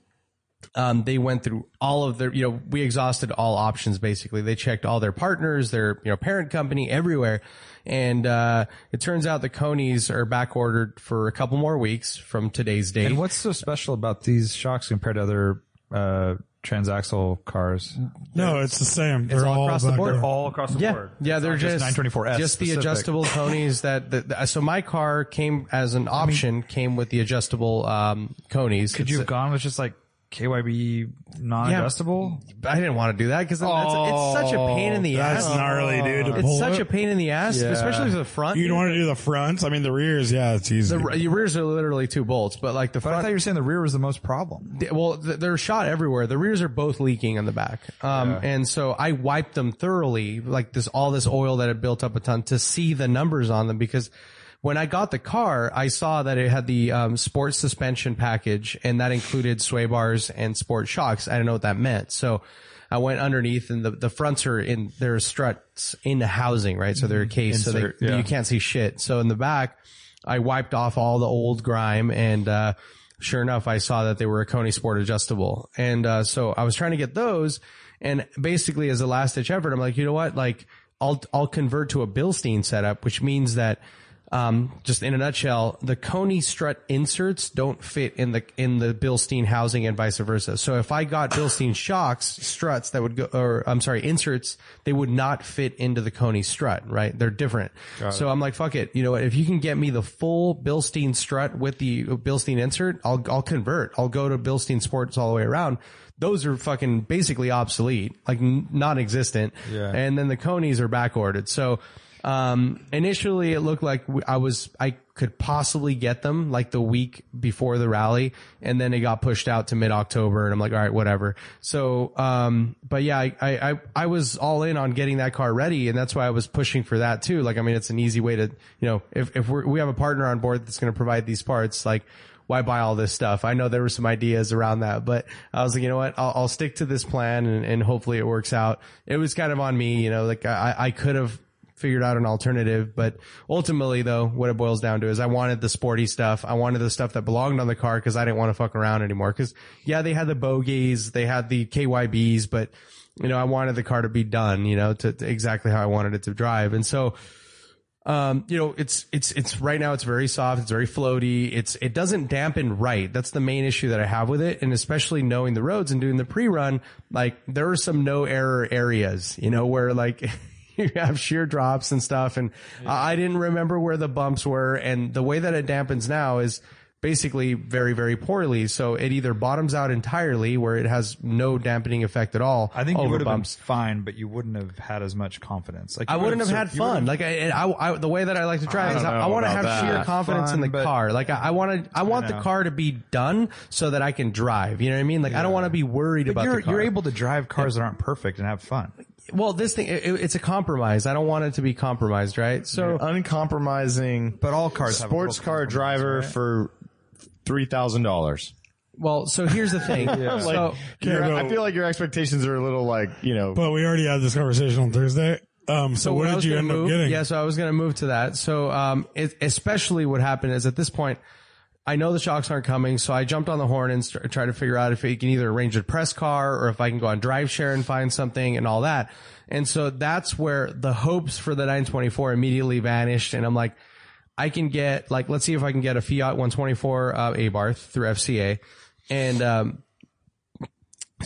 Speaker 1: um, they went through all of their, you know, we exhausted all options basically. They checked all their partners, their, you know, parent company everywhere. And, uh, it turns out the Conies are back ordered for a couple more weeks from today's date.
Speaker 7: And what's so special about these shocks compared to other uh, transaxle cars?
Speaker 2: No, it's the same. They're
Speaker 1: all
Speaker 2: all
Speaker 1: across the
Speaker 2: back
Speaker 1: board.
Speaker 2: there.
Speaker 7: all across the
Speaker 1: yeah, yeah, they're
Speaker 7: just
Speaker 1: just
Speaker 7: 924S
Speaker 1: just the
Speaker 7: specific.
Speaker 1: adjustable conies that. The, the, so my car came as an option, came with the adjustable um, conies.
Speaker 7: Could you have gone with just like KYB non-adjustable?
Speaker 1: I didn't want to do that because it's such a pain in the
Speaker 2: Oh, That's
Speaker 1: ass.
Speaker 2: gnarly, dude. to
Speaker 1: It's
Speaker 2: pull
Speaker 1: such
Speaker 2: it.
Speaker 1: a pain in the ass, especially for the front.
Speaker 2: You don't want to do the fronts. I mean, the rears. Yeah, it's easy.
Speaker 1: The r- your rears are literally two bolts, but like the
Speaker 7: But I
Speaker 1: front,
Speaker 7: thought you were saying the rear was the most problem.
Speaker 1: th- well, th- they're shot everywhere. The rears are both leaking in the back, um, and so I wiped them thoroughly, like this all this oil that had built up a ton, to see the numbers on them because. When I got the car, I saw that it had the um, sports suspension package, and that included sway bars and sport shocks. I didn't know what that meant, so I went underneath, and the, the fronts are in their struts in the housing, right? So they're cased, so they, you can't see shit. So in the back, I wiped off all the old grime and, uh, sure enough, I saw that they were a Coney Sport adjustable. And, uh, so I was trying to get those. And basically as a last ditch effort, I'm like, you know what? Like I'll, I'll convert to a Bilstein setup, which means that, um, just in a nutshell, the Coney strut inserts don't fit in the, in the Bilstein housing and vice versa. So if I got Bilstein shocks, struts that would go, or I'm sorry, inserts, they would not fit into the Coney strut, right? They're different. so I'm like, fuck it. You know what? If you can get me the full Bilstein strut with the Bilstein insert, I'll, I'll convert. I'll go to Bilstein sports all the way around. Those are fucking basically obsolete, like n- non-existent. Yeah. And then the Conies are back ordered. So, um, initially it looked like we- I was, I could possibly get them like the week before the rally. And then it got pushed out to mid October and I'm like, all right, whatever. So, um, but yeah, I, I, I- I was all in on getting that car ready and that's why I was pushing for that too. Like, I mean, it's an easy way to, you know, if, if we're, we have a partner on board that's going to provide these parts, like, why buy all this stuff? I know there were some ideas around that, but I was like, you know what? I'll, I'll stick to this plan and, and hopefully it works out. It was kind of on me, you know, like I, I could have figured out an alternative. But ultimately, though, what it boils down to is I wanted the sporty stuff. I wanted the stuff that belonged on the car because I didn't want to fuck around anymore. Because yeah, they had the bogies, they had the KYBs, but you know, I wanted the car to be done. You know, to, to exactly how I wanted it to drive. And so, um, you know, it's it's it's right now it's very soft, it's very floaty, it's it doesn't dampen right. That's the main issue that I have with it, and especially knowing the roads and doing the pre-run, like there are some no error areas, you know, where like you have sheer drops and stuff, and I I didn't remember where the bumps were, and the way that it dampens now is basically very very poorly. So it either bottoms out entirely where it has no dampening effect at all.
Speaker 7: I think you
Speaker 1: over
Speaker 7: would have
Speaker 1: bumps.
Speaker 7: been fine, but you wouldn't have had as much confidence. Like
Speaker 1: I
Speaker 7: you
Speaker 1: wouldn't have
Speaker 7: sur-
Speaker 1: had
Speaker 7: you would
Speaker 1: fun. Like I, and I, I, the way that I like to drive is
Speaker 4: don't
Speaker 1: I,
Speaker 4: know
Speaker 1: want to have
Speaker 4: about
Speaker 1: sheer
Speaker 4: that.
Speaker 1: confidence in
Speaker 7: Fun,
Speaker 1: the
Speaker 7: but-
Speaker 1: car. Like I, I want to, I want the
Speaker 7: know.
Speaker 1: car to be done so that I can drive. You know what I mean? Like I don't want to be worried about
Speaker 7: you're,
Speaker 1: the car.
Speaker 7: you're able to drive cars that aren't perfect and have fun.
Speaker 1: well, this thing, it, it's a compromise. I don't want it to be compromised, right? So
Speaker 4: uncompromising,
Speaker 7: But all cars have a
Speaker 4: sports
Speaker 7: little
Speaker 4: car
Speaker 7: compromise,
Speaker 4: driver
Speaker 7: right?
Speaker 4: for three thousand dollars.
Speaker 1: well, so here's the thing. So
Speaker 4: Your-
Speaker 2: no.
Speaker 4: I feel like your expectations are a little like you know.
Speaker 2: but we already had this conversation on Thursday. Um, so, what
Speaker 1: I
Speaker 2: did
Speaker 1: was
Speaker 2: you
Speaker 1: gonna
Speaker 2: end
Speaker 1: move,
Speaker 2: up getting?
Speaker 1: Yeah, so I was going to move to that. So, um, it, especially what happened is at this point, I know the shocks aren't coming, so I jumped on the horn and st- tried to figure out if you can either arrange a press car or if I can go on drive share and find something and all that. And so that's where the hopes for the 924 immediately vanished. And I'm like, I can get like, let's see if I can get a Fiat 124 uh, Abarth through FCA. And, um,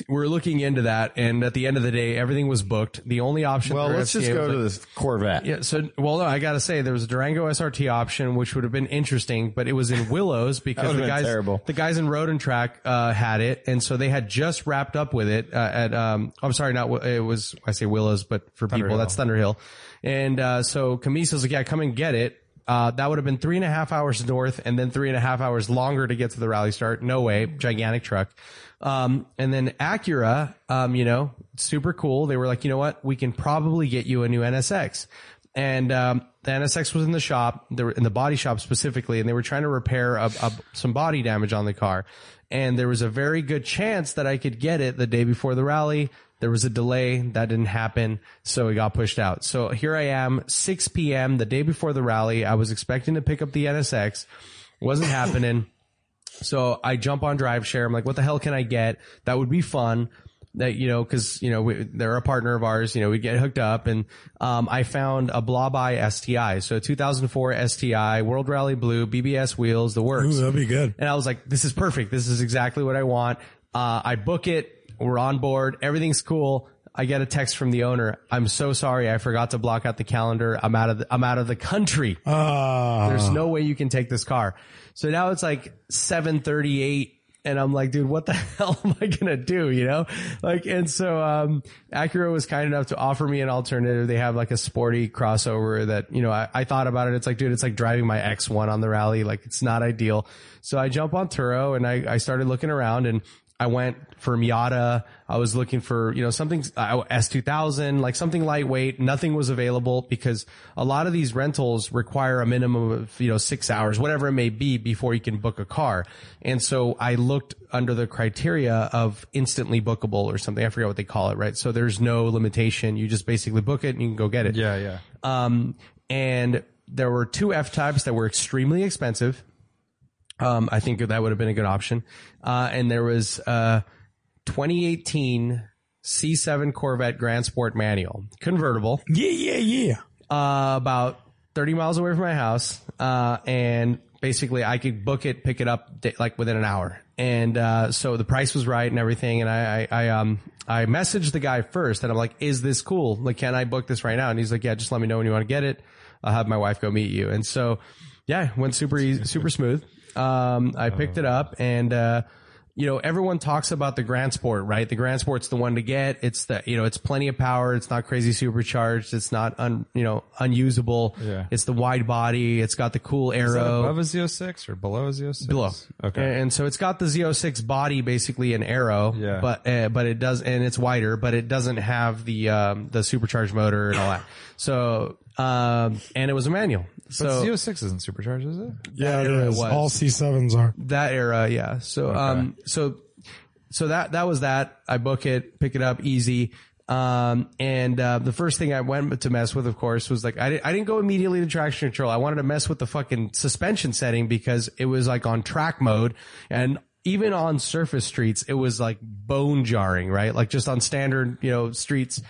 Speaker 1: we're looking into that, and at the end of the day, everything was booked. The only option.
Speaker 4: Well,
Speaker 1: for
Speaker 4: let's just
Speaker 1: FCA
Speaker 4: go
Speaker 1: was
Speaker 4: to
Speaker 1: like-
Speaker 4: this Corvette.
Speaker 1: Yeah, so well, no, I gotta say there was a Durango SRT option, which would have been interesting, but it was in Willows because
Speaker 4: would've
Speaker 1: the
Speaker 4: been
Speaker 1: guys,
Speaker 4: terrible.
Speaker 1: the guys in Road and Track uh, had it, and so they had just wrapped up with it uh, at. Um, I'm sorry, not Wi- it was I say Willows, but for people that's Thunder Hill, and uh, so Camisa's like, yeah, come and get it. Uh, that would have been three and a half hours north and then three and a half hours longer to get to the rally start. No way. Gigantic truck. Um, and then Acura, um, you know, super cool. They were like, you know what? We can probably get you a new NSX and um, the NSX was in the shop, they were in the body shop specifically, and they were trying to repair a, a, some body damage on the car. And there was a very good chance that I could get it the day before the rally. There was a delay that didn't happen, so it got pushed out. So here I am, 6 p.m. the day before the rally. I was expecting to pick up the NSX, wasn't happening. So I jump on drive share. I'm like, what the hell can I get? That would be fun. That, you know, cause, you know, we, they're a partner of ours, you know, we get hooked up and, um, I found a Blob Eye STI. So 2004 STI, World Rally Blue, BBS wheels, the works.
Speaker 2: Ooh, that'd be good.
Speaker 1: And I was like, this is perfect. This is exactly what I want. Uh, I book it. We're on board. Everything's cool. I get a text from the owner. I'm so sorry. I forgot to block out the calendar. I'm out of, the, I'm out of the country.
Speaker 2: Ah,
Speaker 1: There's no way you can take this car. So now it's like 738 and I'm like, dude, what the hell am I going to do? You know, like, and so, um, Acura was kind enough to offer me an alternative. They have like a sporty crossover that, you know, I, I thought about it. It's like, dude, it's like driving my X1 on the rally. Like it's not ideal. So I jump on Turo and I, I started looking around and I went for Miata. I was looking for, you know, something uh, S2000, like something lightweight. Nothing was available because a lot of these rentals require a minimum of, you know, six hours, whatever it may be before you can book a car. And so I looked under the criteria of instantly bookable or something. I forget what they call it, right? So there's no limitation. You just basically book it and you can go get it.
Speaker 7: Yeah, yeah.
Speaker 1: Um, and there were two F types that were extremely expensive. Um, I think that would have been a good option. Uh, and there was a 2018 C7 Corvette Grand Sport manual convertible,
Speaker 2: yeah, yeah, yeah.
Speaker 1: uh, about 30 miles away from my house. Uh, and basically I could book it, pick it up di- like within an hour. And, uh, so the price was right and everything. And I, I, I, um, I messaged the guy first and I'm like, is this cool? Like, can I book this right now? And he's like, yeah, just let me know when you want to get it. I'll have my wife go meet you. And so, yeah, went super easy, super smooth. Um, I picked it up and, uh, you know, everyone talks about the Grand Sport, right? The Grand Sport's the one to get. It's the, you know, it's plenty of power. It's not crazy supercharged. It's not un, you know, unusable.
Speaker 7: Yeah.
Speaker 1: It's the wide body. It's got the cool
Speaker 7: Is that
Speaker 1: arrow.
Speaker 7: above a Z06 or below a Z06?
Speaker 1: Below.
Speaker 7: Okay.
Speaker 1: And, and so it's got the Z06 body, basically an arrow.
Speaker 7: Yeah.
Speaker 1: But uh, but it does, and it's wider, but it doesn't have the um, the supercharged motor and all that. So um, and it was a manual. So
Speaker 7: but Z06 isn't supercharged, is it?
Speaker 2: Yeah, it
Speaker 1: era
Speaker 2: is.
Speaker 1: was.
Speaker 2: All C7s are.
Speaker 1: that era, yeah. So um so so that that was that. I book it, pick it up easy. Um and uh the first thing I went to mess with of course was like I didn't I didn't go immediately to traction control. I wanted to mess with the fucking suspension setting because it was like on track mode and even on surface streets it was like bone jarring, right? Like just on standard, you know, streets.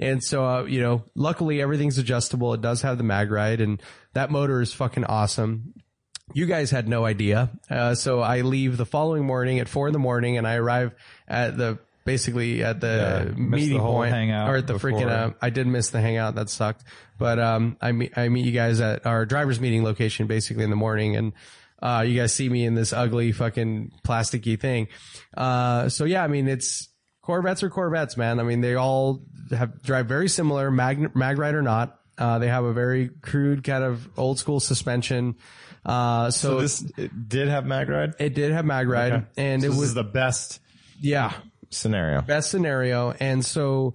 Speaker 1: And so, uh, you know, luckily everything's adjustable. It does have the mag ride and that motor is fucking awesome you guys had no idea. Uh, so I leave the following morning at four in the morning and I arrive at the basically at the
Speaker 7: Yeah, missed
Speaker 1: meeting
Speaker 7: the whole
Speaker 1: point
Speaker 7: hangout
Speaker 1: or at the
Speaker 7: before.
Speaker 1: freaking, uh, I did miss the hangout. That sucked. But, um, I meet, I meet you guys at our driver's meeting location basically in the morning and, uh, you guys see me in this ugly fucking plasticky thing. Uh, so yeah, I mean, it's Corvettes are Corvettes, man. I mean, they all have drive very similar, mag, mag ride or not. Uh, they have a very crude kind of old school suspension. Uh, so,
Speaker 4: So this it did have mag ride.
Speaker 1: it did have mag ride and it
Speaker 4: This
Speaker 1: was,
Speaker 4: is the best
Speaker 1: yeah,
Speaker 4: scenario.
Speaker 1: best scenario. And so,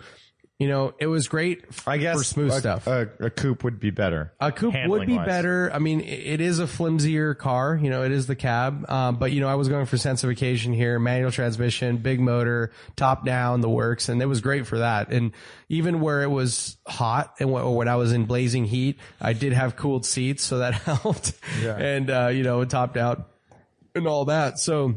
Speaker 1: you know, it was great. f-
Speaker 4: I guess
Speaker 1: for smooth
Speaker 4: a,
Speaker 1: stuff.
Speaker 4: A, a coupe would be better.
Speaker 1: A coupe would be
Speaker 4: handling-wise.
Speaker 1: better. I mean, i- it is a flimsier car. You know, it is the cab. Um, but you know, I was going for sense of occasion here, manual transmission, big motor, top down, the works, and it was great for that. And even where it was hot and wh- when I was in blazing heat, I did have cooled seats, so that helped. And uh, you know, it topped out and all that. So.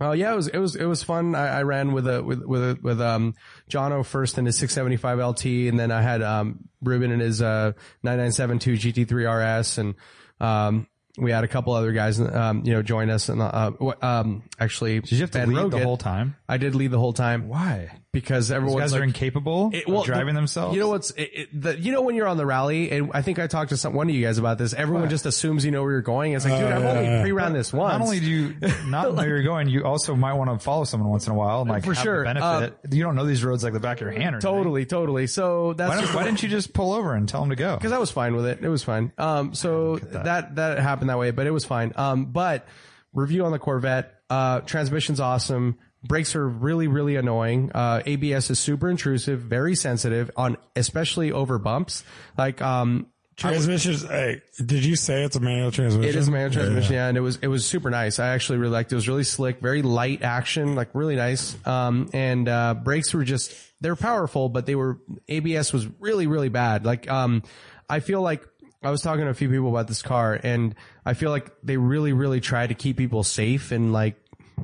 Speaker 1: Oh yeah, it was it was it was fun. I, I ran with a with with a, with um Jono first in his 675 LT, and then I had um Ruben in his uh 9972 GT3 RS, and um we had a couple other guys, um, you know, join us, and uh, w- um, actually,
Speaker 7: Did you have to
Speaker 1: Ben
Speaker 7: lead
Speaker 1: Roget-
Speaker 7: the whole time?
Speaker 1: I did lead the whole time.
Speaker 7: Why?
Speaker 1: Because
Speaker 7: These
Speaker 1: everyone's
Speaker 7: guys
Speaker 1: like,
Speaker 7: are incapable
Speaker 1: It-
Speaker 7: of driving
Speaker 1: the-
Speaker 7: themselves.
Speaker 1: You know what's it, it, the, you know when you're on the rally, and I think I talked to some, one of you guys about this. Everyone just assumes you know where you're going. It's like, dude, I've only pre-round this once.
Speaker 7: Oh, Not only do you not know where you're going, you also might want to follow someone once in a while and like
Speaker 1: For
Speaker 7: have the
Speaker 1: sure. Uh,
Speaker 7: benefit. you don't know these roads like the back of your hand. Or anything.
Speaker 1: totally, totally. So that's
Speaker 7: Why, don't,
Speaker 1: just-
Speaker 7: why didn't you just pull over and tell them to go?
Speaker 1: because I was fine with it. It was fine. Um, so that. that happened that way, but it was fine. Um, but review on the Corvette. Uh, transmission's awesome. Brakes are really really annoying. Uh, ABS is super intrusive, very sensitive on especially over bumps. Like um,
Speaker 2: Transmissions. Hey, did you say it's a manual transmission?
Speaker 1: It is a manual transmission, yeah, and it was it was super nice. I actually really liked it. It was really slick, very light action, like really nice. Um, and uh, brakes were just they're powerful, but they were ABS was really really bad. Like um, I feel like I was talking to a few people about this car, and I feel like they really really try to keep people safe and like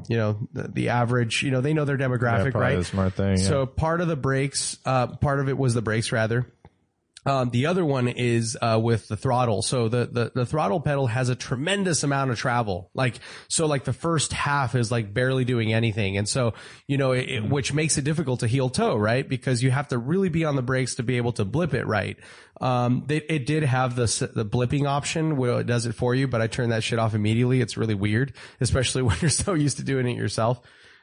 Speaker 1: you know the, the average you know they know their demographic
Speaker 4: probably
Speaker 1: right
Speaker 4: the smart thing, yeah.
Speaker 1: so part of the brakes uh part of it was the brakes rather um, the other one is uh, with the throttle. So the, the the throttle pedal has a tremendous amount of travel. Like so, like the first half is like barely doing anything, and so you know, it, it- which makes it difficult to heel toe, right? Because you have to really be on the brakes to be able to blip it right. Um, they, it did have the s- the blipping option where it does it for you, but I turned that shit off immediately. It's really weird, especially when you're so used to doing it yourself.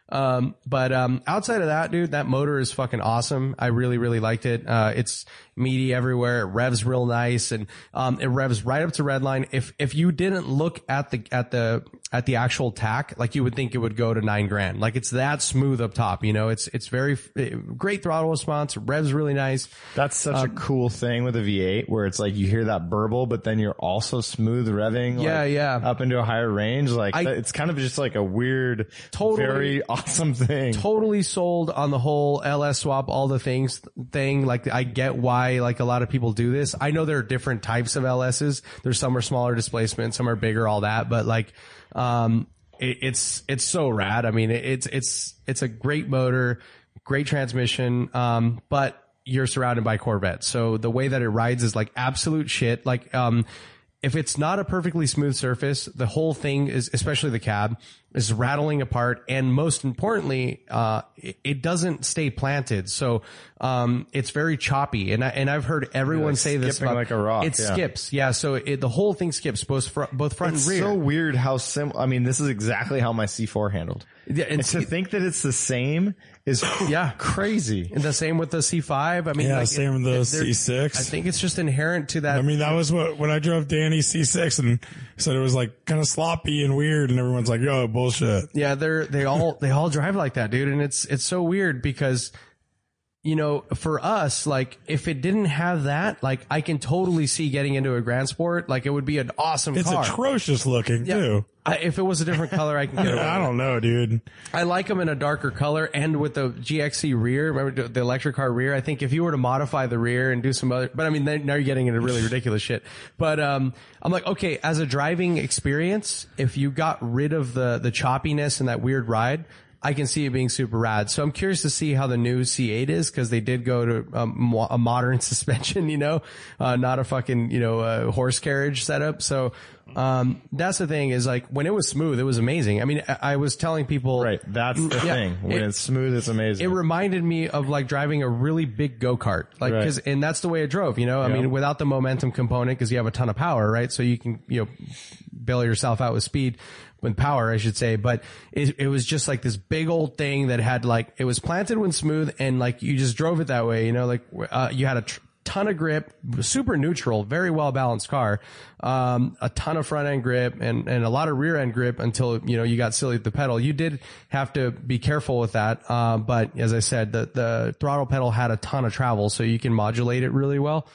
Speaker 1: Um, but um, outside of that, dude, that motor is fucking awesome. I really, really liked it. Uh, it's meaty everywhere. It revs real nice, and um, it revs right up to red line. If if you didn't look at the at the at the actual tack, like you would think it would go to nine grand. Like it's that smooth up top. You know, it's it's very eh, great throttle response. It revs really nice.
Speaker 4: That's such
Speaker 1: Um,
Speaker 4: a cool thing with a V8 where it's like you hear that burble, but then you're also smooth revving. like,
Speaker 1: Yeah, yeah.
Speaker 4: Up into a higher range. Like
Speaker 1: I-
Speaker 4: it's kind of just like a weird,
Speaker 1: Totally.
Speaker 4: very awesome thing.
Speaker 1: totally sold on the whole LS swap, all the things thing. Like I get why like a lot of people do this. I know there are different types of LSs. There's some are smaller displacement, some are bigger, all that. But like, um, it, it's it's so rad. I mean, it, it's it's it's a great motor, great transmission. Um, but you're surrounded by Corvettes, so the way that it rides is like absolute shit. Like, um. If it's not a perfectly smooth surface, the whole thing is, especially the cab, is rattling apart and most importantly uh it, it doesn't stay planted so um it's very choppy and i and i've heard everyone say this
Speaker 4: skipping
Speaker 1: about,
Speaker 4: like a rock,
Speaker 1: it
Speaker 4: yeah.
Speaker 1: skips yeah so it, the whole thing skips both fr- both front
Speaker 4: It's
Speaker 1: and rear
Speaker 4: so weird how sim. I mean, this is exactly how my C4 handled.
Speaker 1: Yeah, and
Speaker 4: and to
Speaker 1: see-
Speaker 4: think that it's the same is
Speaker 1: Yeah.
Speaker 4: crazy.
Speaker 1: and the same with the c5 i mean
Speaker 2: Yeah,
Speaker 1: like,
Speaker 2: same
Speaker 1: it-
Speaker 2: with the
Speaker 1: it- there-
Speaker 2: C6.
Speaker 1: i think it's just inherent to that
Speaker 2: I mean, that was what when I drove Danny C6 and said it was like kind of sloppy and weird, and everyone's like, "Yo, bullshit."
Speaker 1: Yeah, they're they all they all drive like that, dude, and it's it's so weird because you know, for us, like if it didn't have that, like I can totally see getting into a Grand Sport, like it would be an awesome
Speaker 2: It's
Speaker 1: car.
Speaker 2: atrocious looking too.
Speaker 1: I, if it was a different color, I can get away.
Speaker 2: I
Speaker 1: with it.
Speaker 2: don't know, dude.
Speaker 1: I like them in a darker color and with the GXC rear. Remember the electric car rear? I think if you were to modify the rear and do some other, but I mean, then, now you're getting into really ridiculous shit. But, um, I'm like, okay, as a driving experience, if you got rid of the, the choppiness and that weird ride, I can see it being super rad. So I'm curious to see how the new C8 is because they did go to um, mo- a modern suspension, you know, uh, not a fucking, you know, uh, horse carriage setup. So, um, that's the thing is like when it was smooth, it was amazing. I mean, I, I was telling people,
Speaker 4: Right, that's the
Speaker 1: Yeah,
Speaker 4: thing. When
Speaker 1: it-
Speaker 4: it's smooth, it's amazing.
Speaker 1: it reminded me of like driving a really big go kart, like
Speaker 4: Right.
Speaker 1: because and that's the way I drove. You know, I mean, without the momentum component, because you have a ton of power, right? So you can you know bail yourself out with speed, with power, I should say. But it, it was just like this big old thing that had like it was planted when smooth, and like you just drove it that way. You know, like uh, you had a tr- ton of grip, super neutral, very well balanced car, um, a ton of front end grip and, and a lot of rear end grip until, you know, you got silly with the pedal. You did have to be careful with that. Uh, but as I said, the, the throttle pedal had a ton of travel, so you can modulate it really well.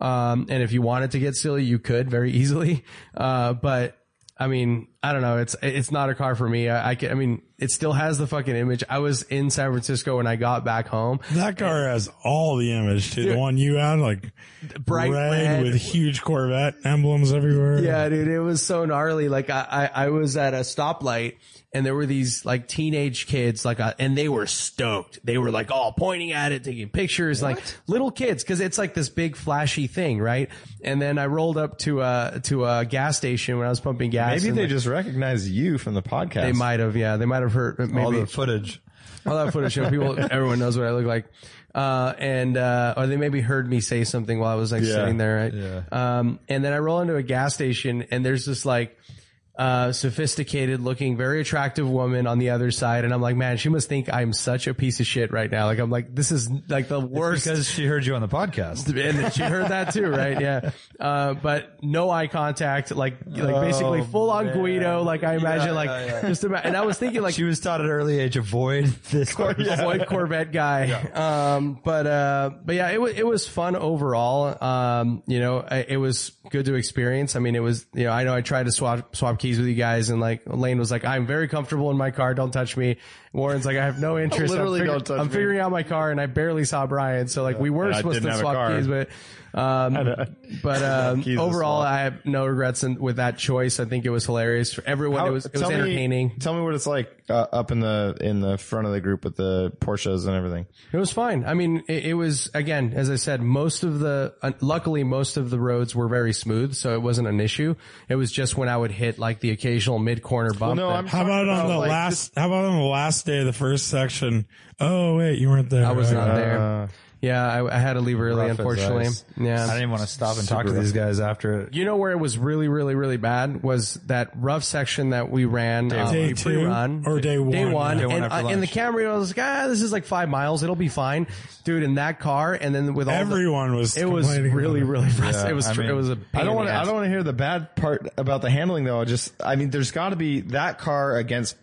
Speaker 1: Um, and if you wanted to get silly, you could very easily. Uh, but I mean, I don't know. It's, it's not a car for me. I, I can, I mean, It still has the fucking image. I was in San Francisco when I got back home.
Speaker 2: That car has all the image, too. The one you had, like
Speaker 1: Bright
Speaker 2: red,
Speaker 1: red.
Speaker 2: with huge Corvette emblems everywhere.
Speaker 1: Yeah, dude, it was so gnarly. Like I, I, I was at a stoplight and there were these like teenage kids, like, uh, and they were stoked. They were like all pointing at it, taking pictures, like little kids, cause it's like this big flashy thing, right? And then I rolled up to a, to a gas station when I was pumping gas.
Speaker 4: Maybe
Speaker 1: and,
Speaker 4: they
Speaker 1: like,
Speaker 4: just recognize you from the podcast.
Speaker 1: they might have, yeah, they might have heard maybe
Speaker 7: all the footage.
Speaker 1: all that footage show people everyone knows what I look like. Uh, and uh, or they maybe heard me say something while I was like
Speaker 4: Yeah.
Speaker 1: sitting there, right? Um, and then I roll into a gas station and there's this like uh, sophisticated looking, very attractive woman on the other side, and I'm like, man, she must think I'm such a piece of shit right now. Like I'm like, this is like the worst
Speaker 7: Because she heard you on the podcast.
Speaker 1: and she heard that too, right? Yeah. Uh, but no eye contact, like like
Speaker 7: Oh,
Speaker 1: basically full on Guido, like I imagine, like just about. And I was thinking, like
Speaker 7: She was taught at an early age avoid this.
Speaker 1: avoid Corvette guy. Um, but uh, but yeah, it was it was fun overall. Um, you know, I, it was good to experience. I mean, it was you know, I know I tried to swap swap keys with you guys, and like Lane was like, I'm very comfortable in my car. Don't touch me. Warren's like, I have no interest.
Speaker 4: Literally
Speaker 1: I'm
Speaker 4: don't touch
Speaker 1: I'm
Speaker 4: me.
Speaker 1: figuring out my car, and I barely saw Brian. So like, we were
Speaker 4: And I
Speaker 1: supposed
Speaker 4: didn't
Speaker 1: to
Speaker 4: have a
Speaker 1: swap
Speaker 4: car.
Speaker 1: keys, but. Um, but um,
Speaker 4: Keys to
Speaker 1: overall,
Speaker 4: swap.
Speaker 1: I have no regrets in, with that choice. I think it was hilarious for everyone.
Speaker 4: How-
Speaker 1: it was it was
Speaker 4: tell me-
Speaker 1: entertaining.
Speaker 4: tell me what it's like uh, up in the in the front of the group with the Porsches and everything.
Speaker 1: It was fine. I mean, it, it was again, as I said, most of the uh, luckily most of the roads were very smooth, so it wasn't an issue. It was just when I would hit like the occasional mid corner bump.
Speaker 4: no,
Speaker 1: that-
Speaker 4: I'm-
Speaker 2: How about on
Speaker 4: Oh,
Speaker 2: the
Speaker 4: like,
Speaker 2: last? how about on the last day of the first section? Oh wait, you weren't there.
Speaker 1: I was not
Speaker 2: Uh,
Speaker 1: there. Yeah, I, I had to leave early,
Speaker 4: Rough as
Speaker 1: unfortunately.
Speaker 4: ice.
Speaker 1: Yeah,
Speaker 7: I didn't want to stop and talk to these guys after it.
Speaker 1: You know where it was really, really, really bad was that rough section that we ran um,
Speaker 2: Day
Speaker 1: we
Speaker 2: two
Speaker 1: pre-run
Speaker 2: or day
Speaker 1: Day
Speaker 2: one?
Speaker 1: one,
Speaker 2: Day
Speaker 7: one
Speaker 1: and,
Speaker 7: after
Speaker 1: uh, and the
Speaker 7: lunch.
Speaker 1: Camry I was like, ah, this is like five miles, it'll be fine, dude. In that car, and then with all the-
Speaker 2: Everyone was.
Speaker 1: it was
Speaker 2: complaining
Speaker 1: really,
Speaker 2: about it.
Speaker 1: really frustrating. it was,
Speaker 7: I
Speaker 1: tr-
Speaker 7: mean,
Speaker 1: it was a.
Speaker 4: I don't want
Speaker 1: want
Speaker 4: to. I don't want to hear the bad part about the handling though. I Just I mean, there's got to be that car against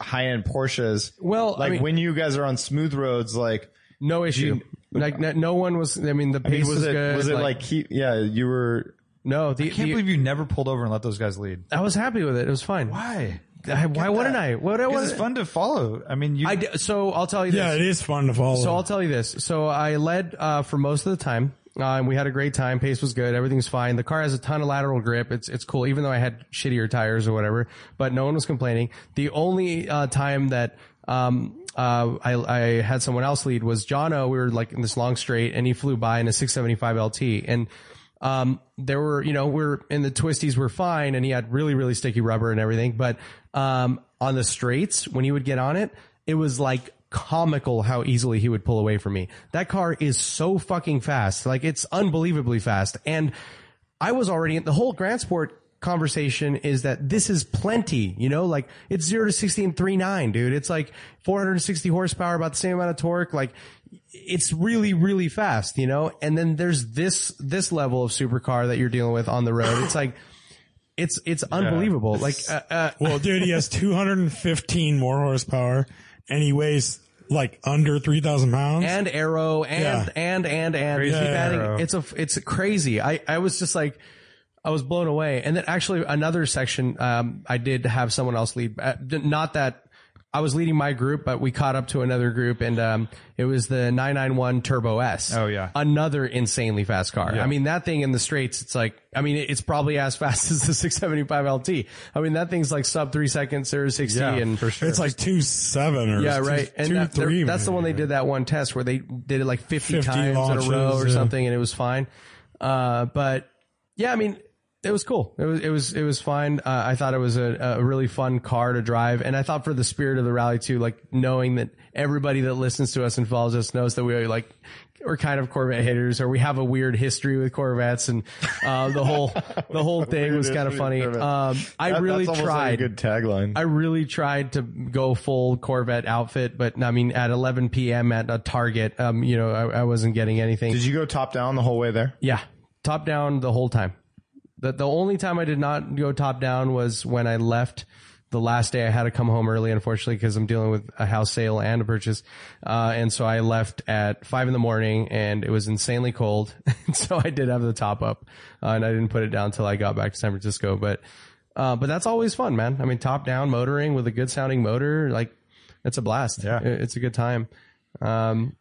Speaker 4: high end Porsches.
Speaker 1: Well, I
Speaker 4: like
Speaker 1: mean-
Speaker 4: when you guys are on smooth roads, like
Speaker 1: No issue. like no, no one was. I mean, the pace
Speaker 4: I mean,
Speaker 1: was,
Speaker 4: was it
Speaker 1: good.
Speaker 4: was it like, he, yeah you were
Speaker 1: no? The,
Speaker 7: I can't
Speaker 1: the-
Speaker 7: believe you never pulled over and let those guys lead.
Speaker 1: I was happy with it. It was fine.
Speaker 7: Why?
Speaker 1: I, why wouldn't I? What I
Speaker 7: Because
Speaker 1: was
Speaker 7: it's fun to follow. I mean, you.
Speaker 1: I d- so I'll tell you this.
Speaker 2: Yeah, it is fun to follow.
Speaker 1: So I'll tell you this. So I led uh, for most of the time. Uh, and we had a great time. Pace was good. Everything's fine. The car has a ton of lateral grip. It's it's cool, even though I had shittier tires or whatever. But no one was complaining. The only uh, time that um uh I I had someone else lead was Jono. We were like in this long straight, and he flew by in a 675 LT, and um, there were, you know, we're in the twisties were fine and he had really, really sticky rubber and everything. But, um, on the straights, when he would get on it, it was like comical how easily he would pull away from me. That car is so fucking fast. Like it's unbelievably fast. And I was already the whole Grand Sport conversation is that this is plenty, you know, like it's zero to 60 in three nine, dude. It's like 460 horsepower, about the same amount of torque. Like it's really, really fast, you know? And then there's this, this level of supercar that you're dealing with on the road. It's like, it's, it's unbelievable. Like, uh, uh,
Speaker 2: Well, dude, he has 215 more horsepower, and he weighs like under 3,000 pounds.
Speaker 1: and arrow and
Speaker 2: Yeah.
Speaker 1: and and and crazy
Speaker 7: Arrow.
Speaker 1: It's a it's crazy. I I was just like I was blown away. And then actually another section um I did have someone else lead. Uh, d- not that I was leading my group, but we caught up to another group and um it was the 991 Turbo S.
Speaker 7: Oh, yeah.
Speaker 1: Another insanely fast car. I mean that thing in the straights it's like I mean it's probably as fast as the 675 LT. I mean that thing's like sub 3 seconds 0 to 60 and
Speaker 2: it's like two seven or
Speaker 1: yeah,
Speaker 2: two-
Speaker 1: right. And
Speaker 2: two,
Speaker 1: that- they're-
Speaker 2: three,
Speaker 1: that's the
Speaker 2: maybe.
Speaker 1: one they did that one test where they did it like 50,
Speaker 2: 50
Speaker 1: times
Speaker 2: launches,
Speaker 1: in a row or
Speaker 2: yeah.
Speaker 1: something and it was fine. Uh, but yeah, I mean, it was cool. It was, it was, it was fine. Uh, I thought it was a, a really fun car to drive. And I thought for the spirit of the rally too, like knowing that everybody that listens to us and follows us knows that we are like, we're kind of Corvette haters or we have a weird history with Corvettes and, uh, the whole, the whole thing was kind of funny. Um, I
Speaker 4: that-
Speaker 1: really
Speaker 4: that's almost like
Speaker 1: tried.
Speaker 4: a good tagline.
Speaker 1: I really tried to go full Corvette outfit, but I mean, at 11 p.m. at a Target, um, you know, I, I wasn't getting anything.
Speaker 4: Did you go top down the whole way there?
Speaker 1: yeah, top down the whole time. The the only time I did not go top down was when I left. The last day I had to come home early, unfortunately, because I'm dealing with a house sale and a purchase, uh, and so I left at five in the morning, and it was insanely cold. so I did have the top up, uh, and I didn't put it down until I got back to San Francisco. But Uh, but that's always fun, man. I mean, top down motoring with a good sounding motor, like it's a blast.
Speaker 7: Yeah.
Speaker 1: It- it's a good time. Um,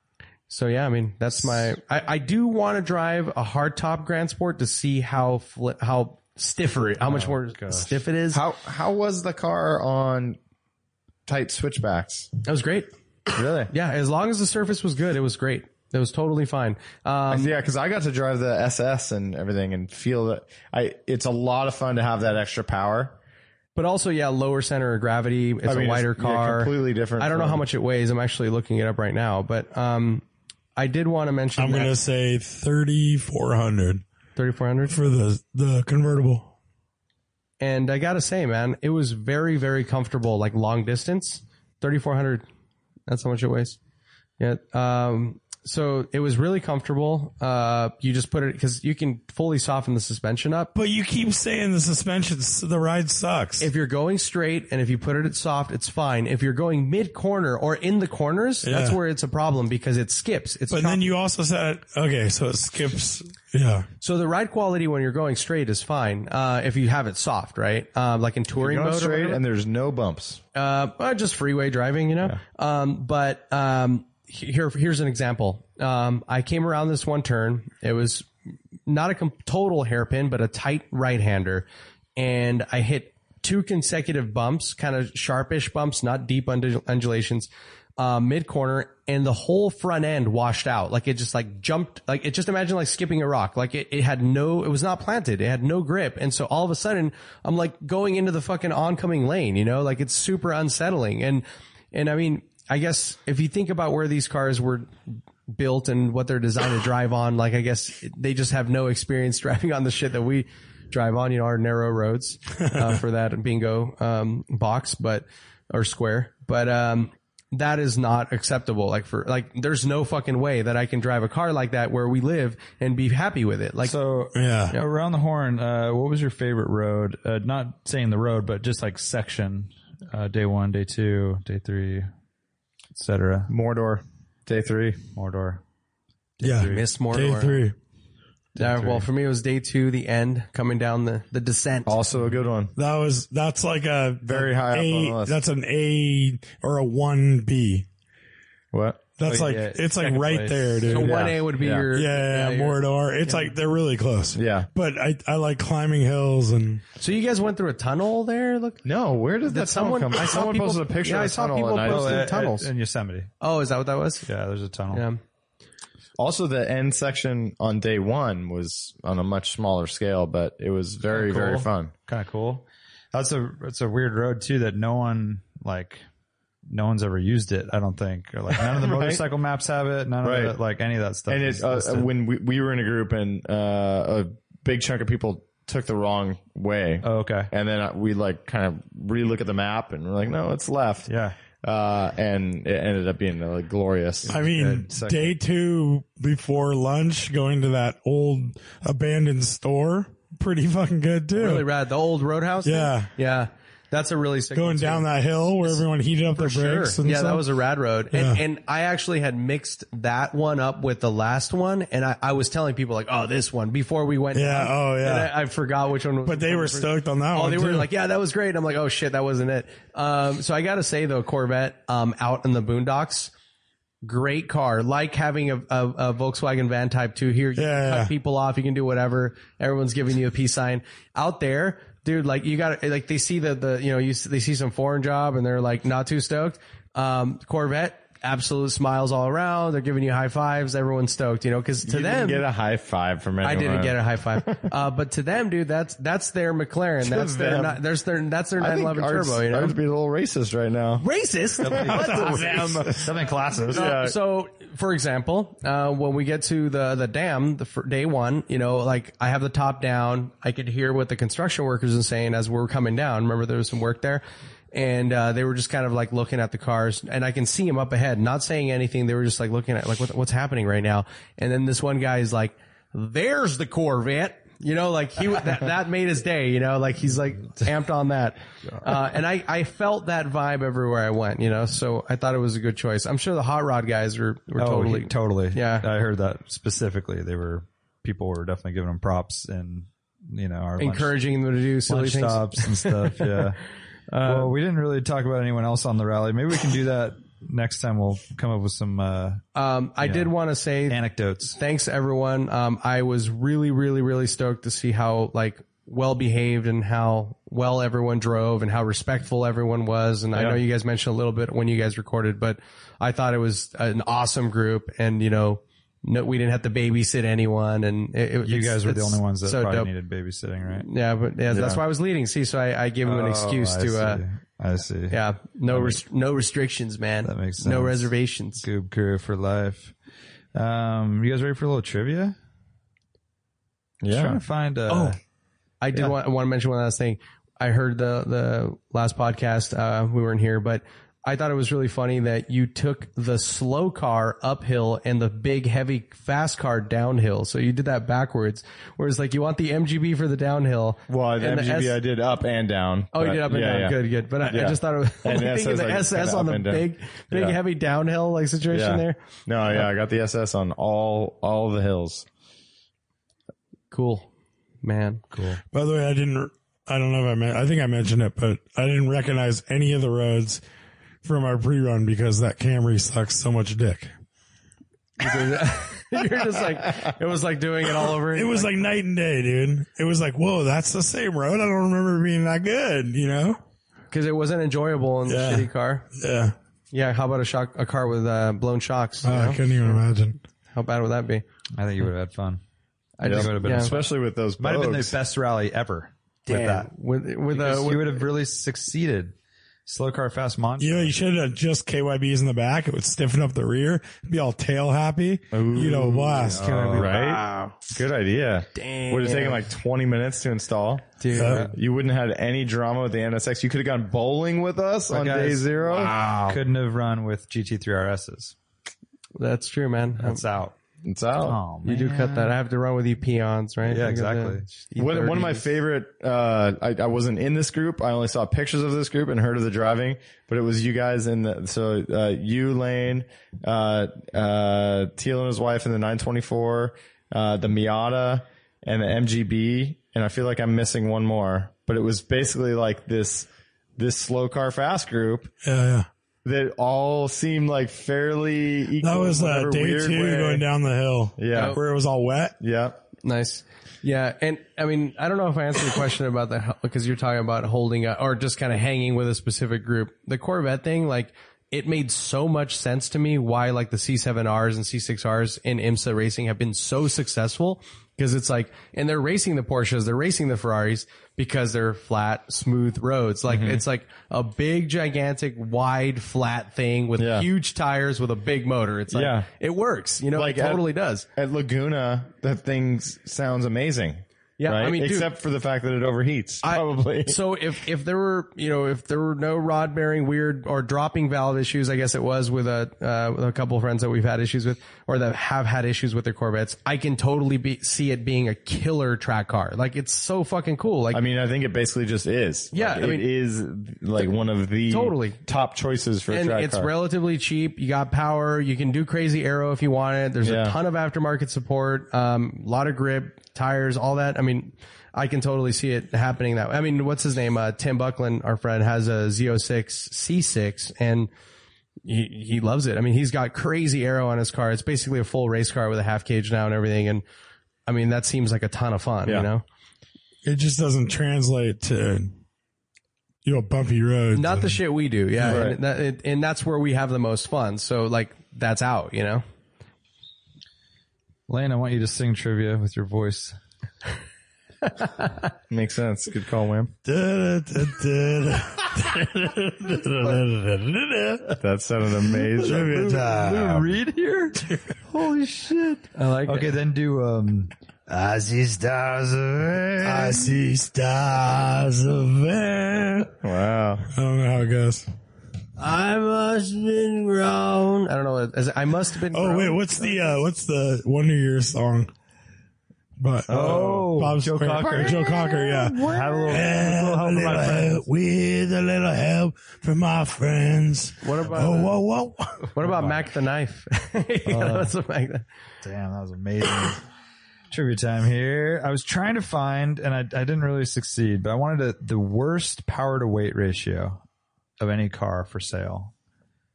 Speaker 1: so yeah, I mean, that's my, I, I do want to drive a hard top Grand Sport to see how, fli how stiffer it, how much more stiff it is.
Speaker 4: Oh, How how was the car on tight switchbacks?
Speaker 1: that was great.
Speaker 4: Really?
Speaker 1: Yeah. As long as the surface was good, it was great. It was totally fine. Um,
Speaker 4: Yeah, because I got to drive the SS and everything, and feel that I. It's a lot of fun to have that extra power.
Speaker 1: but also, yeah, lower center of gravity. It's
Speaker 4: I mean,
Speaker 1: a wider
Speaker 4: it's, yeah,
Speaker 1: car.
Speaker 4: completely different.
Speaker 1: I don't know
Speaker 4: from-
Speaker 1: how much it weighs. I'm actually looking it up right now, but, um, I did want to mention
Speaker 2: I'm
Speaker 1: that-
Speaker 2: gonna say thirty four hundred
Speaker 1: 3400
Speaker 2: for the the convertible.
Speaker 1: and i gotta say man it was very very comfortable like long distance 3400 that's how much it weighs yeah um so it was really comfortable uh you just put it because you can fully soften the suspension up
Speaker 2: But you keep saying the suspension, the ride sucks.
Speaker 1: if you're going straight and if you put it at soft it's fine if you're going mid corner or in the corners that's
Speaker 2: Yeah.
Speaker 1: where it's a problem because it skips it's
Speaker 2: but
Speaker 1: choppy.
Speaker 2: then you also said, okay, so it skips. Yeah.
Speaker 1: so the ride quality when you're going straight is fine uh if you have it soft right uh, like in touring
Speaker 4: Going
Speaker 1: mode or
Speaker 4: straight,
Speaker 1: whatever.
Speaker 4: and there's no bumps.
Speaker 1: uh, well, just freeway driving, you know. Um, but um, he- here, here's an example. Um, I came around this one turn. It was not a com- total hairpin, but a tight right-hander, and I hit two consecutive bumps, kind of sharpish bumps, not deep undu- undulations, uh, mid corner, and the whole front end washed out. Like it just like jumped. Like it just imagine like skipping a rock. Like it, it had no. It was not planted. It had no grip, and so all of a sudden I'm like going into the fucking oncoming lane. You know, like it's super unsettling. And and I mean, I guess if you think about where these cars were built and what they're designed to drive on. Like, I guess they just have no experience driving on the shit that we drive on, you know, our narrow roads, uh, for that bingo, um, box, but, or square, but, um, that is not acceptable. Like for, like, there's no fucking way that I can drive a car like that where we live and be happy with it. Like,
Speaker 7: So
Speaker 2: Yeah.
Speaker 7: around the horn, uh, what was your favorite road? Uh, not saying the road, but just like section, uh, day one, day two, day three, etc.
Speaker 4: Mordor, day three.
Speaker 7: Mordor.
Speaker 2: Yeah.
Speaker 1: miss
Speaker 2: Day
Speaker 1: Mordor.
Speaker 2: three.
Speaker 1: Yeah, well, for me, it was day two, the end, coming down the, the descent.
Speaker 4: Also a good one.
Speaker 2: That was, that's like a
Speaker 4: Very high up on
Speaker 2: A-
Speaker 4: the list.
Speaker 2: That's an A or a 1B.
Speaker 4: What?
Speaker 2: That's
Speaker 7: Oh,
Speaker 2: like,
Speaker 7: yeah,
Speaker 2: it's like
Speaker 7: second
Speaker 2: right
Speaker 7: place.
Speaker 2: there, dude.
Speaker 1: so
Speaker 2: yeah.
Speaker 1: 1A would be
Speaker 4: Yeah.
Speaker 1: your,
Speaker 2: Yeah,
Speaker 1: your-
Speaker 2: Mordor. It's like they're really close.
Speaker 4: Yeah.
Speaker 2: But I, I like climbing hills and
Speaker 1: So you guys went through a tunnel there? Look,
Speaker 4: No, where did, that
Speaker 1: someone-
Speaker 4: tunnel come?
Speaker 1: I saw
Speaker 4: someone
Speaker 1: people-
Speaker 4: posted a picture.
Speaker 1: yeah,
Speaker 4: of
Speaker 1: I
Speaker 4: a
Speaker 1: saw
Speaker 4: tunnel
Speaker 1: people
Speaker 4: and I-
Speaker 1: post-
Speaker 7: Uh,
Speaker 1: tunnels.
Speaker 7: in Yosemite.
Speaker 1: oh, is that what that was?
Speaker 7: Yeah, there's a tunnel.
Speaker 1: Yeah.
Speaker 4: Also, the end section on day one was on a much smaller scale, but it was very,
Speaker 7: Cool.
Speaker 4: very fun.
Speaker 7: Kind of cool. That's a that's a weird road too that no one like no one's ever used it. I don't think. Or like none of the motorcycle maps have it. None
Speaker 4: Right.
Speaker 7: of the, like any of that stuff.
Speaker 4: And
Speaker 7: is
Speaker 4: it, uh,
Speaker 7: listed.
Speaker 4: when we, we were in a group and uh, a big chunk of people took the wrong way.
Speaker 7: oh, okay.
Speaker 4: And then uh, we like kind of relook at the map and we're like, no, it's left.
Speaker 7: Yeah.
Speaker 4: Uh, and it ended up being uh, like, glorious.
Speaker 2: I mean,
Speaker 4: Good section.
Speaker 2: day two before lunch, going to that old abandoned store. Pretty fucking good too.
Speaker 1: Really rad. The old roadhouse? thing?
Speaker 2: Yeah.
Speaker 1: Yeah. That's a really sick one,
Speaker 2: going
Speaker 1: too.
Speaker 2: down that hill where everyone heated up their
Speaker 1: Sure.
Speaker 2: brakes. And
Speaker 1: Yeah,
Speaker 2: stuff.
Speaker 1: that was a rad road. And,
Speaker 2: Yeah.
Speaker 1: and I actually had mixed that one up with the last one. And I, I was telling people like, oh, this one before we went.
Speaker 2: Yeah,
Speaker 1: down.
Speaker 2: oh, yeah.
Speaker 1: And I, I forgot which one was.
Speaker 2: but they were stoked on that
Speaker 1: Oh,
Speaker 2: one.
Speaker 1: they were
Speaker 2: too.
Speaker 1: like, yeah, that was great. I'm like, oh shit, that wasn't it. Um, so I gotta say though, Corvette, um, out in the boondocks, great car. Like having a, a, a Volkswagen van type two here. You can
Speaker 2: Yeah,
Speaker 1: cut
Speaker 2: yeah.
Speaker 1: people off. You can do whatever. Everyone's giving you a peace sign out there. Dude, like you got to like they see the, the, you know, you, s- they see some foreign job and they're like not too stoked. Um, Corvette, absolute smiles all around. They're giving you high fives. Everyone's stoked, you know, cause to
Speaker 4: you
Speaker 1: them,
Speaker 4: didn't get a high five from anyone.
Speaker 1: I didn't get a high five. Uh, but to them, dude, that's that's their McLaren. That's their
Speaker 4: them.
Speaker 1: not, there's their that's their
Speaker 4: I think
Speaker 1: 911
Speaker 4: Art's-
Speaker 1: turbo. You know,
Speaker 4: Art's being a little racist right now.
Speaker 1: racist. What the
Speaker 7: Something classes.
Speaker 1: uh, so, for example, uh, when we get to the the dam, the fir- day one, you know, like I have the top down, I could hear what the construction workers are saying as we were coming down. Remember, there was some work there, and uh, they were just kind of like looking at the cars, and I can see them up ahead, not saying anything. They were just like looking at like what, what's happening right now, and then this one guy is like, "There's the Corvette." You know, like he that, that made his day. You know, like he's like amped on that, uh, and I I felt that vibe everywhere I went. You know, so I thought it was a good choice. I'm sure the hot rod guys were were
Speaker 7: Oh,
Speaker 1: totally
Speaker 7: totally, totally.
Speaker 1: Yeah.
Speaker 7: I heard that specifically. They were people were definitely giving them props and you know, our lunch-
Speaker 1: encouraging them to do silly
Speaker 7: lunch
Speaker 1: things. Um,
Speaker 7: stops and stuff. Yeah. well, we didn't really talk about anyone else on the rally. Maybe we can do that next time. We'll come up with some uh,
Speaker 1: Um, I did want to say
Speaker 7: anecdotes.
Speaker 1: thanks everyone. Um, I was really, really, really stoked to see how like well behaved and how well everyone drove and how respectful everyone was. And I know you guys mentioned a little bit when you guys recorded, but I thought it was an awesome group and you know, no, we didn't have to babysit anyone and it, it-
Speaker 7: You
Speaker 1: it's-
Speaker 7: guys were the
Speaker 1: it's
Speaker 7: only ones that
Speaker 1: so
Speaker 7: probably
Speaker 1: dope.
Speaker 7: needed babysitting, right?
Speaker 1: Yeah, but yeah, that's
Speaker 7: Yeah.
Speaker 1: why I was leading. See, so I, I gave him an excuse
Speaker 7: Oh, I
Speaker 1: to, uh,
Speaker 7: see. I see.
Speaker 1: yeah, no, rest- no restrictions, man.
Speaker 7: That makes
Speaker 1: No
Speaker 7: sense.
Speaker 1: reservations.
Speaker 7: Goob crew for life. Um, you guys ready for a little trivia?
Speaker 4: Yeah.
Speaker 7: Trying to find.
Speaker 1: Oh.
Speaker 7: Uh,
Speaker 1: I did want, I want to mention one last thing. I heard the the last podcast. Uh, we weren't here, but I thought it was really funny that you took the slow car uphill and the big heavy fast car downhill. So you did that backwards. Whereas like you want the MGB for the downhill.
Speaker 4: Well, the
Speaker 1: and the
Speaker 4: MGB
Speaker 1: S-
Speaker 4: I did up and down.
Speaker 1: Oh, you
Speaker 4: but-
Speaker 1: did up and
Speaker 4: yeah,
Speaker 1: down.
Speaker 4: yeah.
Speaker 1: Good, good. But I, I
Speaker 4: Yeah.
Speaker 1: just thought it was
Speaker 4: And
Speaker 1: thinking
Speaker 4: SS,
Speaker 1: the
Speaker 4: like,
Speaker 1: SS
Speaker 4: kinda
Speaker 1: on
Speaker 4: up
Speaker 1: the
Speaker 4: and down.
Speaker 1: big, big
Speaker 4: Yeah.
Speaker 1: heavy downhill like situation
Speaker 4: Yeah.
Speaker 1: there.
Speaker 4: No, yeah, I got the SS on all all the hills.
Speaker 1: Cool, man. Cool.
Speaker 2: By the way, I didn't. I don't know if I meant. I think I mentioned it, but I didn't recognize any of the roads from our pre-run because that Camry sucks so much dick.
Speaker 1: You're just like it was like doing it all over.
Speaker 2: It was like night and day, dude. It was like, whoa, that's the same road. I don't remember being that good, you know?
Speaker 1: because it wasn't enjoyable in the
Speaker 2: Yeah.
Speaker 1: shitty car.
Speaker 2: Yeah,
Speaker 1: Yeah, how about a shock, a car with uh, blown shocks? you
Speaker 2: Oh, I
Speaker 1: know?
Speaker 2: couldn't even imagine.
Speaker 1: How bad would that be?
Speaker 7: I think you would have had fun.
Speaker 1: I
Speaker 7: It would have been.
Speaker 1: yeah.
Speaker 4: Especially with those
Speaker 7: Might have been the
Speaker 4: bugs.
Speaker 7: best rally ever with that.
Speaker 1: with with a
Speaker 7: Because
Speaker 1: with,
Speaker 7: you would have really succeeded. Slow car, fast monster.
Speaker 2: You know, you should have just KYBs in the back. It would stiffen up the rear, be all tail happy. You'd have a blast.
Speaker 4: right? Good idea. Would have taken like 20 minutes to install.
Speaker 1: dude,
Speaker 2: Uh,
Speaker 4: You wouldn't have had any drama with the NSX. You could have gone bowling with us on day
Speaker 7: guys-
Speaker 4: zero.
Speaker 7: Couldn't have run with GT3 RSs.
Speaker 1: that's true, man. Um,
Speaker 7: That's out.
Speaker 4: It's out.
Speaker 7: Oh,
Speaker 1: you
Speaker 7: man.
Speaker 1: do cut that. I have to run with you peons, right?
Speaker 7: Yeah,
Speaker 1: You got the
Speaker 7: exactly.
Speaker 4: One, one of my
Speaker 1: E30s.
Speaker 4: favorite, uh, I, I wasn't in this group. I only saw pictures of this group and heard of the driving, but it was you guys in the, so, uh, you, Lane, uh, uh, Teal and his wife in the 924, uh, the Miata and the MGB. And I feel like I'm missing one more, but it was basically like this, this slow car fast group
Speaker 2: Yeah, yeah.
Speaker 4: that all seemed like fairly equal.
Speaker 2: That was
Speaker 4: in
Speaker 2: uh,
Speaker 4: whatever
Speaker 2: day
Speaker 4: weird
Speaker 2: two
Speaker 4: way.
Speaker 2: going down the hill.
Speaker 4: Yeah.
Speaker 2: Where it was all wet.
Speaker 4: Yeah.
Speaker 1: Nice. Yeah. And I mean, I don't know if I answered the question about that because you're talking about holding a, or just kind of hanging with a specific group. The Corvette thing, like it made so much sense to me why like the C7Rs and C6Rs in IMSA racing have been so successful because it's like, and they're racing the Porsches, they're racing the Ferraris because they're flat, smooth roads. Like
Speaker 4: Mm-hmm.
Speaker 1: it's like a big, gigantic, wide, flat thing with
Speaker 4: Yeah.
Speaker 1: huge tires with a big motor. It's like,
Speaker 4: Yeah.
Speaker 1: it works, you know,
Speaker 4: Like uh,
Speaker 1: it
Speaker 4: at-
Speaker 1: totally does.
Speaker 4: At Laguna, that thing s- sounds amazing.
Speaker 1: Yeah.
Speaker 4: right?
Speaker 1: I mean, dude,
Speaker 4: except for the fact that it overheats, probably.
Speaker 1: So if if there were you know if there were no rod bearing weird or dropping valve issues, I guess it was with a uh, with a couple of friends that we've had issues with or that have had issues with their Corvettes. I can totally be, see it being a killer track car. Like it's so fucking cool. Like
Speaker 4: I mean, I think it basically just is.
Speaker 1: Yeah,
Speaker 4: Like,
Speaker 1: I mean-
Speaker 4: it is like one of the
Speaker 1: Totally.
Speaker 4: top choices for a
Speaker 1: and
Speaker 4: track
Speaker 1: it's
Speaker 4: car.
Speaker 1: relatively cheap. You got power. You can do crazy arrow if you want it. There's
Speaker 4: Yeah.
Speaker 1: a ton of aftermarket support. Um, lot of grip, tires, all that. I mean, I can totally see it happening that way. I mean, what's his name? Uh, Tim Buckland, our friend, has a Z06 C6 and he, he loves it. I mean, he's got crazy arrow on his car. It's basically a full race car with a half cage now and everything. And I mean, that seems like a ton of fun,
Speaker 4: Yeah.
Speaker 1: you know?
Speaker 2: It just doesn't translate to, you know, bumpy roads.
Speaker 1: Not the shit we do. Yeah.
Speaker 4: Mm-hmm. Right.
Speaker 1: And, that, it, and that's where we have the most fun. So like, that's out, you know?
Speaker 7: Lane, I want you to sing trivia with your voice.
Speaker 4: Makes sense. Good call, Wham. That sounded amazing.
Speaker 7: Read here? Holy shit.
Speaker 1: I like
Speaker 7: Okay, then do um I see stars
Speaker 2: I see stars of air.
Speaker 4: wow.
Speaker 2: I don't know how it goes.
Speaker 1: I must have been grown. I don't know. What it is. I must have been.
Speaker 2: Oh
Speaker 1: grown.
Speaker 2: wait, what's the uh, what's the Wonder Years song? But oh, Joe Cocker, Joe Cocker, yeah.
Speaker 7: Have a little,
Speaker 2: With a little help- with a little help from my friends.
Speaker 1: What about
Speaker 2: Oh, whoa, whoa!
Speaker 7: Oh, Uh.
Speaker 1: what about Mac the knife? You know, that's what Mac the-
Speaker 7: Damn, that was amazing. Trivia time here. I was trying to find, and I, I didn't really succeed, but I wanted a, the worst power to weight ratio of any car for sale.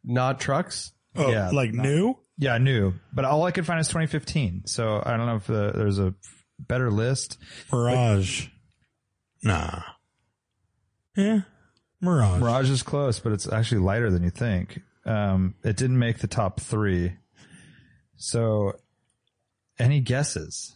Speaker 1: Not trucks.
Speaker 2: Oh,
Speaker 7: Yeah,
Speaker 2: like new?
Speaker 7: Yeah, I knew, but all I could find is 2015. So I don't know if uh there's a better list.
Speaker 2: Mirage. Nah. Yeah. Mirage.
Speaker 7: Mirage is close, but it's actually lighter than you think. Um, it didn't make the top three. So, any guesses?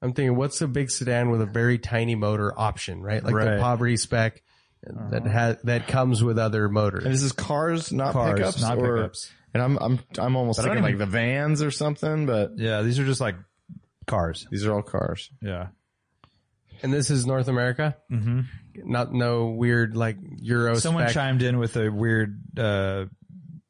Speaker 1: I'm thinking, what's a big sedan with a very tiny motor option, right? Like
Speaker 7: Right.
Speaker 1: the poverty spec
Speaker 2: Uh-huh.
Speaker 1: that has that comes with other
Speaker 4: And
Speaker 1: motors.
Speaker 4: this is cars, not
Speaker 7: Cars,
Speaker 4: Uh, pickups,
Speaker 7: not
Speaker 4: or-
Speaker 7: pickups.
Speaker 4: And I'm I'm I'm almost
Speaker 7: But I
Speaker 4: thinking
Speaker 7: don't
Speaker 4: like
Speaker 7: even-
Speaker 4: the vans or something, but
Speaker 7: Yeah, these are just like cars.
Speaker 4: these are all cars.
Speaker 7: Yeah.
Speaker 1: And this is North America.
Speaker 7: Mm-hmm.
Speaker 1: Not no weird like Euro.
Speaker 7: Someone
Speaker 1: spec.
Speaker 7: chimed in with a weird uh,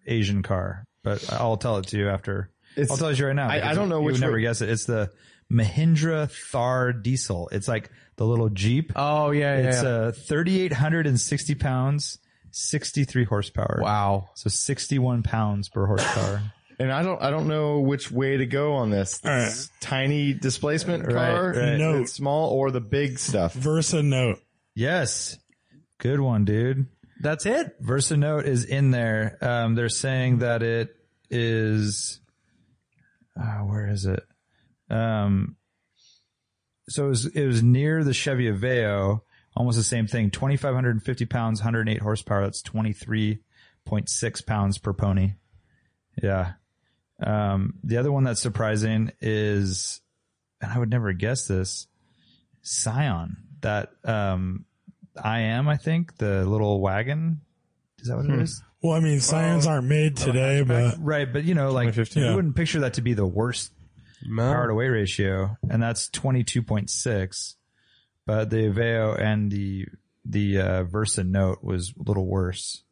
Speaker 7: Asian car, but I'll tell it to you after.
Speaker 4: It's-
Speaker 7: I'll tell it to you right now.
Speaker 4: I- I
Speaker 7: because
Speaker 4: don't know
Speaker 7: you
Speaker 4: which
Speaker 7: would never
Speaker 4: way-
Speaker 7: guess it. It's the Mahindra Thar Diesel. It's like the little Jeep.
Speaker 1: Oh yeah, yeah.
Speaker 7: It's
Speaker 1: yeah.
Speaker 7: uh, 3,860 pounds, 63 horsepower.
Speaker 1: wow.
Speaker 7: So 61 pounds per horsepower.
Speaker 4: And I don't I don't know which way to go on this.
Speaker 2: All right.
Speaker 4: This Tiny displacement
Speaker 7: Right,
Speaker 4: car,
Speaker 7: right.
Speaker 2: No.
Speaker 4: that's small, or the big stuff.
Speaker 2: Versa Note.
Speaker 7: yes. Good one, dude.
Speaker 1: That's it.
Speaker 7: Versa Note is in there. Um, they're saying that it is. Uh, where is it? Um, so it was, it was near the Chevy Aveo, almost the same thing. 2,550 pounds, 108 horsepower. That's 23.6 pounds per pony. Yeah. Um, the other one that's surprising is, and I would never guess this, Scion. That um, I am, I think, the little wagon. Is that what it is?
Speaker 2: Well, I mean, scions aren't made today, but
Speaker 7: Right, but you know, like you
Speaker 2: yeah.
Speaker 7: wouldn't picture that to be the worst power to weight ratio, and that's twenty two point six. But the Aveo and the the uh, Versa Note was a little worse.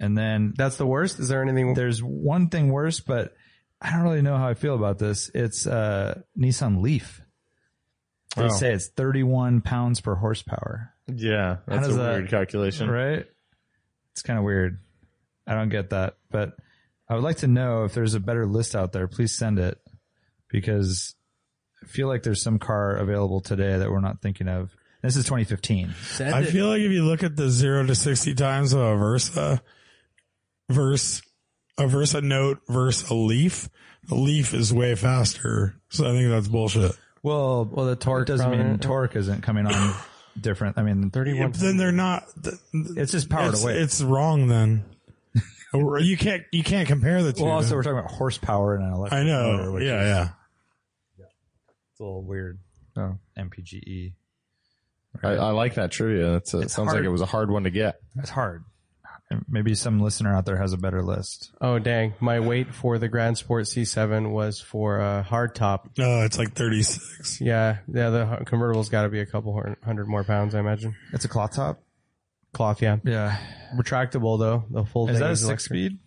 Speaker 7: And then
Speaker 1: That's the worst. Is there anything?
Speaker 7: there's one thing worse, but I don't really know how I feel about this. It's uh, Nissan Leaf. They
Speaker 4: Oh.
Speaker 7: say it's thirty one pounds per horsepower,
Speaker 4: Yeah, that's a
Speaker 7: does that-
Speaker 4: weird calculation.
Speaker 7: right? It's kind of weird. I don't get that, but I would like to know if there's a better list out there. Please send it because I feel like there's some car available today that we're not thinking of. This is 2015.
Speaker 2: I feel like if you look at the zero to 60 times of a Versa, verse, a Versa Note versus a Leaf, the Leaf is way faster. So I think that's bullshit.
Speaker 7: Well, well, the torque doesn't
Speaker 1: from
Speaker 7: mean
Speaker 1: it-
Speaker 7: torque isn't coming on different. I mean,
Speaker 1: 31.
Speaker 2: Yeah, but then they're not. th- th-
Speaker 7: It's just power to
Speaker 2: it's,
Speaker 7: weight.
Speaker 2: It's wrong then. Or you can't you can't compare the two.
Speaker 7: Well, also we're talking about horsepower and an electric
Speaker 2: I
Speaker 7: motor,
Speaker 2: know.
Speaker 7: which
Speaker 2: Yeah,
Speaker 7: is
Speaker 2: yeah.
Speaker 7: a little weird.
Speaker 1: Oh.
Speaker 7: MPGE.
Speaker 4: I, I like that trivia. That's a, sounds
Speaker 7: hard.
Speaker 4: like it was a hard one to get.
Speaker 7: That's hard. Maybe some listener out there has a better list.
Speaker 1: Oh dang! My weight for the Grand Sport C7 was for a hardtop.
Speaker 2: No, it's like thirty six.
Speaker 1: Yeah, yeah. The convertible's got to be a couple hun- hundred more pounds, I imagine.
Speaker 7: It's a cloth top.
Speaker 1: Cloth, yeah.
Speaker 7: Yeah.
Speaker 1: Retractable though. The full
Speaker 7: Is
Speaker 1: thing
Speaker 7: that a
Speaker 1: is
Speaker 7: six
Speaker 1: electric.
Speaker 7: speed?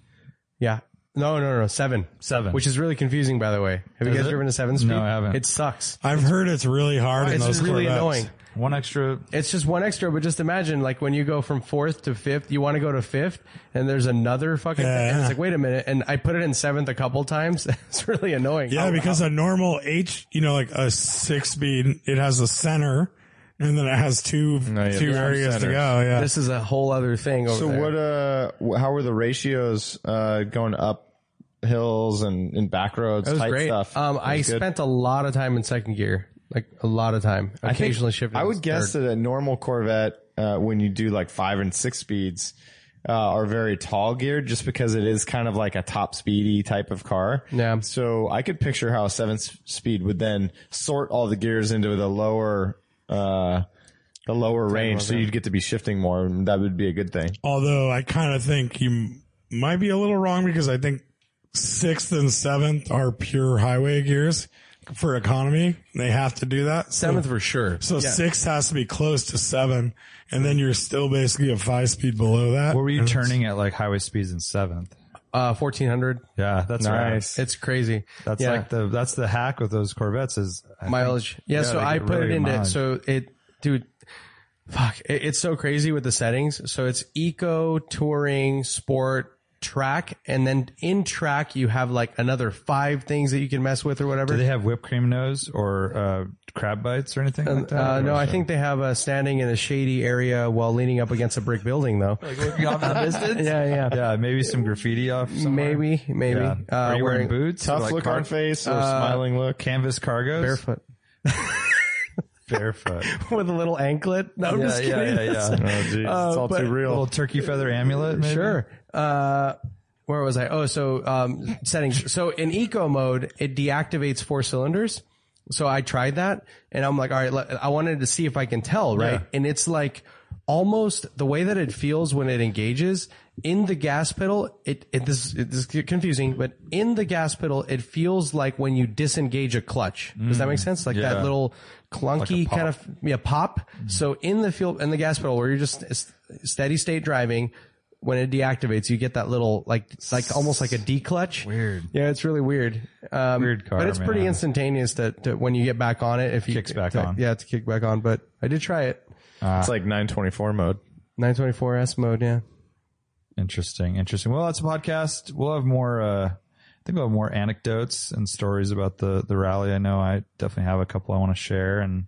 Speaker 1: Yeah. No, no, no, seven,
Speaker 7: Seven.
Speaker 1: which is really confusing, by the way. Have you
Speaker 7: Is
Speaker 1: guys
Speaker 7: it?
Speaker 1: driven a seven speed?
Speaker 7: I haven't.
Speaker 1: It sucks.
Speaker 2: I've heard it's really hard. in
Speaker 1: It's
Speaker 2: those
Speaker 1: just really
Speaker 2: Corvettes.
Speaker 1: annoying.
Speaker 7: one extra.
Speaker 1: It's just one extra, but just imagine like when you go from fourth to fifth, you want to go to fifth, and there's another fucking.
Speaker 2: Yeah,
Speaker 1: thing, and
Speaker 2: yeah.
Speaker 1: it's like, wait a minute, and I put it in seventh a couple times. it's really annoying.
Speaker 2: Yeah, because a normal H, you know, like a six speed, it has a center, and then it has two
Speaker 4: yeah,
Speaker 2: two
Speaker 4: yeah.
Speaker 2: areas to
Speaker 4: Centers.
Speaker 2: go. Yeah,
Speaker 1: This is a whole other thing. Over
Speaker 4: So
Speaker 1: there.
Speaker 4: what? Uh, wh- how were the ratios uh, going up hills and in back roads?
Speaker 1: It was
Speaker 4: tight
Speaker 1: great.
Speaker 4: stuff.
Speaker 1: Um,
Speaker 4: It was
Speaker 1: I
Speaker 4: good?
Speaker 1: spent a lot of time in second gear, like a lot of time.
Speaker 4: I think-
Speaker 1: Occasionally shifting.
Speaker 4: I
Speaker 1: to
Speaker 4: would guess
Speaker 1: third.
Speaker 4: that a normal Corvette, uh, when you do like five and six speeds, uh, are very tall geared just because it is kind of like a top speedy type of car.
Speaker 1: Yeah.
Speaker 4: So I could picture how a seven s- speed would then sort all the gears into the lower, uh, the lower range. So you'd get to be shifting more and that would be a good thing.
Speaker 2: Although I kind of think you m- might be a little wrong because I think sixth and seventh are pure highway gears for economy. They have to do that. So-
Speaker 1: seventh for sure.
Speaker 2: So six has to be close to seven, and then you're still basically a five speed below that.
Speaker 7: What were you turning at like highway speeds in seventh?
Speaker 1: Uh, fourteen hundred.
Speaker 7: Yeah, that's
Speaker 4: Nice.
Speaker 1: It's crazy.
Speaker 7: That's
Speaker 1: Yeah.
Speaker 7: like the that's the hack with those Corvettes is I think-
Speaker 1: mileage. Yeah,
Speaker 7: yeah,
Speaker 1: so
Speaker 7: they
Speaker 1: I
Speaker 7: get
Speaker 1: put
Speaker 7: really
Speaker 1: it into
Speaker 7: mileage.
Speaker 1: so it, dude. Fuck, it, it's so crazy with the settings. So it's eco, touring, sport, track, and then in track you have like another five things that you can mess with or whatever.
Speaker 7: Do they have whipped cream nose or uh, crab bites or anything like that?
Speaker 1: Uh, no, I think they have a standing in a shady area while leaning up against a brick building, though.
Speaker 7: yeah, yeah, yeah. Maybe some graffiti off. Somewhere.
Speaker 1: Maybe, maybe.
Speaker 7: Yeah. Are
Speaker 1: Uh,
Speaker 7: you
Speaker 1: wearing
Speaker 7: wearing,
Speaker 1: Uh,
Speaker 7: boots?
Speaker 4: Tough
Speaker 7: Or, like,
Speaker 4: look
Speaker 7: car-
Speaker 4: on face or smiling look.
Speaker 7: Canvas cargos.
Speaker 1: barefoot
Speaker 7: Barefoot.
Speaker 1: with a little anklet. No, I'm
Speaker 7: yeah,
Speaker 1: just
Speaker 7: yeah,
Speaker 1: kidding.
Speaker 7: yeah, yeah,
Speaker 4: Oh, geez, it's all
Speaker 1: Uh, but-
Speaker 4: too real.
Speaker 7: Little turkey feather amulet. Maybe?
Speaker 1: Sure. Uh, where was I? Oh, so um, settings. So in eco mode, it deactivates four cylinders. So I tried that, and I'm like, all right, let- I wanted to see if I can tell, right? And it's like almost the way that it feels when it engages in the gas pedal. It, it this it, this is confusing, but in the gas pedal, it feels like when you disengage a clutch. Does that make sense? Like that little clunky kind of yeah pop. So in the field in the gas pedal, where you're just s- steady state driving, when it deactivates, you get that little like it's like almost like a D clutch. Weird. Yeah, it's really weird. Um,
Speaker 7: Weird car,
Speaker 1: but it's pretty
Speaker 7: man.
Speaker 1: instantaneous that to, when you get back on it. If you
Speaker 7: Kicks back
Speaker 1: to-
Speaker 7: on.
Speaker 1: yeah, to kick back on. But I did try it.
Speaker 4: It's like 924 mode.
Speaker 1: 924S mode. Yeah,
Speaker 7: Interesting. Interesting. Well, that's a podcast. We'll have more. Uh, I think we'll have more anecdotes and stories about the the rally. I know I definitely have a couple I want to share and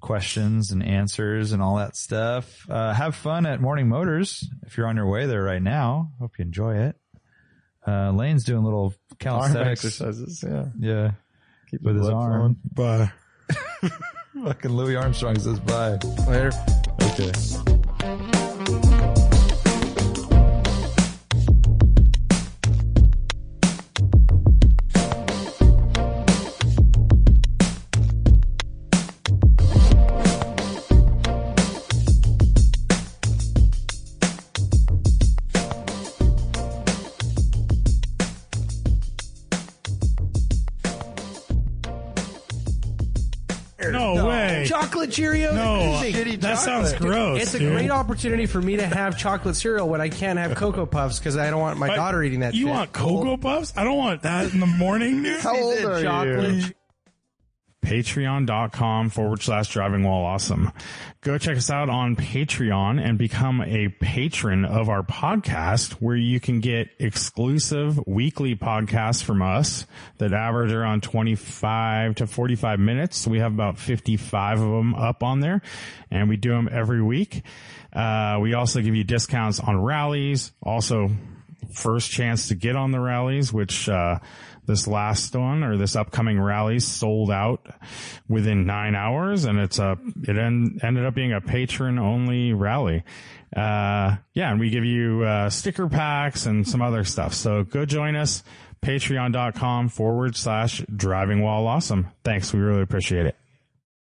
Speaker 7: questions and answers and all that stuff. Uh, have fun at Morning Motors if you're on your way there right now. Hope you enjoy it. Uh, Lane's doing little
Speaker 4: Arm
Speaker 7: calisthenics.
Speaker 4: exercises. Yeah.
Speaker 7: Yeah. with his
Speaker 4: blood
Speaker 7: arm.
Speaker 2: But
Speaker 7: Fucking Louis Armstrong says bye.
Speaker 1: later.
Speaker 4: Okay.
Speaker 2: no, way.
Speaker 1: Chocolate Cheerios.
Speaker 2: No,
Speaker 1: Amazing.
Speaker 2: that sounds gross.
Speaker 1: It's a
Speaker 2: dude.
Speaker 1: great opportunity for me to have chocolate cereal when I can't have Cocoa Puffs because I don't want my
Speaker 2: I-
Speaker 1: daughter eating that.
Speaker 2: You
Speaker 1: shit.
Speaker 2: want cocoa puffs? I don't want that in the morning, dude.
Speaker 4: How old are
Speaker 1: chocolate?
Speaker 4: you?
Speaker 2: patreon.com forward slash driving while awesome. Go check us out on Patreon and become a patron of our podcast where you can get exclusive weekly podcasts from us that average around 25 to 45 minutes. We have about 55 of them up on there and we do them every week. Uh, we also give you discounts on rallies, also first chance to get on the rallies, which, uh, this last one or this upcoming rally sold out within nine hours and it's a, it en- ended up being a patron only rally. Uh, yeah. And we give you, uh, sticker packs and some other stuff. So go join us. Patreon.com forward slash driving while awesome. Thanks. We really appreciate it.